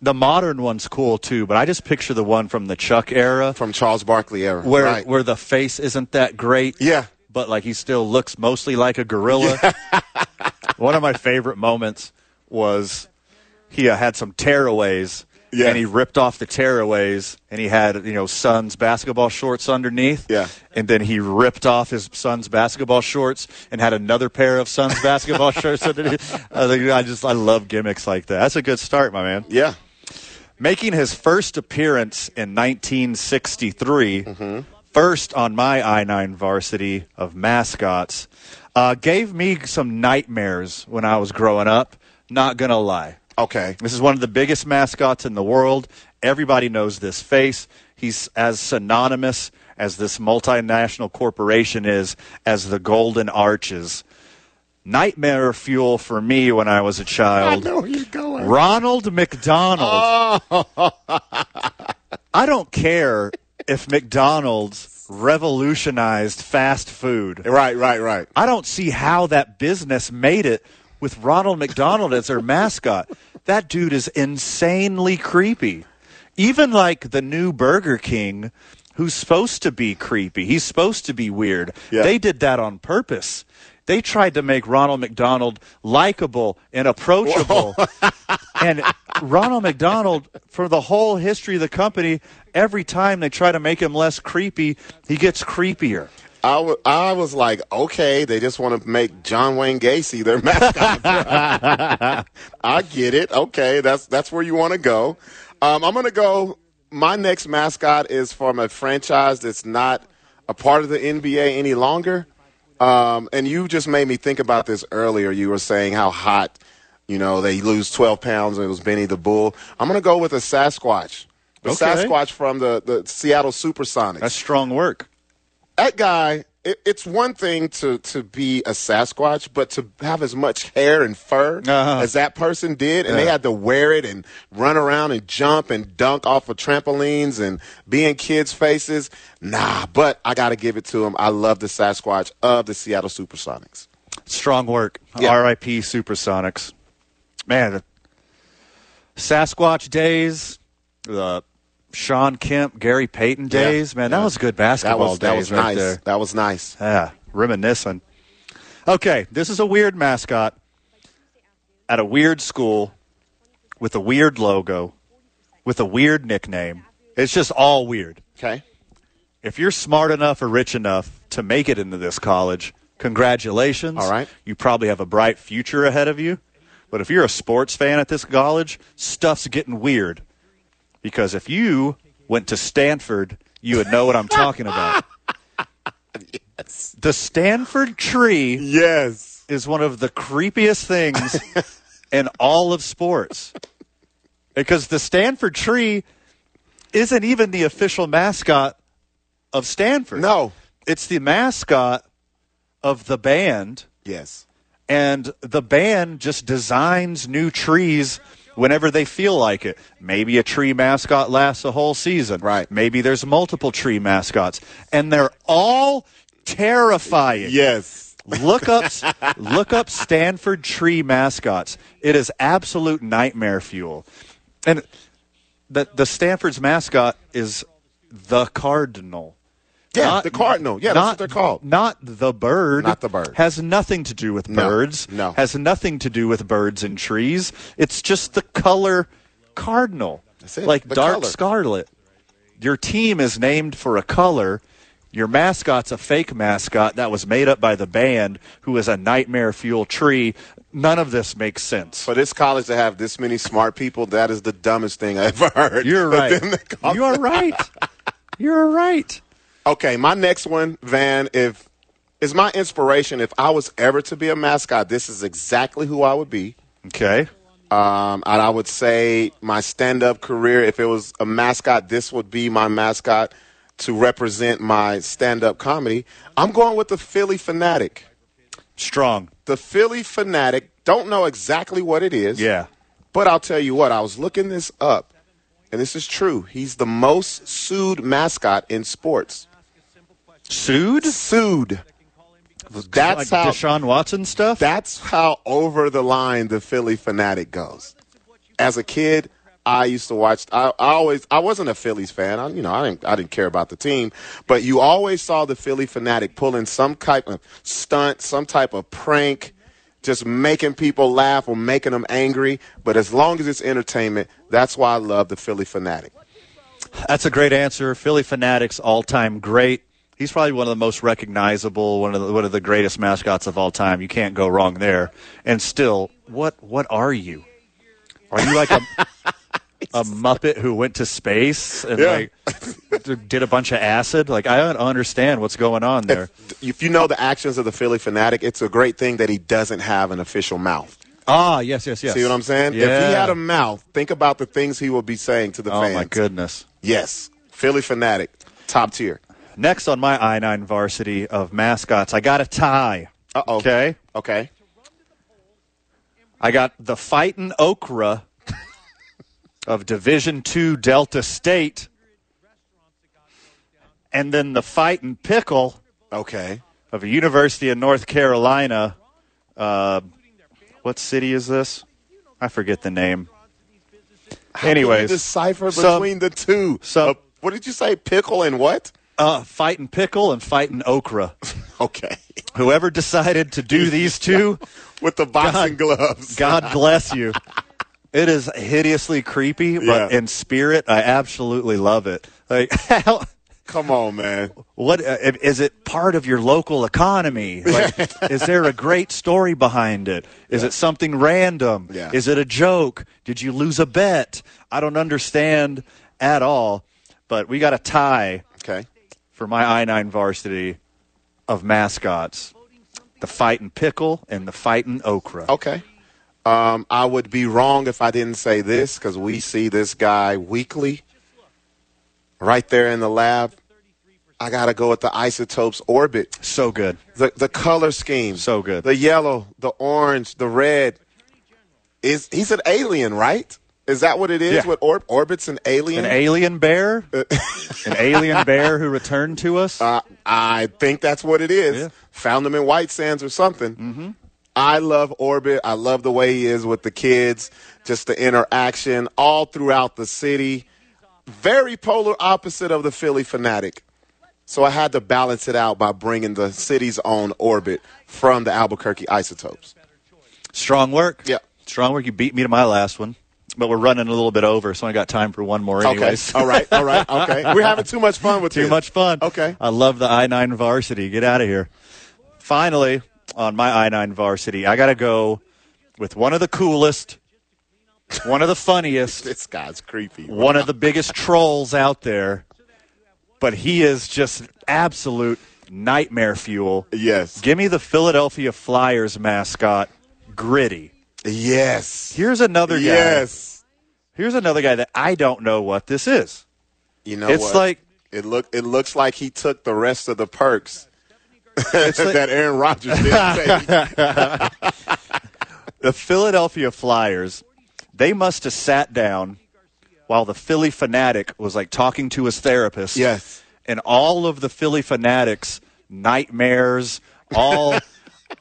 [SPEAKER 1] the modern one's cool too, but I just picture the one from the Chuck era,
[SPEAKER 2] From Charles Barkley era.
[SPEAKER 1] where
[SPEAKER 2] Right.
[SPEAKER 1] where the face isn't that great.
[SPEAKER 2] Yeah.
[SPEAKER 1] but like he still looks mostly like a gorilla. One of my favorite moments was he uh, had some tearaways.
[SPEAKER 2] Yeah.
[SPEAKER 1] And he ripped off the tearaways, and he had you know Suns basketball shorts underneath.
[SPEAKER 2] Yeah.
[SPEAKER 1] And then he ripped off his Suns basketball shorts and had another pair of Suns basketball shorts underneath. I, think, I just I love gimmicks like that. That's a good start, my man.
[SPEAKER 2] yeah.
[SPEAKER 1] Making his first appearance in 1963, first on my I 9 varsity of mascots, uh, gave me some nightmares when I was growing up. Not going to lie.
[SPEAKER 2] Okay.
[SPEAKER 1] This is one of the biggest mascots in the world. Everybody knows this face. He's as synonymous as this multinational corporation is as the Golden Arches. Nightmare fuel for me when I was a child.
[SPEAKER 2] where you're going. Oh.
[SPEAKER 1] Ronald McDonald. I don't care if McDonald's revolutionized fast food.
[SPEAKER 2] Right, right, right.
[SPEAKER 1] I don't see how that business made it with Ronald McDonald as their mascot. That dude is insanely creepy. Even like the new Burger King, who's supposed to be creepy, he's supposed to be weird.
[SPEAKER 2] Yeah.
[SPEAKER 1] They did that on purpose. They tried to make Ronald McDonald likable and approachable. and Ronald McDonald, for the whole history of the company, every time they try to make him less creepy, he gets creepier.
[SPEAKER 2] I wa- I was like, okay, they just want to make John Wayne Gacy their mascot. I get it. Okay, that's that's where you want to go. Um, I'm gonna go. My next mascot is from a franchise that's not a part of the NBA any longer. Um, and you just made me think about this earlier. You were saying how hot, you know, they lose 12 pounds, and it was Benny the Bull. I'm gonna go with a Sasquatch. The
[SPEAKER 1] Okay.
[SPEAKER 2] Sasquatch from the, the Seattle Supersonics
[SPEAKER 1] That's strong work.
[SPEAKER 2] that guy it, it's one thing to, to be a sasquatch but to have as much hair and fur
[SPEAKER 1] Uh-huh.
[SPEAKER 2] as that person did and they had to wear it and run around and jump and dunk off of trampolines and be in kids' faces nah but i gotta give it to him i love the sasquatch of the seattle supersonics
[SPEAKER 1] Strong work.
[SPEAKER 2] Yeah.
[SPEAKER 1] R.I.P. Supersonics. Man, the Sasquatch days, the Sean Kemp, Gary Payton days. Man, that was good
[SPEAKER 2] that
[SPEAKER 1] basketball
[SPEAKER 2] was, that
[SPEAKER 1] days
[SPEAKER 2] was
[SPEAKER 1] right
[SPEAKER 2] nice
[SPEAKER 1] there.
[SPEAKER 2] that was nice
[SPEAKER 1] Yeah, reminiscent. Okay, this is a weird mascot at a weird school with a weird logo with a weird nickname. It's just all weird.
[SPEAKER 2] okay
[SPEAKER 1] If you're smart enough or rich enough to make it into this college, congratulations.
[SPEAKER 2] All right.
[SPEAKER 1] You probably have a bright future ahead of you. But if you're a sports fan at this college, stuff's getting weird. Because if you went to Stanford, you would know what I'm talking about. The Stanford tree
[SPEAKER 2] yes
[SPEAKER 1] is one of the creepiest things in all of sports because the Stanford tree isn't even the official mascot of Stanford.
[SPEAKER 2] no
[SPEAKER 1] It's the mascot of the band,
[SPEAKER 2] yes
[SPEAKER 1] and the band just designs new trees whenever they feel like it. Maybe a tree mascot lasts a whole season.
[SPEAKER 2] Right.
[SPEAKER 1] Maybe there's multiple tree mascots, and they're all terrifying.
[SPEAKER 2] yes
[SPEAKER 1] Look up, look up Stanford tree mascots. It is absolute nightmare fuel, and the the Stanford's mascot is the cardinal.
[SPEAKER 2] yeah
[SPEAKER 1] Not-
[SPEAKER 2] the cardinal yeah that's what they're called
[SPEAKER 1] Not the bird.
[SPEAKER 2] Not the bird.
[SPEAKER 1] Has nothing to do with
[SPEAKER 2] No,
[SPEAKER 1] birds.
[SPEAKER 2] no.
[SPEAKER 1] Has nothing to do with birds and trees. It's just the color cardinal.
[SPEAKER 2] That's it,
[SPEAKER 1] Like
[SPEAKER 2] the
[SPEAKER 1] dark
[SPEAKER 2] color.
[SPEAKER 1] scarlet. Your team is named for a color. Your mascot's a fake mascot that was made up by the band, who is a nightmare fuel tree. None of this makes sense.
[SPEAKER 2] for this college to have this many smart people, that is the dumbest thing I ever heard.
[SPEAKER 1] You're
[SPEAKER 2] But
[SPEAKER 1] right.
[SPEAKER 2] then they call-
[SPEAKER 1] You are right. You're right.
[SPEAKER 2] okay, my next one, Van, if is my inspiration. If I was ever to be a mascot, this is exactly who I would be.
[SPEAKER 1] Okay.
[SPEAKER 2] Um, and I would say my stand-up career. If it was a mascot, this would be my mascot to represent my stand-up comedy. I'm going with the Philly fanatic.
[SPEAKER 1] Strong.
[SPEAKER 2] The Philly fanatic. Don't know exactly what it is.
[SPEAKER 1] Yeah.
[SPEAKER 2] But I'll tell you what, I was looking this up, and this is true. He's the most sued mascot in sports.
[SPEAKER 1] Sued.
[SPEAKER 2] Sued. That's
[SPEAKER 1] like
[SPEAKER 2] how
[SPEAKER 1] Deshaun Watson stuff.
[SPEAKER 2] that's how over the line the Philly fanatic goes. As a kid, I used to watch. I, I always I wasn't a Phillies fan. I, you know, I didn't I didn't care about the team, but you always saw the Philly fanatic pulling some type of stunt, some type of prank, just making people laugh or making them angry. But as long as it's entertainment, that's why I love the Philly fanatic.
[SPEAKER 1] That's a great answer. Philly Fanatics, all time great. He's probably one of the most recognizable, one of the, one of the greatest mascots of all time. You can't go wrong there. And still, what what are you? Are you like a a Muppet who went to space and
[SPEAKER 2] Yeah.
[SPEAKER 1] like d- did a bunch of acid? Like I don't understand what's going on there.
[SPEAKER 2] If you know the actions of the Philly fanatic, it's a great thing that he doesn't have an official mouth.
[SPEAKER 1] Ah, yes, yes, yes.
[SPEAKER 2] See what I'm saying?
[SPEAKER 1] Yeah.
[SPEAKER 2] If he had a mouth, think about the things he will be saying to the
[SPEAKER 1] oh
[SPEAKER 2] fans.
[SPEAKER 1] my goodness.
[SPEAKER 2] Yes, Philly fanatic, top tier.
[SPEAKER 1] Next on my I nine varsity of mascots, I got a tie.
[SPEAKER 2] Uh oh.
[SPEAKER 1] Okay.
[SPEAKER 2] Okay.
[SPEAKER 1] I got the fighting okra of Division Two Delta State, and then the fighting pickle
[SPEAKER 2] Okay.
[SPEAKER 1] of University of North Carolina. Uh, What city is this? I forget the name.
[SPEAKER 2] How can you
[SPEAKER 1] Anyways,
[SPEAKER 2] decipher
[SPEAKER 1] some-
[SPEAKER 2] between the two.
[SPEAKER 1] some-
[SPEAKER 2] Uh, what did you say? Pickle and what?
[SPEAKER 1] uh, fighting pickle and fighting okra.
[SPEAKER 2] Okay,
[SPEAKER 1] Whoever decided to do these two,
[SPEAKER 2] with the boxing gloves.
[SPEAKER 1] God bless you. It is hideously creepy, but
[SPEAKER 2] Yeah.
[SPEAKER 1] in spirit, I absolutely love it. Like, how,
[SPEAKER 2] Come on, man.
[SPEAKER 1] what uh, is it part of your local economy? Like, is there a great story behind it? Is it something random?
[SPEAKER 2] Yeah.
[SPEAKER 1] Is it a joke? Did you lose a bet? I don't understand at all. But we got a tie
[SPEAKER 2] Okay.
[SPEAKER 1] for my I 9 varsity of mascots the fighting pickle and the fighting okra.
[SPEAKER 2] Okay. Um, I would be wrong if I didn't say this because we see this guy weekly right there in the lab. I got to go with the isotopes orbit.
[SPEAKER 1] So good.
[SPEAKER 2] The, the color scheme.
[SPEAKER 1] So good.
[SPEAKER 2] The yellow, the orange, the red. Is He's an alien, right? Is that what it is?
[SPEAKER 1] Yeah.
[SPEAKER 2] What orb, Orbit's an alien?
[SPEAKER 1] An alien bear? An alien bear who returned to us?
[SPEAKER 2] Uh, I think that's what it is.
[SPEAKER 1] Yeah.
[SPEAKER 2] Found him in White Sands or something. Mm-hmm. I love Orbit. I love the way he is with the kids, just the interaction all throughout the city. Very polar opposite of the Philly fanatic. So I had to balance it out by bringing the city's own Orbit from the Albuquerque Isotopes.
[SPEAKER 1] Strong work.
[SPEAKER 2] Yeah.
[SPEAKER 1] Strong work. You beat me to my last one, but we're running a little bit over, so I got time for one more anyways.
[SPEAKER 2] Okay. All right. All right. Okay. We're having too much fun with
[SPEAKER 1] Too
[SPEAKER 2] this.
[SPEAKER 1] much fun. Uh,
[SPEAKER 2] Okay.
[SPEAKER 1] I love the I 9 varsity. Get out of here. Finally, on my I 9 varsity, I got to go with one of the coolest, one of the funniest,
[SPEAKER 2] This guy's creepy.
[SPEAKER 1] one of the biggest trolls out there, but he is just absolute nightmare fuel.
[SPEAKER 2] Yes.
[SPEAKER 1] Give me the Philadelphia Flyers mascot, Gritty.
[SPEAKER 2] yes.
[SPEAKER 1] Here's another guy.
[SPEAKER 2] Yes.
[SPEAKER 1] Here's another guy that I don't know what this is.
[SPEAKER 2] You know
[SPEAKER 1] It's
[SPEAKER 2] what?
[SPEAKER 1] like-
[SPEAKER 2] it look it looks like he took the rest of the perks
[SPEAKER 1] like-
[SPEAKER 2] that Aaron Rodgers didn't take.
[SPEAKER 1] The Philadelphia Flyers, they must have sat down while the Philly fanatic was like talking to his therapist.
[SPEAKER 2] Yes.
[SPEAKER 1] And all of the Philly fanatics nightmares, all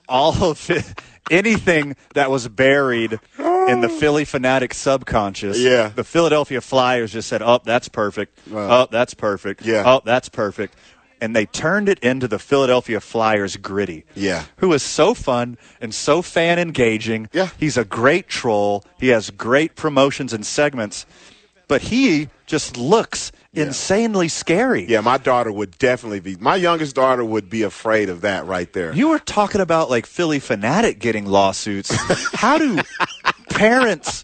[SPEAKER 1] all of it, anything that was buried in the Philly fanatic subconscious.
[SPEAKER 2] Yeah.
[SPEAKER 1] The Philadelphia Flyers just said, "Oh, that's perfect.
[SPEAKER 2] Wow.
[SPEAKER 1] Oh, that's perfect.
[SPEAKER 2] Yeah.
[SPEAKER 1] Oh, that's perfect." And they turned it into the Philadelphia Flyers gritty
[SPEAKER 2] Yeah.
[SPEAKER 1] who is so fun and so fan engaging.
[SPEAKER 2] Yeah.
[SPEAKER 1] He's a great troll. He has great promotions and segments, but he just looks insanely scary.
[SPEAKER 2] Yeah, my daughter would definitely be. My youngest daughter would be afraid of that right there.
[SPEAKER 1] You were talking about like Philly fanatic getting lawsuits. how do parents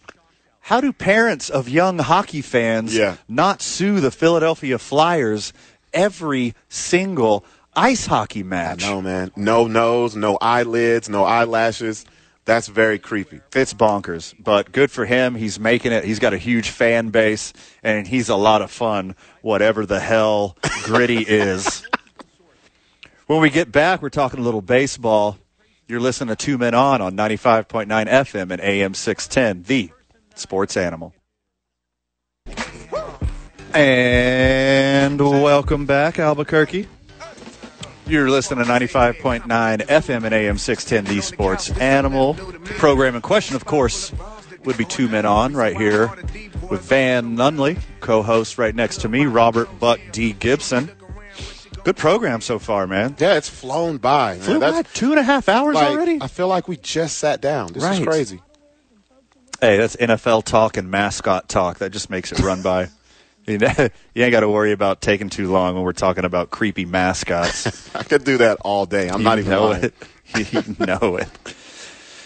[SPEAKER 1] how do parents of young hockey fans
[SPEAKER 2] Yeah.
[SPEAKER 1] not sue the Philadelphia Flyers every single ice hockey match?
[SPEAKER 2] no man, no nose, no eyelids, no eyelashes. That's very creepy.
[SPEAKER 1] It's bonkers, but good for him. He's making it. He's got a huge fan base, and he's a lot of fun, whatever the hell Gritty is. When we get back, we're talking a little baseball. You're listening to Two Men On on 95.9 FM and AM 610, the sports animal. And welcome back, Albuquerque. You're listening to 95.9 FM and AM 610, the sports animal. Program in question, of course, would be Two Men On right here with Van Nunley, co host right next to me, Robert Buck D. Gibson. Good program so far, man.
[SPEAKER 2] Yeah, it's flown by. man.
[SPEAKER 1] Flew by
[SPEAKER 2] That's
[SPEAKER 1] two and a half hours
[SPEAKER 2] like-
[SPEAKER 1] already?
[SPEAKER 2] I feel like we just sat down. This is
[SPEAKER 1] Right.
[SPEAKER 2] crazy.
[SPEAKER 1] Hey, that's NFL talk and mascot talk. That just makes it run by. you know, you ain't got to worry about taking too long when we're talking about creepy mascots.
[SPEAKER 2] I could do that all day. I'm not
[SPEAKER 1] You
[SPEAKER 2] even
[SPEAKER 1] know
[SPEAKER 2] lying.
[SPEAKER 1] it. You know it.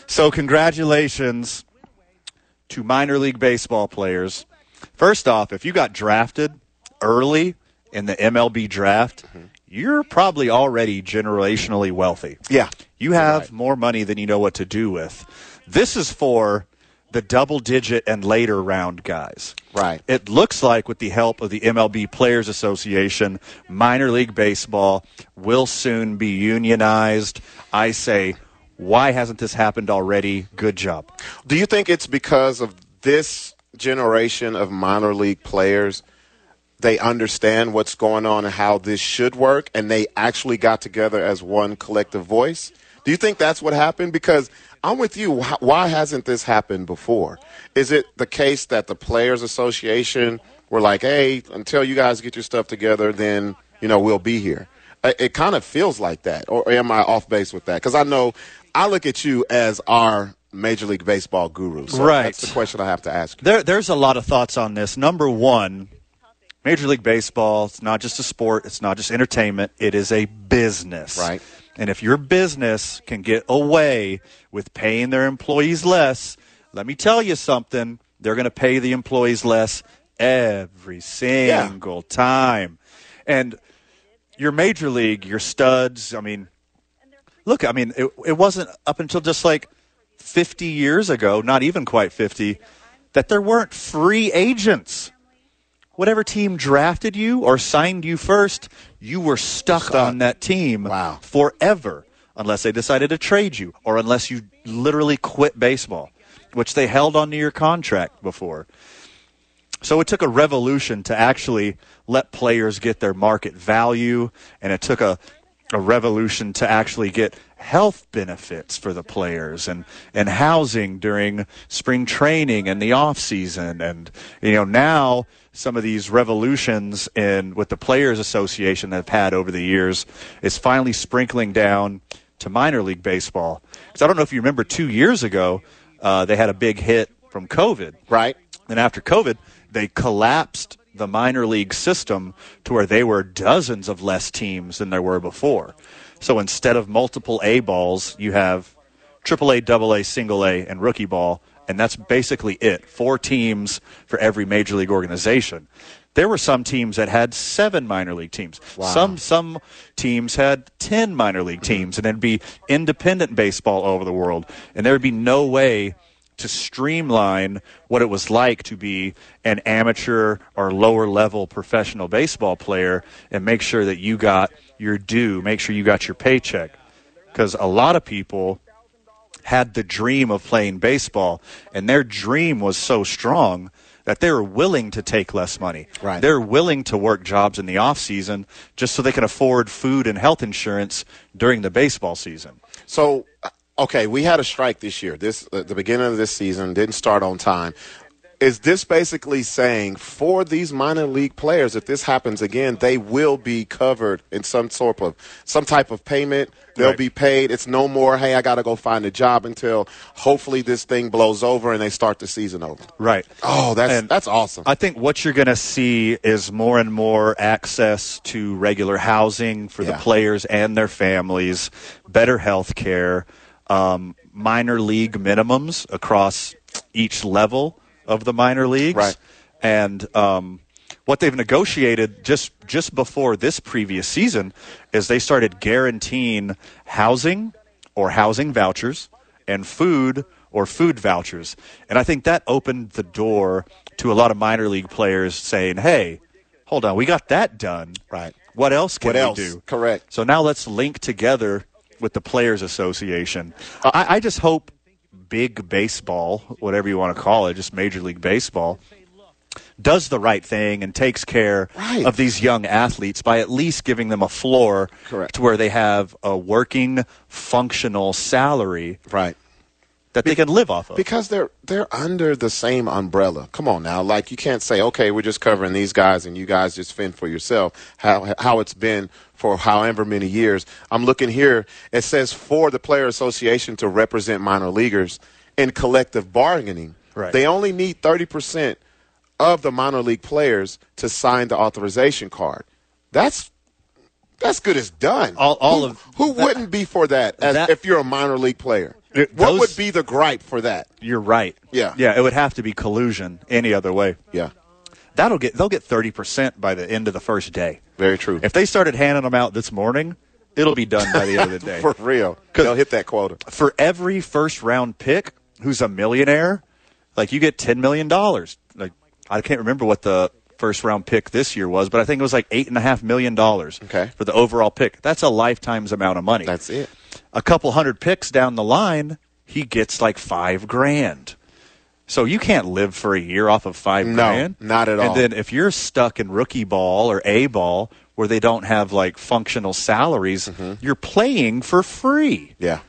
[SPEAKER 1] So, congratulations to minor league baseball players. First off, if you got drafted early in the MLB draft, you're probably already generationally wealthy.
[SPEAKER 2] Yeah.
[SPEAKER 1] You have more money than you know what to do with. This is for the double digit and later round guys.
[SPEAKER 2] Right.
[SPEAKER 1] It looks like, with the help of the MLB Players Association, minor league baseball will soon be unionized. I say, why hasn't this happened already? Good job.
[SPEAKER 2] Do you think it's because of this generation of minor league players? They understand what's going on and how this should work, and they actually got together as one collective voice. Do you think that's what happened? Because I'm with you. Wh- Why hasn't this happened before? Is it the case that the Players Association were like, hey, until you guys get your stuff together, then, you know, we'll be here? I- It kind of feels like that. Or am I off base with that? Because I know I look at you as our Major League Baseball guru. So
[SPEAKER 1] Right.
[SPEAKER 2] That's the question I have to ask you.
[SPEAKER 1] There, there's a lot of thoughts on this. Number one, Major League Baseball, it's not just a sport, it's not just entertainment, it is a business.
[SPEAKER 2] Right.
[SPEAKER 1] And if your business can get away with paying their employees less, let me tell you something, they're going to pay the employees less every single time. And your major league, your studs, I mean, look, I mean, it, it wasn't up until just like 50 years ago, not even quite 50, that there weren't free agents. Whatever team drafted you or signed you first, you were stuck, on that team
[SPEAKER 2] Wow.
[SPEAKER 1] forever unless they decided to trade you or unless you literally quit baseball, which they held onto your contract before. So it took a revolution to actually let players get their market value, and it took a, a revolution to actually get health benefits for the players and, and housing during spring training and the off season. And you know now some of these revolutions in with the players association that have had over the years is finally sprinkling down to minor league baseball. Because I don't know if you remember two years ago uh, they had a big hit from COVID.
[SPEAKER 2] Right.
[SPEAKER 1] And after COVID, they collapsed the minor league system to where they were dozens of less teams than there were before. So instead of multiple A balls, you have AAA, AA, single A, and rookie ball, and that's basically it. Four teams for every major league organization. There were some teams that had seven minor league teams. Some some teams had ten minor league teams, and there'd be independent baseball all over the world, and there'd be no way to streamline what it was like to be an amateur or lower level professional baseball player and make sure that you got your due, make sure you got your paycheck. Because a lot of people had the dream of playing baseball, and their dream was so strong that they were willing to take less money.
[SPEAKER 2] Right.
[SPEAKER 1] They're willing to work jobs in the off season just so they can afford food and health insurance during the baseball season.
[SPEAKER 2] So, uh, okay, we had a strike this year. This uh, the beginning of this season didn't start on time. Is this basically saying for these minor league players, if this happens again, they will be covered in some sort of some type of payment? They'll
[SPEAKER 1] Right.
[SPEAKER 2] be paid. It's no more. Hey, I got to go find a job until hopefully this thing blows over and they start the season over.
[SPEAKER 1] Right.
[SPEAKER 2] Oh, that's
[SPEAKER 1] And-
[SPEAKER 2] that's awesome.
[SPEAKER 1] I think what you're going to see is more and more access to regular housing for the
[SPEAKER 2] Yeah.
[SPEAKER 1] players and their families, better health care, um, minor league minimums across each level of the minor leagues.
[SPEAKER 2] Right.
[SPEAKER 1] And um, what they've negotiated just, just before this previous season is they started guaranteeing housing or housing vouchers and food or food vouchers. And I think that opened the door to a lot of minor league players saying, hey, hold on, we got that done.
[SPEAKER 2] Right.
[SPEAKER 1] What else can
[SPEAKER 2] What
[SPEAKER 1] we
[SPEAKER 2] else?
[SPEAKER 1] do?
[SPEAKER 2] Correct.
[SPEAKER 1] So now let's link together with the Players Association.
[SPEAKER 2] Uh,
[SPEAKER 1] I, I just hope big baseball, whatever you want to call it, just Major League Baseball, does the right thing and takes care
[SPEAKER 2] Right.
[SPEAKER 1] of these young athletes by at least giving them a floor
[SPEAKER 2] Correct.
[SPEAKER 1] to where they have a working, functional salary
[SPEAKER 2] right.
[SPEAKER 1] that they can live off of.
[SPEAKER 2] Because they're they're under the same umbrella. Come on now, like you can't say, okay, we're just covering these guys, and you guys just fend for yourself. How how it's been for however many years. I'm looking here. It says for the player association to represent minor leaguers in collective bargaining.
[SPEAKER 1] Right.
[SPEAKER 2] They only need thirty percent of the minor league players to sign the authorization card. That's that's good as done.
[SPEAKER 1] All- all
[SPEAKER 2] who,
[SPEAKER 1] of-
[SPEAKER 2] who wouldn't be for that, as,
[SPEAKER 1] that-
[SPEAKER 2] if you're a minor league player?
[SPEAKER 1] It-
[SPEAKER 2] what
[SPEAKER 1] those-
[SPEAKER 2] would be the gripe for that?
[SPEAKER 1] You're right.
[SPEAKER 2] Yeah.
[SPEAKER 1] Yeah, it would have to be collusion any other way.
[SPEAKER 2] Yeah,
[SPEAKER 1] That'll get they'll get 30% by the end of the first day.
[SPEAKER 2] very true.
[SPEAKER 1] If they started handing them out this morning, it'll be done by the end of the day.
[SPEAKER 2] for real,
[SPEAKER 1] 'Cause-
[SPEAKER 2] they'll hit that quota.
[SPEAKER 1] for every first round pick who's a millionaire, like you get ten million dollars. Like I can't remember what the first round pick this year was, but I think it was like eight and a half million dollars
[SPEAKER 2] Okay.
[SPEAKER 1] for the overall pick. That's a lifetime's amount of money.
[SPEAKER 2] That's it.
[SPEAKER 1] A couple hundred picks down the line, he gets like five grand. So you can't live for a year off of five
[SPEAKER 2] No,
[SPEAKER 1] grand.
[SPEAKER 2] not at all.
[SPEAKER 1] And then if you're stuck in rookie ball or A ball
[SPEAKER 2] Mm-hmm.
[SPEAKER 1] where they don't have like functional salaries, you're playing for free.
[SPEAKER 2] Yeah,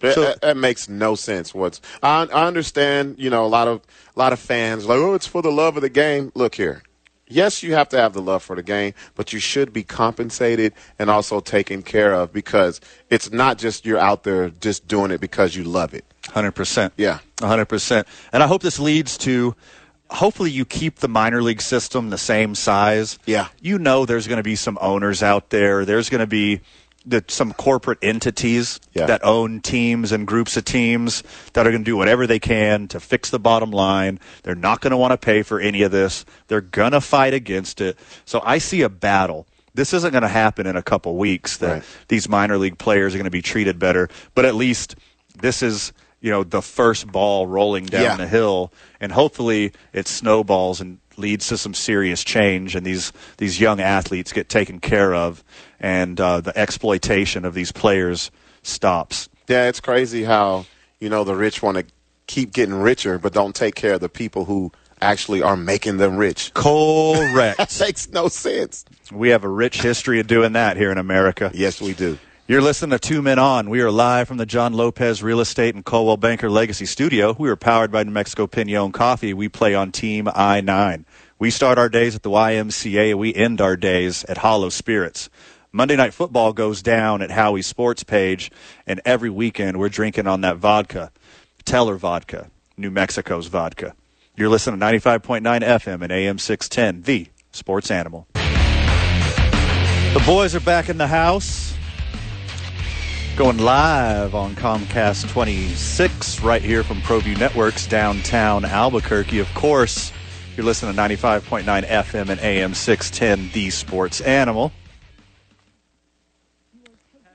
[SPEAKER 2] That,
[SPEAKER 1] So-
[SPEAKER 2] that, that makes no sense. What's I, I understand, you know, a lot of a lot of fans like, oh, it's for the love of the game. Look here, yes, you have to have the love for the game, but you should be compensated and also taken care of because it's not just you're out there just doing it because you love it.
[SPEAKER 1] Hundred percent.
[SPEAKER 2] Yeah.
[SPEAKER 1] hundred percent. And I hope this leads to. Hopefully, you keep the minor league system the same size.
[SPEAKER 2] Yeah.
[SPEAKER 1] you know there's going to be some owners out there. There's going to be the, some corporate entities
[SPEAKER 2] Yeah.
[SPEAKER 1] that own teams and groups of teams that are going to do whatever they can to fix the bottom line. They're not going to want to pay for any of this. They're going to fight against it. So I see a battle. This isn't going to happen in a couple weeks that
[SPEAKER 2] Right.
[SPEAKER 1] these minor league players are going to be treated better, but at least this is, you know, the first ball rolling down
[SPEAKER 2] Yeah.
[SPEAKER 1] the hill and hopefully it snowballs and leads to some serious change and these these young athletes get taken care of and uh, the exploitation of these players stops.
[SPEAKER 2] Yeah, it's crazy how you know the rich want to keep getting richer, but don't take care of the people who actually are making them rich. That
[SPEAKER 1] Correct.
[SPEAKER 2] makes no sense.
[SPEAKER 1] we have a rich history of doing that here in America.
[SPEAKER 2] Yes, we do.
[SPEAKER 1] You're listening to Two Men On. We are live from the John Lopez Real Estate and Coldwell Banker Legacy Studio. We are powered by New Mexico Pinon Coffee. We play on Team I 9. We start our days at the YMCA. We end our days at Hollow Spirits. Monday Night Football goes down at Howie's Sports page, and every weekend we're drinking on that vodka, Teller Vodka, New Mexico's vodka. You're listening to 95.9 FM and AM 610, the sports animal. The boys are back in the house. Going live on Comcast 26, right here from ProView Networks, downtown Albuquerque. Of course, you're listening to 95.9 FM and AM 610, The Sports Animal.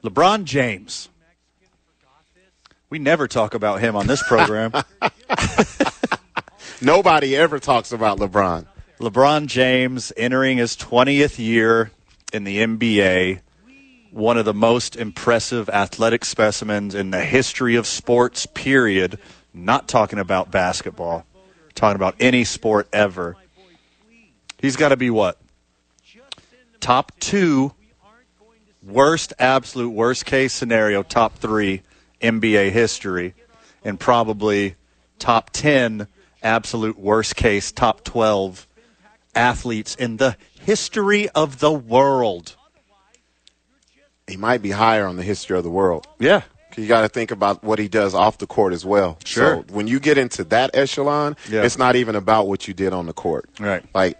[SPEAKER 1] LeBron James. We never talk about him on this program.
[SPEAKER 2] Nobody ever talks about LeBron.
[SPEAKER 1] LeBron James entering his 20th year in the NBA, one of the most impressive athletic specimens in the history of sports, period. Not talking about basketball, talking about any sport ever. He's got to be what? Top two, worst, absolute worst case scenario, top three NBA history, and probably top 10, absolute worst case, top 12 athletes in the history of the world.
[SPEAKER 2] He might be higher on the history of the world.
[SPEAKER 1] Yeah.
[SPEAKER 2] You got to think about what he does off the court as well.
[SPEAKER 1] Sure.
[SPEAKER 2] So when you get into that echelon,
[SPEAKER 1] Yeah.
[SPEAKER 2] it's not even about what you did on the court.
[SPEAKER 1] Right.
[SPEAKER 2] Like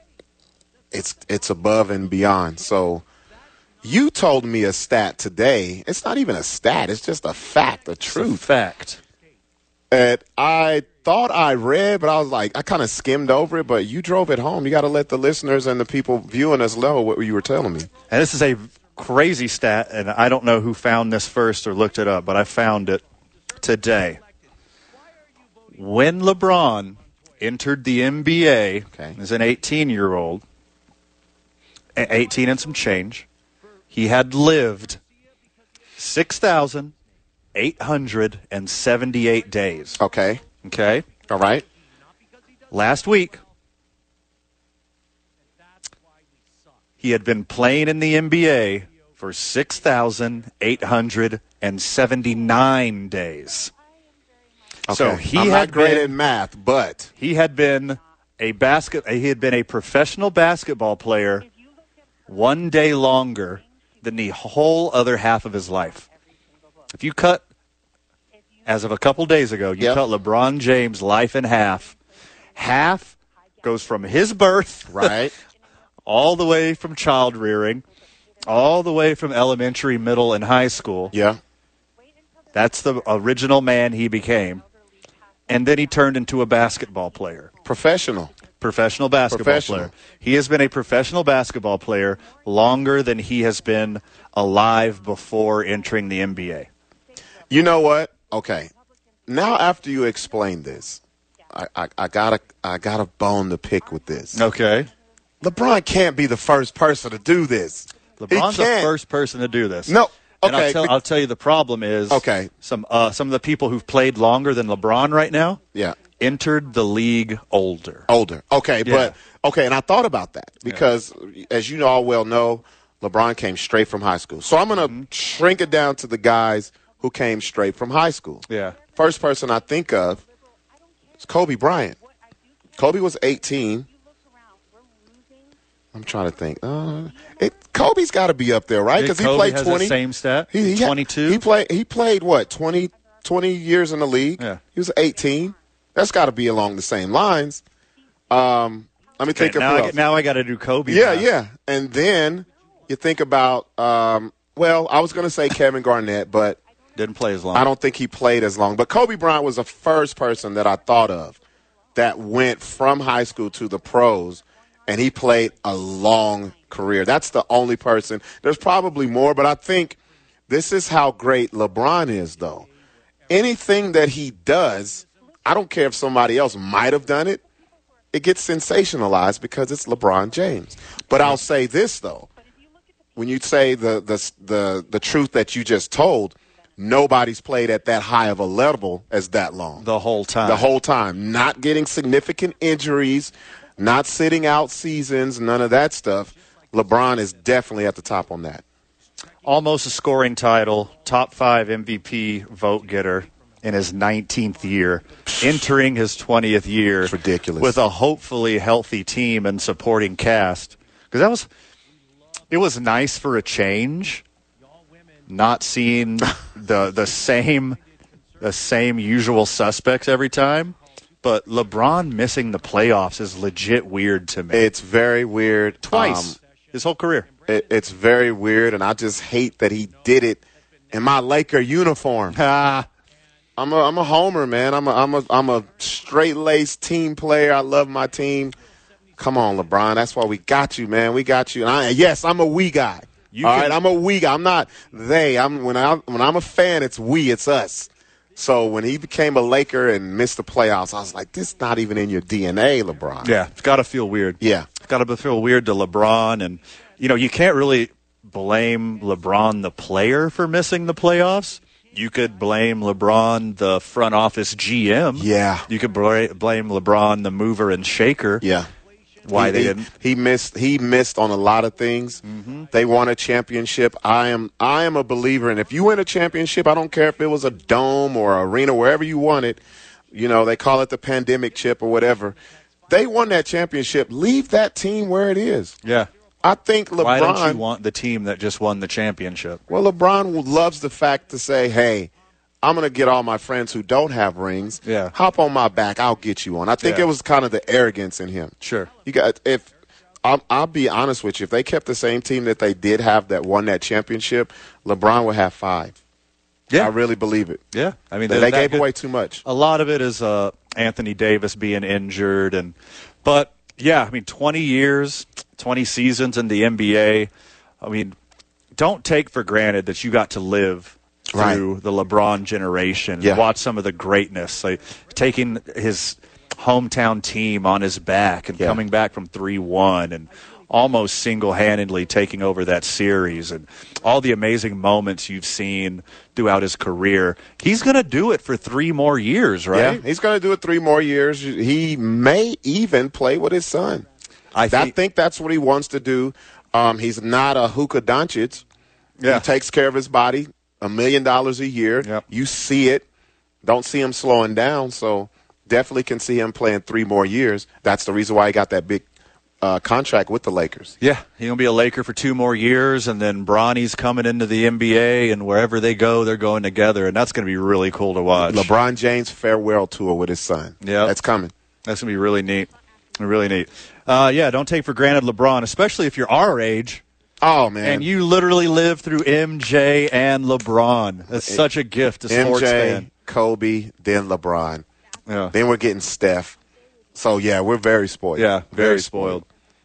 [SPEAKER 2] it's it's above and beyond. So you told me a stat today. It's not even a stat. It's just a fact, a
[SPEAKER 1] True
[SPEAKER 2] truth
[SPEAKER 1] fact.
[SPEAKER 2] that I thought I read, but I was like, I kind of skimmed over it. But you drove it home. You got to let the listeners and the people viewing us know what you were telling me.
[SPEAKER 1] And this is a crazy stat, and I don't know who found this first or looked it up, but I found it today. When LeBron entered the NBA
[SPEAKER 2] Okay.
[SPEAKER 1] as an 18 year old, 18 and some change, he had lived 6,878 days.
[SPEAKER 2] Okay.
[SPEAKER 1] Okay?
[SPEAKER 2] All right.
[SPEAKER 1] last week he had been playing in the NBA for 6,879 days.
[SPEAKER 2] Okay.
[SPEAKER 1] So he
[SPEAKER 2] I'm
[SPEAKER 1] had
[SPEAKER 2] not great
[SPEAKER 1] been-
[SPEAKER 2] at math, but
[SPEAKER 1] He had been a basket he had been a professional basketball player one day longer than the whole other half of his life. If you cut as of a couple days ago, you
[SPEAKER 2] Yep.
[SPEAKER 1] cut LeBron James' life in half. Half goes from his birth
[SPEAKER 2] right.
[SPEAKER 1] all the way from child rearing, all the way from elementary, middle, and high school.
[SPEAKER 2] yeah.
[SPEAKER 1] That's the original man he became. And then he turned into a basketball player,
[SPEAKER 2] Professional.
[SPEAKER 1] professional basketball
[SPEAKER 2] Professional.
[SPEAKER 1] player. He has been a professional basketball player longer than he has been alive before entering the NBA.
[SPEAKER 2] You know what? Okay. Now after you explain this, I, I, I gotta I gotta bone the pick with this.
[SPEAKER 1] Okay.
[SPEAKER 2] LeBron can't be the first person to do this. He
[SPEAKER 1] LeBron's the
[SPEAKER 2] can't.
[SPEAKER 1] first person to do this.
[SPEAKER 2] No,
[SPEAKER 1] And I'll
[SPEAKER 2] okay,
[SPEAKER 1] tell,
[SPEAKER 2] be-
[SPEAKER 1] I'll tell you the problem is
[SPEAKER 2] Okay.
[SPEAKER 1] some uh, some of the people who've played longer than LeBron right now
[SPEAKER 2] Yeah.
[SPEAKER 1] entered the league older.
[SPEAKER 2] Older. Okay,
[SPEAKER 1] Yeah.
[SPEAKER 2] but okay, and I thought about that because as you
[SPEAKER 1] Mm-hmm.
[SPEAKER 2] all well know, LeBron came straight from high school. So I'm gonna shrink it down to the guys who came straight from high school.
[SPEAKER 1] Yeah.
[SPEAKER 2] First person I think of is Kobe Bryant. Kobe was 18. I'm trying to think. Uh, it, Kobe's got to be up there, right? Because he
[SPEAKER 1] Kobe
[SPEAKER 2] played
[SPEAKER 1] has that
[SPEAKER 2] 20.
[SPEAKER 1] same stat.
[SPEAKER 2] He, he-
[SPEAKER 1] 22.
[SPEAKER 2] He played. He played what 20, 20 years in the league.
[SPEAKER 1] Yeah.
[SPEAKER 2] He was eighteen. That's got to be along the same lines. Um, let me
[SPEAKER 1] Okay,
[SPEAKER 2] think of
[SPEAKER 1] now,
[SPEAKER 2] who
[SPEAKER 1] I,
[SPEAKER 2] else.
[SPEAKER 1] get- now I got to do Kobe.
[SPEAKER 2] yeah,
[SPEAKER 1] now.
[SPEAKER 2] yeah. And then you think about. Um, well, I was going to say Kevin Garnett, but
[SPEAKER 1] Didn't play as long.
[SPEAKER 2] I don't think he played as long. But Kobe Bryant was the first person that I thought of that went from high school to the pros, and he played a long career. That's the only person. There's probably more, but I think this is how great LeBron is, though. Anything that he does, I don't care if somebody else might have done it, it gets sensationalized because it's LeBron James. But I'll say this, though when you say the, the the the truth that you just told, nobody's played at that high of a level as that long.
[SPEAKER 1] The whole time.
[SPEAKER 2] The whole time, not getting significant injuries, not sitting out seasons, none of that stuff. LeBron is definitely at the top on that.
[SPEAKER 1] Almost a scoring title, top five MVP vote getter in his 19th year, entering his 20th year.
[SPEAKER 2] It's ridiculous.
[SPEAKER 1] With a hopefully healthy team and supporting cast. Because that was, it was nice for a change, not seeing the, the same, the same usual suspects every time. But LeBron missing the playoffs is legit weird to me.
[SPEAKER 2] It's very weird.
[SPEAKER 1] Twice
[SPEAKER 2] Um,
[SPEAKER 1] his whole career.
[SPEAKER 2] it, it's very weird, and I just hate that he did it in my Laker uniform.
[SPEAKER 1] Ah,
[SPEAKER 2] I'm a I'm a homer, man. I'm a I'm a I'm a straight laced team player. I love my team. Come on, LeBron. That's why we got you, man. We got you. And I, yes, I'm a we guy.
[SPEAKER 1] You
[SPEAKER 2] All
[SPEAKER 1] can-
[SPEAKER 2] right, I'm a we guy. I'm not they. I'm when I when I'm a fan, it's we. It's us. So when he became a Laker and missed the playoffs, I was like, this not even in your DNA, LeBron.
[SPEAKER 1] Yeah, it's got to feel weird.
[SPEAKER 2] Yeah.
[SPEAKER 1] it's got to feel weird to LeBron, and you know you can't really blame LeBron the player for missing the playoffs. You could blame LeBron the front office GM.
[SPEAKER 2] Yeah.
[SPEAKER 1] you could bra- blame LeBron the mover and shaker.
[SPEAKER 2] Yeah.
[SPEAKER 1] why
[SPEAKER 2] He-
[SPEAKER 1] they
[SPEAKER 2] he-
[SPEAKER 1] didn't. Mm-hmm.
[SPEAKER 2] He missed. He missed on a lot of things. They won a championship. I am. I am a believer. And if you win a championship, I don't care if it was a dome or a arena, wherever you won it. You know, they call it the pandemic chip or whatever. They won that championship. Leave that team where it is.
[SPEAKER 1] Yeah.
[SPEAKER 2] I think LeBron.
[SPEAKER 1] Why don't you want the team that just won the championship?
[SPEAKER 2] Well, LeBron loves the fact to say, "Hey, I'm going to get all my friends who don't have rings.
[SPEAKER 1] Yeah.
[SPEAKER 2] hop on my back. I'll get you on." I think
[SPEAKER 1] Yeah.
[SPEAKER 2] it was kind of the arrogance in him.
[SPEAKER 1] Sure.
[SPEAKER 2] you got if I'll, I'll be honest with you. If they kept the same team that they did have that won that championship, LeBron would have five. I really believe it.
[SPEAKER 1] yeah. I mean, they're
[SPEAKER 2] They, they
[SPEAKER 1] that
[SPEAKER 2] gave
[SPEAKER 1] good.
[SPEAKER 2] away too much.
[SPEAKER 1] a lot of it is uh, Anthony Davis being injured, and but yeah, I mean, 20 years, 20 seasons in the NBA. I mean, don't take for granted that you got to live
[SPEAKER 2] Right.
[SPEAKER 1] through the LeBron generation,
[SPEAKER 2] Yeah.
[SPEAKER 1] watch some of the greatness, like taking his hometown team on his back and
[SPEAKER 2] Yeah.
[SPEAKER 1] coming back from 3-1 and almost single-handedly taking over that series and all the amazing moments you've seen throughout his career. He's going to do it for 3 more years, right?
[SPEAKER 2] Yeah, he's going to do it three more years. He may even play with his son.
[SPEAKER 1] I
[SPEAKER 2] I
[SPEAKER 1] think
[SPEAKER 2] think that's what he wants to do. Um, he's not a hookah Doncic.
[SPEAKER 1] Yeah.
[SPEAKER 2] He takes care of his body, a million dollars a year.
[SPEAKER 1] Yep.
[SPEAKER 2] You see it. Don't see him slowing down. So definitely can see him playing three more years. That's the reason why he got that big uh, contract with the Lakers.
[SPEAKER 1] Yeah, he's gonna be a Laker for two more years, and then Bronny's coming into the NBA, and wherever they go, they're going together, and that's gonna be really cool to watch.
[SPEAKER 2] LeBron James farewell tour with his son.
[SPEAKER 1] Yep.
[SPEAKER 2] That's coming.
[SPEAKER 1] That's gonna be really neat, really neat. Uh, yeah, don't take for granted LeBron, especially if you're our age
[SPEAKER 2] Oh man.
[SPEAKER 1] and you literally live through MJ and LeBron. That's such a gift to sports
[SPEAKER 2] MJ,
[SPEAKER 1] fan.
[SPEAKER 2] Kobe, then LeBron.
[SPEAKER 1] Yeah.
[SPEAKER 2] Then we're getting Steph. So yeah, we're very spoiled.
[SPEAKER 1] Yeah, very, spoiled.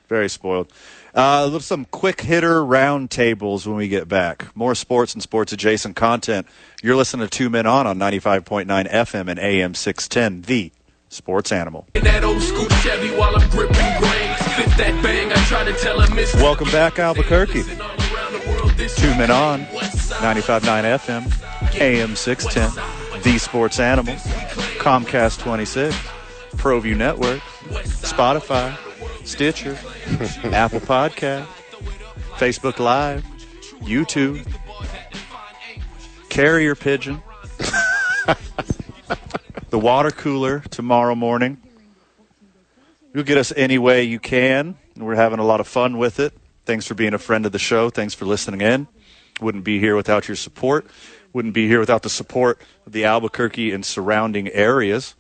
[SPEAKER 1] Very spoiled. Uh, let's some quick hitter round tables when we get back. More sports and sports adjacent content. You're listening to Two Men On on 95.9 FM and AM 610, the sports animal.
[SPEAKER 7] that old school Chevy while I'm gripping grain. Fit that bang, I try to tell him it's
[SPEAKER 1] Welcome back, Albuquerque.
[SPEAKER 7] Listen all around the world, this
[SPEAKER 1] Two Men On, 95.9 FM, AM 610, the sports animal. Comcast 26, ProView Network, Spotify, Stitcher, Apple Podcast, Facebook Live, YouTube. carrier pigeon, the water cooler tomorrow morning. You'll get us any way you can. We're having a lot of fun with it. Thanks for being a friend of the show. Thanks for listening in. Wouldn't be here without your support. Wouldn't be here without the support of the Albuquerque and surrounding areas.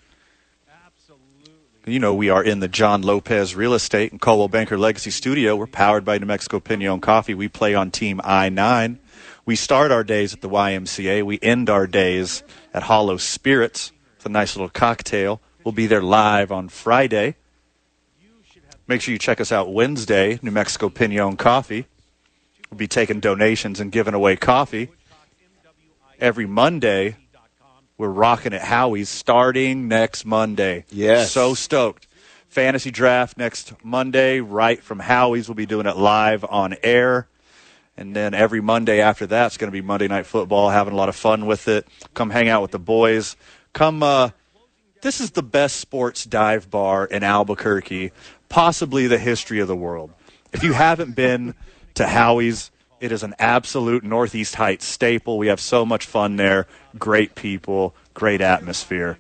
[SPEAKER 1] You know, we are in the John Lopez Real Estate and Coldwell Banker Legacy Studio. We're powered by New Mexico Pinon Coffee. We play on Team I 9. We start our days at the YMCA. We end our days at Hollow Spirits. It's a nice little cocktail. We'll be there live on Friday. Make sure you check us out Wednesday, New Mexico Pinon Coffee. We'll be taking donations and giving away coffee. Every Monday, we're rocking at Howie's starting next Monday.
[SPEAKER 2] Yes.
[SPEAKER 1] So stoked. Fantasy draft next Monday, right from Howie's. We'll be doing it live on air. And then every Monday after that, it's going to be Monday Night Football, having a lot of fun with it. Come hang out with the boys. Come, uh, this is the best sports dive bar in Albuquerque, possibly the history of the world. If you haven't been to Howie's, it is an absolute Northeast Heights staple. We have so much fun there. Great people, great atmosphere.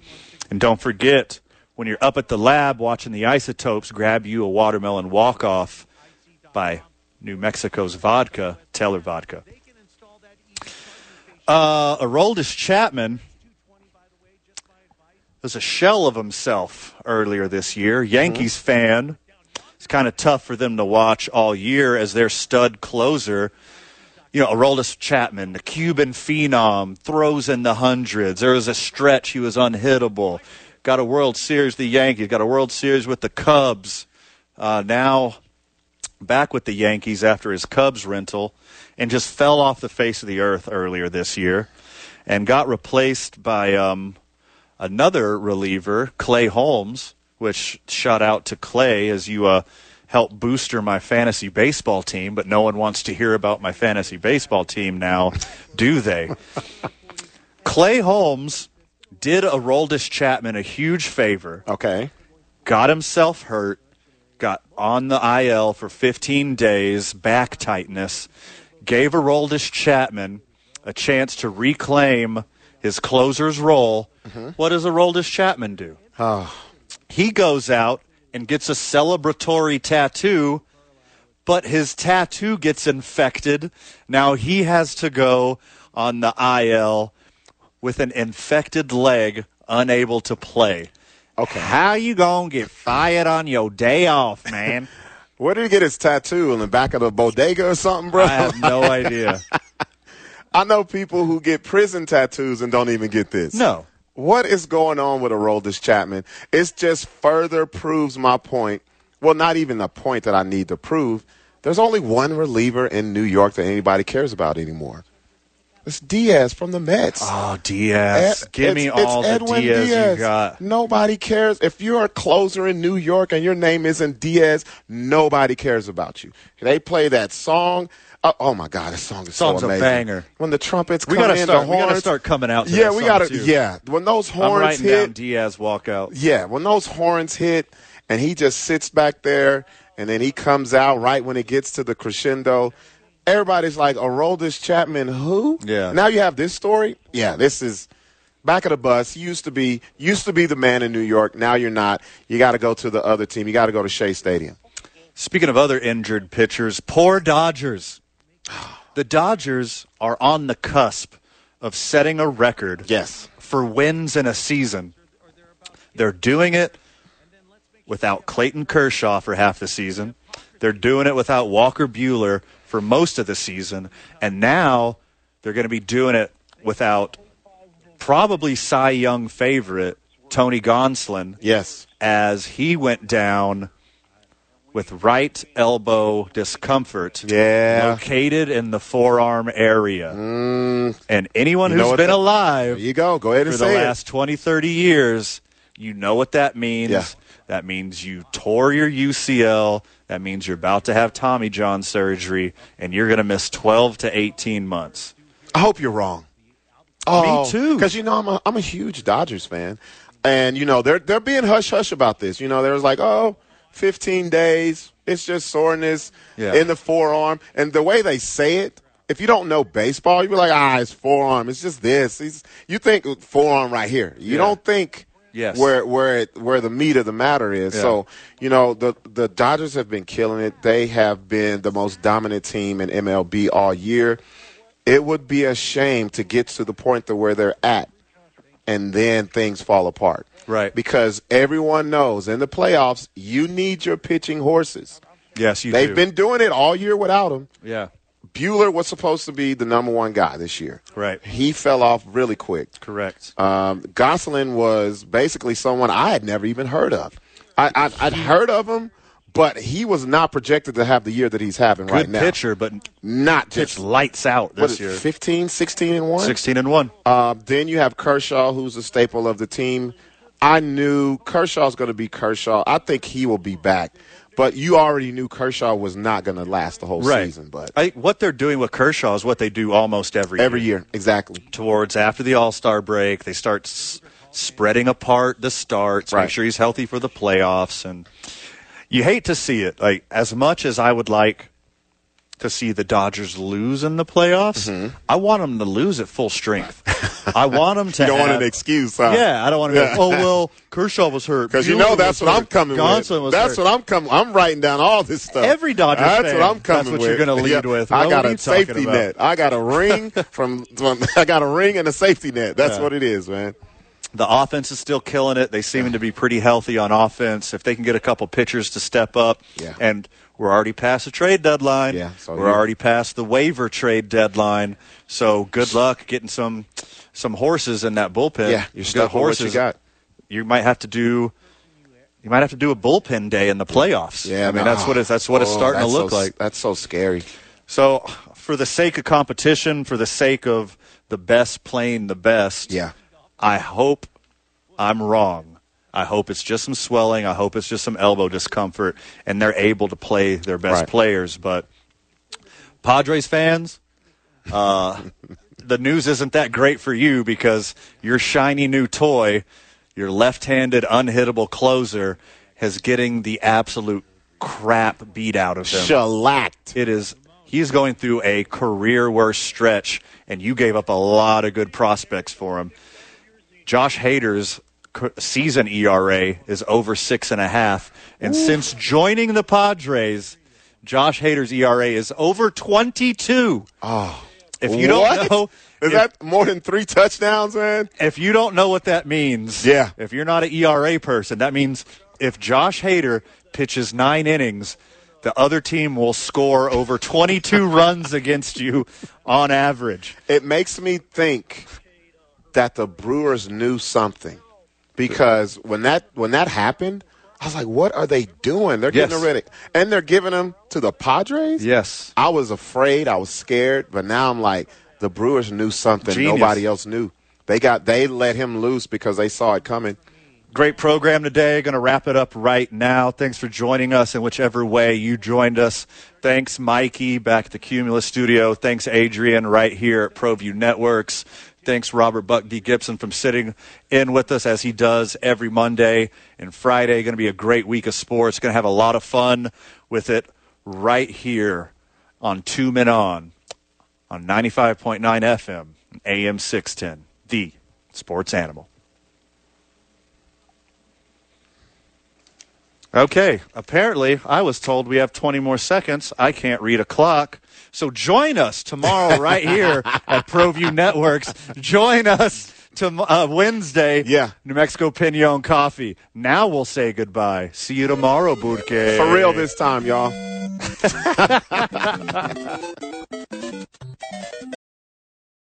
[SPEAKER 1] And don't forget, when you're up at the lab watching the isotopes, grab you a watermelon walk off by New Mexico's vodka, Teller Vodka. Uh, Aroldis Chapman was a shell of himself earlier this year. Yankees fan. It's kind of tough for them to watch all year as their stud closer. You know, Aroldis Chapman, the Cuban phenom, throws in the hundreds. There was a stretch he was unhittable. Got a World Series, with the Yankees. Got a World Series with the Cubs. Uh, now back with the Yankees after his Cubs rental and just fell off the face of the earth earlier this year and got replaced by um, another reliever, Clay Holmes, which shout out to Clay as you uh, help booster my fantasy baseball team, but no one wants to hear about my fantasy baseball team now, do they? Clay Holmes did Aroldis Chapman a huge favor
[SPEAKER 2] Okay.
[SPEAKER 1] got himself hurt, got on the IL for 15 days, back tightness, gave Aroldis Chapman a chance to reclaim his closer's role. What does Aroldis Chapman do? He goes out and gets a celebratory tattoo, but his tattoo gets infected. Now he has to go on the IL with an infected leg, unable to play.
[SPEAKER 2] Okay.
[SPEAKER 1] How you gonna get fired on your day off, man?
[SPEAKER 2] Where did he get his tattoo? In the back of the bodega or something, bro?
[SPEAKER 1] I have no idea.
[SPEAKER 2] I know people who get prison tattoos and don't even get this.
[SPEAKER 1] No.
[SPEAKER 2] What is going on with Aroldis Chapman? It's just further proves my point. Well, not even the point that I need to prove. There's only one reliever in New York that anybody cares about anymore. It's Diaz from the Mets.
[SPEAKER 1] Oh, Diaz,
[SPEAKER 2] Ed-
[SPEAKER 1] give me
[SPEAKER 2] it's- it's
[SPEAKER 1] all the
[SPEAKER 2] Edwin
[SPEAKER 1] Diaz, you got.
[SPEAKER 2] Nobody cares. If you're a closer in New York and your name isn't Diaz, nobody cares about you. They play that song. Uh, oh my God, that song is
[SPEAKER 1] Song's a
[SPEAKER 2] so amazing.
[SPEAKER 1] banger.
[SPEAKER 2] When the trumpets
[SPEAKER 1] We
[SPEAKER 2] come
[SPEAKER 1] gotta
[SPEAKER 2] in,
[SPEAKER 1] start-
[SPEAKER 2] the
[SPEAKER 1] we gotta
[SPEAKER 2] horns-
[SPEAKER 1] start coming out to
[SPEAKER 2] yeah,
[SPEAKER 1] that
[SPEAKER 2] we
[SPEAKER 1] song,
[SPEAKER 2] gotta.
[SPEAKER 1] too.
[SPEAKER 2] Yeah, when those
[SPEAKER 1] I'm
[SPEAKER 2] horns
[SPEAKER 1] writing
[SPEAKER 2] hit,
[SPEAKER 1] down Diaz walkout.
[SPEAKER 2] yeah, when those horns hit and he just sits back there and then he comes out right when it gets to the crescendo, everybody's like, Aroldis Chapman, who?
[SPEAKER 1] Yeah.
[SPEAKER 2] Now you have this story? Yeah, this is back of the bus. He used to be used to be the man in New York. Now you're not. You gotta go to the other team. You gotta go to Shea Stadium.
[SPEAKER 1] Speaking of other injured pitchers, poor Dodgers. The Dodgers are on the cusp of setting a record
[SPEAKER 2] Yes.
[SPEAKER 1] for wins in a season. They're doing it without Clayton Kershaw for half the season. They're doing it without Walker Bueller for most of the season. And now they're going to be doing it without probably Cy Young favorite Tony Gonsolin
[SPEAKER 2] Yes.
[SPEAKER 1] as he went down with right elbow discomfort
[SPEAKER 2] Yeah.
[SPEAKER 1] located in the forearm area. and anyone
[SPEAKER 2] Mm. You
[SPEAKER 1] who's
[SPEAKER 2] know what
[SPEAKER 1] been
[SPEAKER 2] the-
[SPEAKER 1] alive
[SPEAKER 2] There you go. Go ahead and
[SPEAKER 1] for the
[SPEAKER 2] say it.
[SPEAKER 1] last 20, 30 years, you know what that means.
[SPEAKER 2] Yeah.
[SPEAKER 1] That means you tore your UCL. That means you're about to have Tommy John surgery, and you're going to miss 12 to 18 months.
[SPEAKER 2] I hope you're wrong. Oh,
[SPEAKER 1] too.
[SPEAKER 2] Because you know I'm a I'm a huge Dodgers fan, and you know they're they're being hush hush about this. You know they're like, oh, 15 days. It's just soreness
[SPEAKER 1] Yeah.
[SPEAKER 2] in the forearm, and the way they say it, if you don't know baseball, you'd be like, ah, it's forearm. It's just this. He's, you think forearm right here. You
[SPEAKER 1] Yeah.
[SPEAKER 2] don't think
[SPEAKER 1] Yes.
[SPEAKER 2] where where it, where the meat of the matter is.
[SPEAKER 1] Yeah.
[SPEAKER 2] So you know the the Dodgers have been killing it. They have been the most dominant team in MLB all year. It would be a shame to get to the point to where they're at, and then things fall apart.
[SPEAKER 1] Right.
[SPEAKER 2] Because everyone knows in the playoffs, you need your pitching horses.
[SPEAKER 1] Yes, you
[SPEAKER 2] They've
[SPEAKER 1] do.
[SPEAKER 2] been doing it all year without them.
[SPEAKER 1] Yeah.
[SPEAKER 2] Bueller was supposed to be the number one guy this year.
[SPEAKER 1] Right.
[SPEAKER 2] He fell off really quick.
[SPEAKER 1] Correct.
[SPEAKER 2] Um, Gosselin was basically someone I had never even heard of. I, I, I'd heard of him, but he was not projected to have the year that he's having right
[SPEAKER 1] Good
[SPEAKER 2] now.
[SPEAKER 1] pitcher, but
[SPEAKER 2] Not
[SPEAKER 1] pitch
[SPEAKER 2] just
[SPEAKER 1] lights out
[SPEAKER 2] what
[SPEAKER 1] this
[SPEAKER 2] is
[SPEAKER 1] year.
[SPEAKER 2] it, 15, 16 and 1?
[SPEAKER 1] Sixteen and one.
[SPEAKER 2] Uh, then you have Kershaw, who's a staple of the team. I knew Kershaw's going to be Kershaw. I think he will be back, but you already knew Kershaw was not going to last the whole
[SPEAKER 1] Right.
[SPEAKER 2] season. But
[SPEAKER 1] I, what they're doing with Kershaw is what they do almost every
[SPEAKER 2] every year, exactly.
[SPEAKER 1] towards after the All Star break. They start s- spreading apart the starts, make
[SPEAKER 2] Right.
[SPEAKER 1] sure he's healthy for the playoffs, and you hate to see it. Like as much as I would like to see the Dodgers lose in the playoffs,
[SPEAKER 2] Mm-hmm.
[SPEAKER 1] I want them to lose at full strength. I want them to.
[SPEAKER 2] You don't want
[SPEAKER 1] have-
[SPEAKER 2] an excuse, huh?
[SPEAKER 1] Yeah, I don't want to.
[SPEAKER 2] Yeah.
[SPEAKER 1] Go, oh well, Kershaw was hurt
[SPEAKER 2] Because you
[SPEAKER 1] Buehler
[SPEAKER 2] know
[SPEAKER 1] was
[SPEAKER 2] that's what I'm
[SPEAKER 1] hurt,
[SPEAKER 2] coming
[SPEAKER 1] Gonsolin
[SPEAKER 2] with.
[SPEAKER 1] was
[SPEAKER 2] That's
[SPEAKER 1] hurt."
[SPEAKER 2] what I'm coming. I'm writing down all this stuff.
[SPEAKER 1] Every Dodger
[SPEAKER 2] That's
[SPEAKER 1] fan,
[SPEAKER 2] what I'm
[SPEAKER 1] that's
[SPEAKER 2] coming
[SPEAKER 1] what
[SPEAKER 2] with.
[SPEAKER 1] you're gonna lead
[SPEAKER 2] Yeah.
[SPEAKER 1] with.
[SPEAKER 2] I
[SPEAKER 1] What
[SPEAKER 2] got
[SPEAKER 1] are you
[SPEAKER 2] a
[SPEAKER 1] talking
[SPEAKER 2] safety
[SPEAKER 1] about?
[SPEAKER 2] net. I got a ring from, from. I got a ring and a safety net. That's
[SPEAKER 1] Yeah.
[SPEAKER 2] what it is, man.
[SPEAKER 1] The offense is still killing it. They seem to be pretty healthy on offense. If they can get a couple pitchers to step up,
[SPEAKER 2] Yeah.
[SPEAKER 1] and we're already past the trade deadline.
[SPEAKER 2] Yeah, so
[SPEAKER 1] we're
[SPEAKER 2] you-
[SPEAKER 1] already past the waiver trade deadline. So good luck getting some some horses in that bullpen.
[SPEAKER 2] Yeah, you're
[SPEAKER 1] Good
[SPEAKER 2] stuck with what you got.
[SPEAKER 1] You might have to do. You might have to do a bullpen day in the playoffs. I mean
[SPEAKER 2] man.
[SPEAKER 1] that's what it's that's what it's
[SPEAKER 2] Oh,
[SPEAKER 1] starting to
[SPEAKER 2] that's so
[SPEAKER 1] look
[SPEAKER 2] s-
[SPEAKER 1] like.
[SPEAKER 2] That's so scary.
[SPEAKER 1] So, for the sake of competition, for the sake of the best playing the best,
[SPEAKER 2] Yeah.
[SPEAKER 1] I hope I'm wrong. I hope it's just some swelling. I hope it's just some elbow discomfort, and they're able to play their best
[SPEAKER 2] Right.
[SPEAKER 1] players. But Padres fans, uh, the news isn't that great for you because your shiny new toy, your left-handed unhittable closer, is getting the absolute crap beat out of them.
[SPEAKER 2] Shellacked.
[SPEAKER 1] It is he's going through a career worst stretch, and you gave up a lot of good prospects for him. Josh Hader's c- season ERA is over six and a half, and since joining the Padres, Josh Hader's ERA is over twenty-two. Oh, if you
[SPEAKER 2] What?
[SPEAKER 1] don't know. if-
[SPEAKER 2] Is that more than three touchdowns, man?
[SPEAKER 1] if you don't know what that means,
[SPEAKER 2] Yeah.
[SPEAKER 1] If you're not an ERA person, that means if Josh Hader pitches nine innings, the other team will score over 22 runs against you on average.
[SPEAKER 2] it makes me think that the Brewers knew something because when that when that happened, I was like, "What are they doing? They're
[SPEAKER 1] Yes.
[SPEAKER 2] getting rid of, and they're giving them to the Padres."
[SPEAKER 1] Yes.
[SPEAKER 2] I was afraid, I was scared, but now I'm like, the Brewers knew something
[SPEAKER 1] Genius.
[SPEAKER 2] nobody else knew. They got they let him loose because they saw it coming.
[SPEAKER 1] Great program today. Going to wrap it up right now. Thanks for joining us in whichever way you joined us. Thanks, Mikey, back at the Cumulus studio. Thanks, Adrian, right here at ProView Networks. Thanks, Robert Buck D. Gibson, from sitting in with us as he does every Monday and Friday. Going to be a great week of sports. Going to have a lot of fun with it right here on Two Men On on 95.9 FM, AM 610, the sports animal. Okay. Apparently, I was told we have 20 more seconds. I can't read a clock. So join us tomorrow right here at ProView Networks. Join us to uh, Wednesday.
[SPEAKER 2] Yeah.
[SPEAKER 1] New Mexico Pinon Coffee. Now we'll say goodbye. See you tomorrow, Burke.
[SPEAKER 2] For real this time, y'all.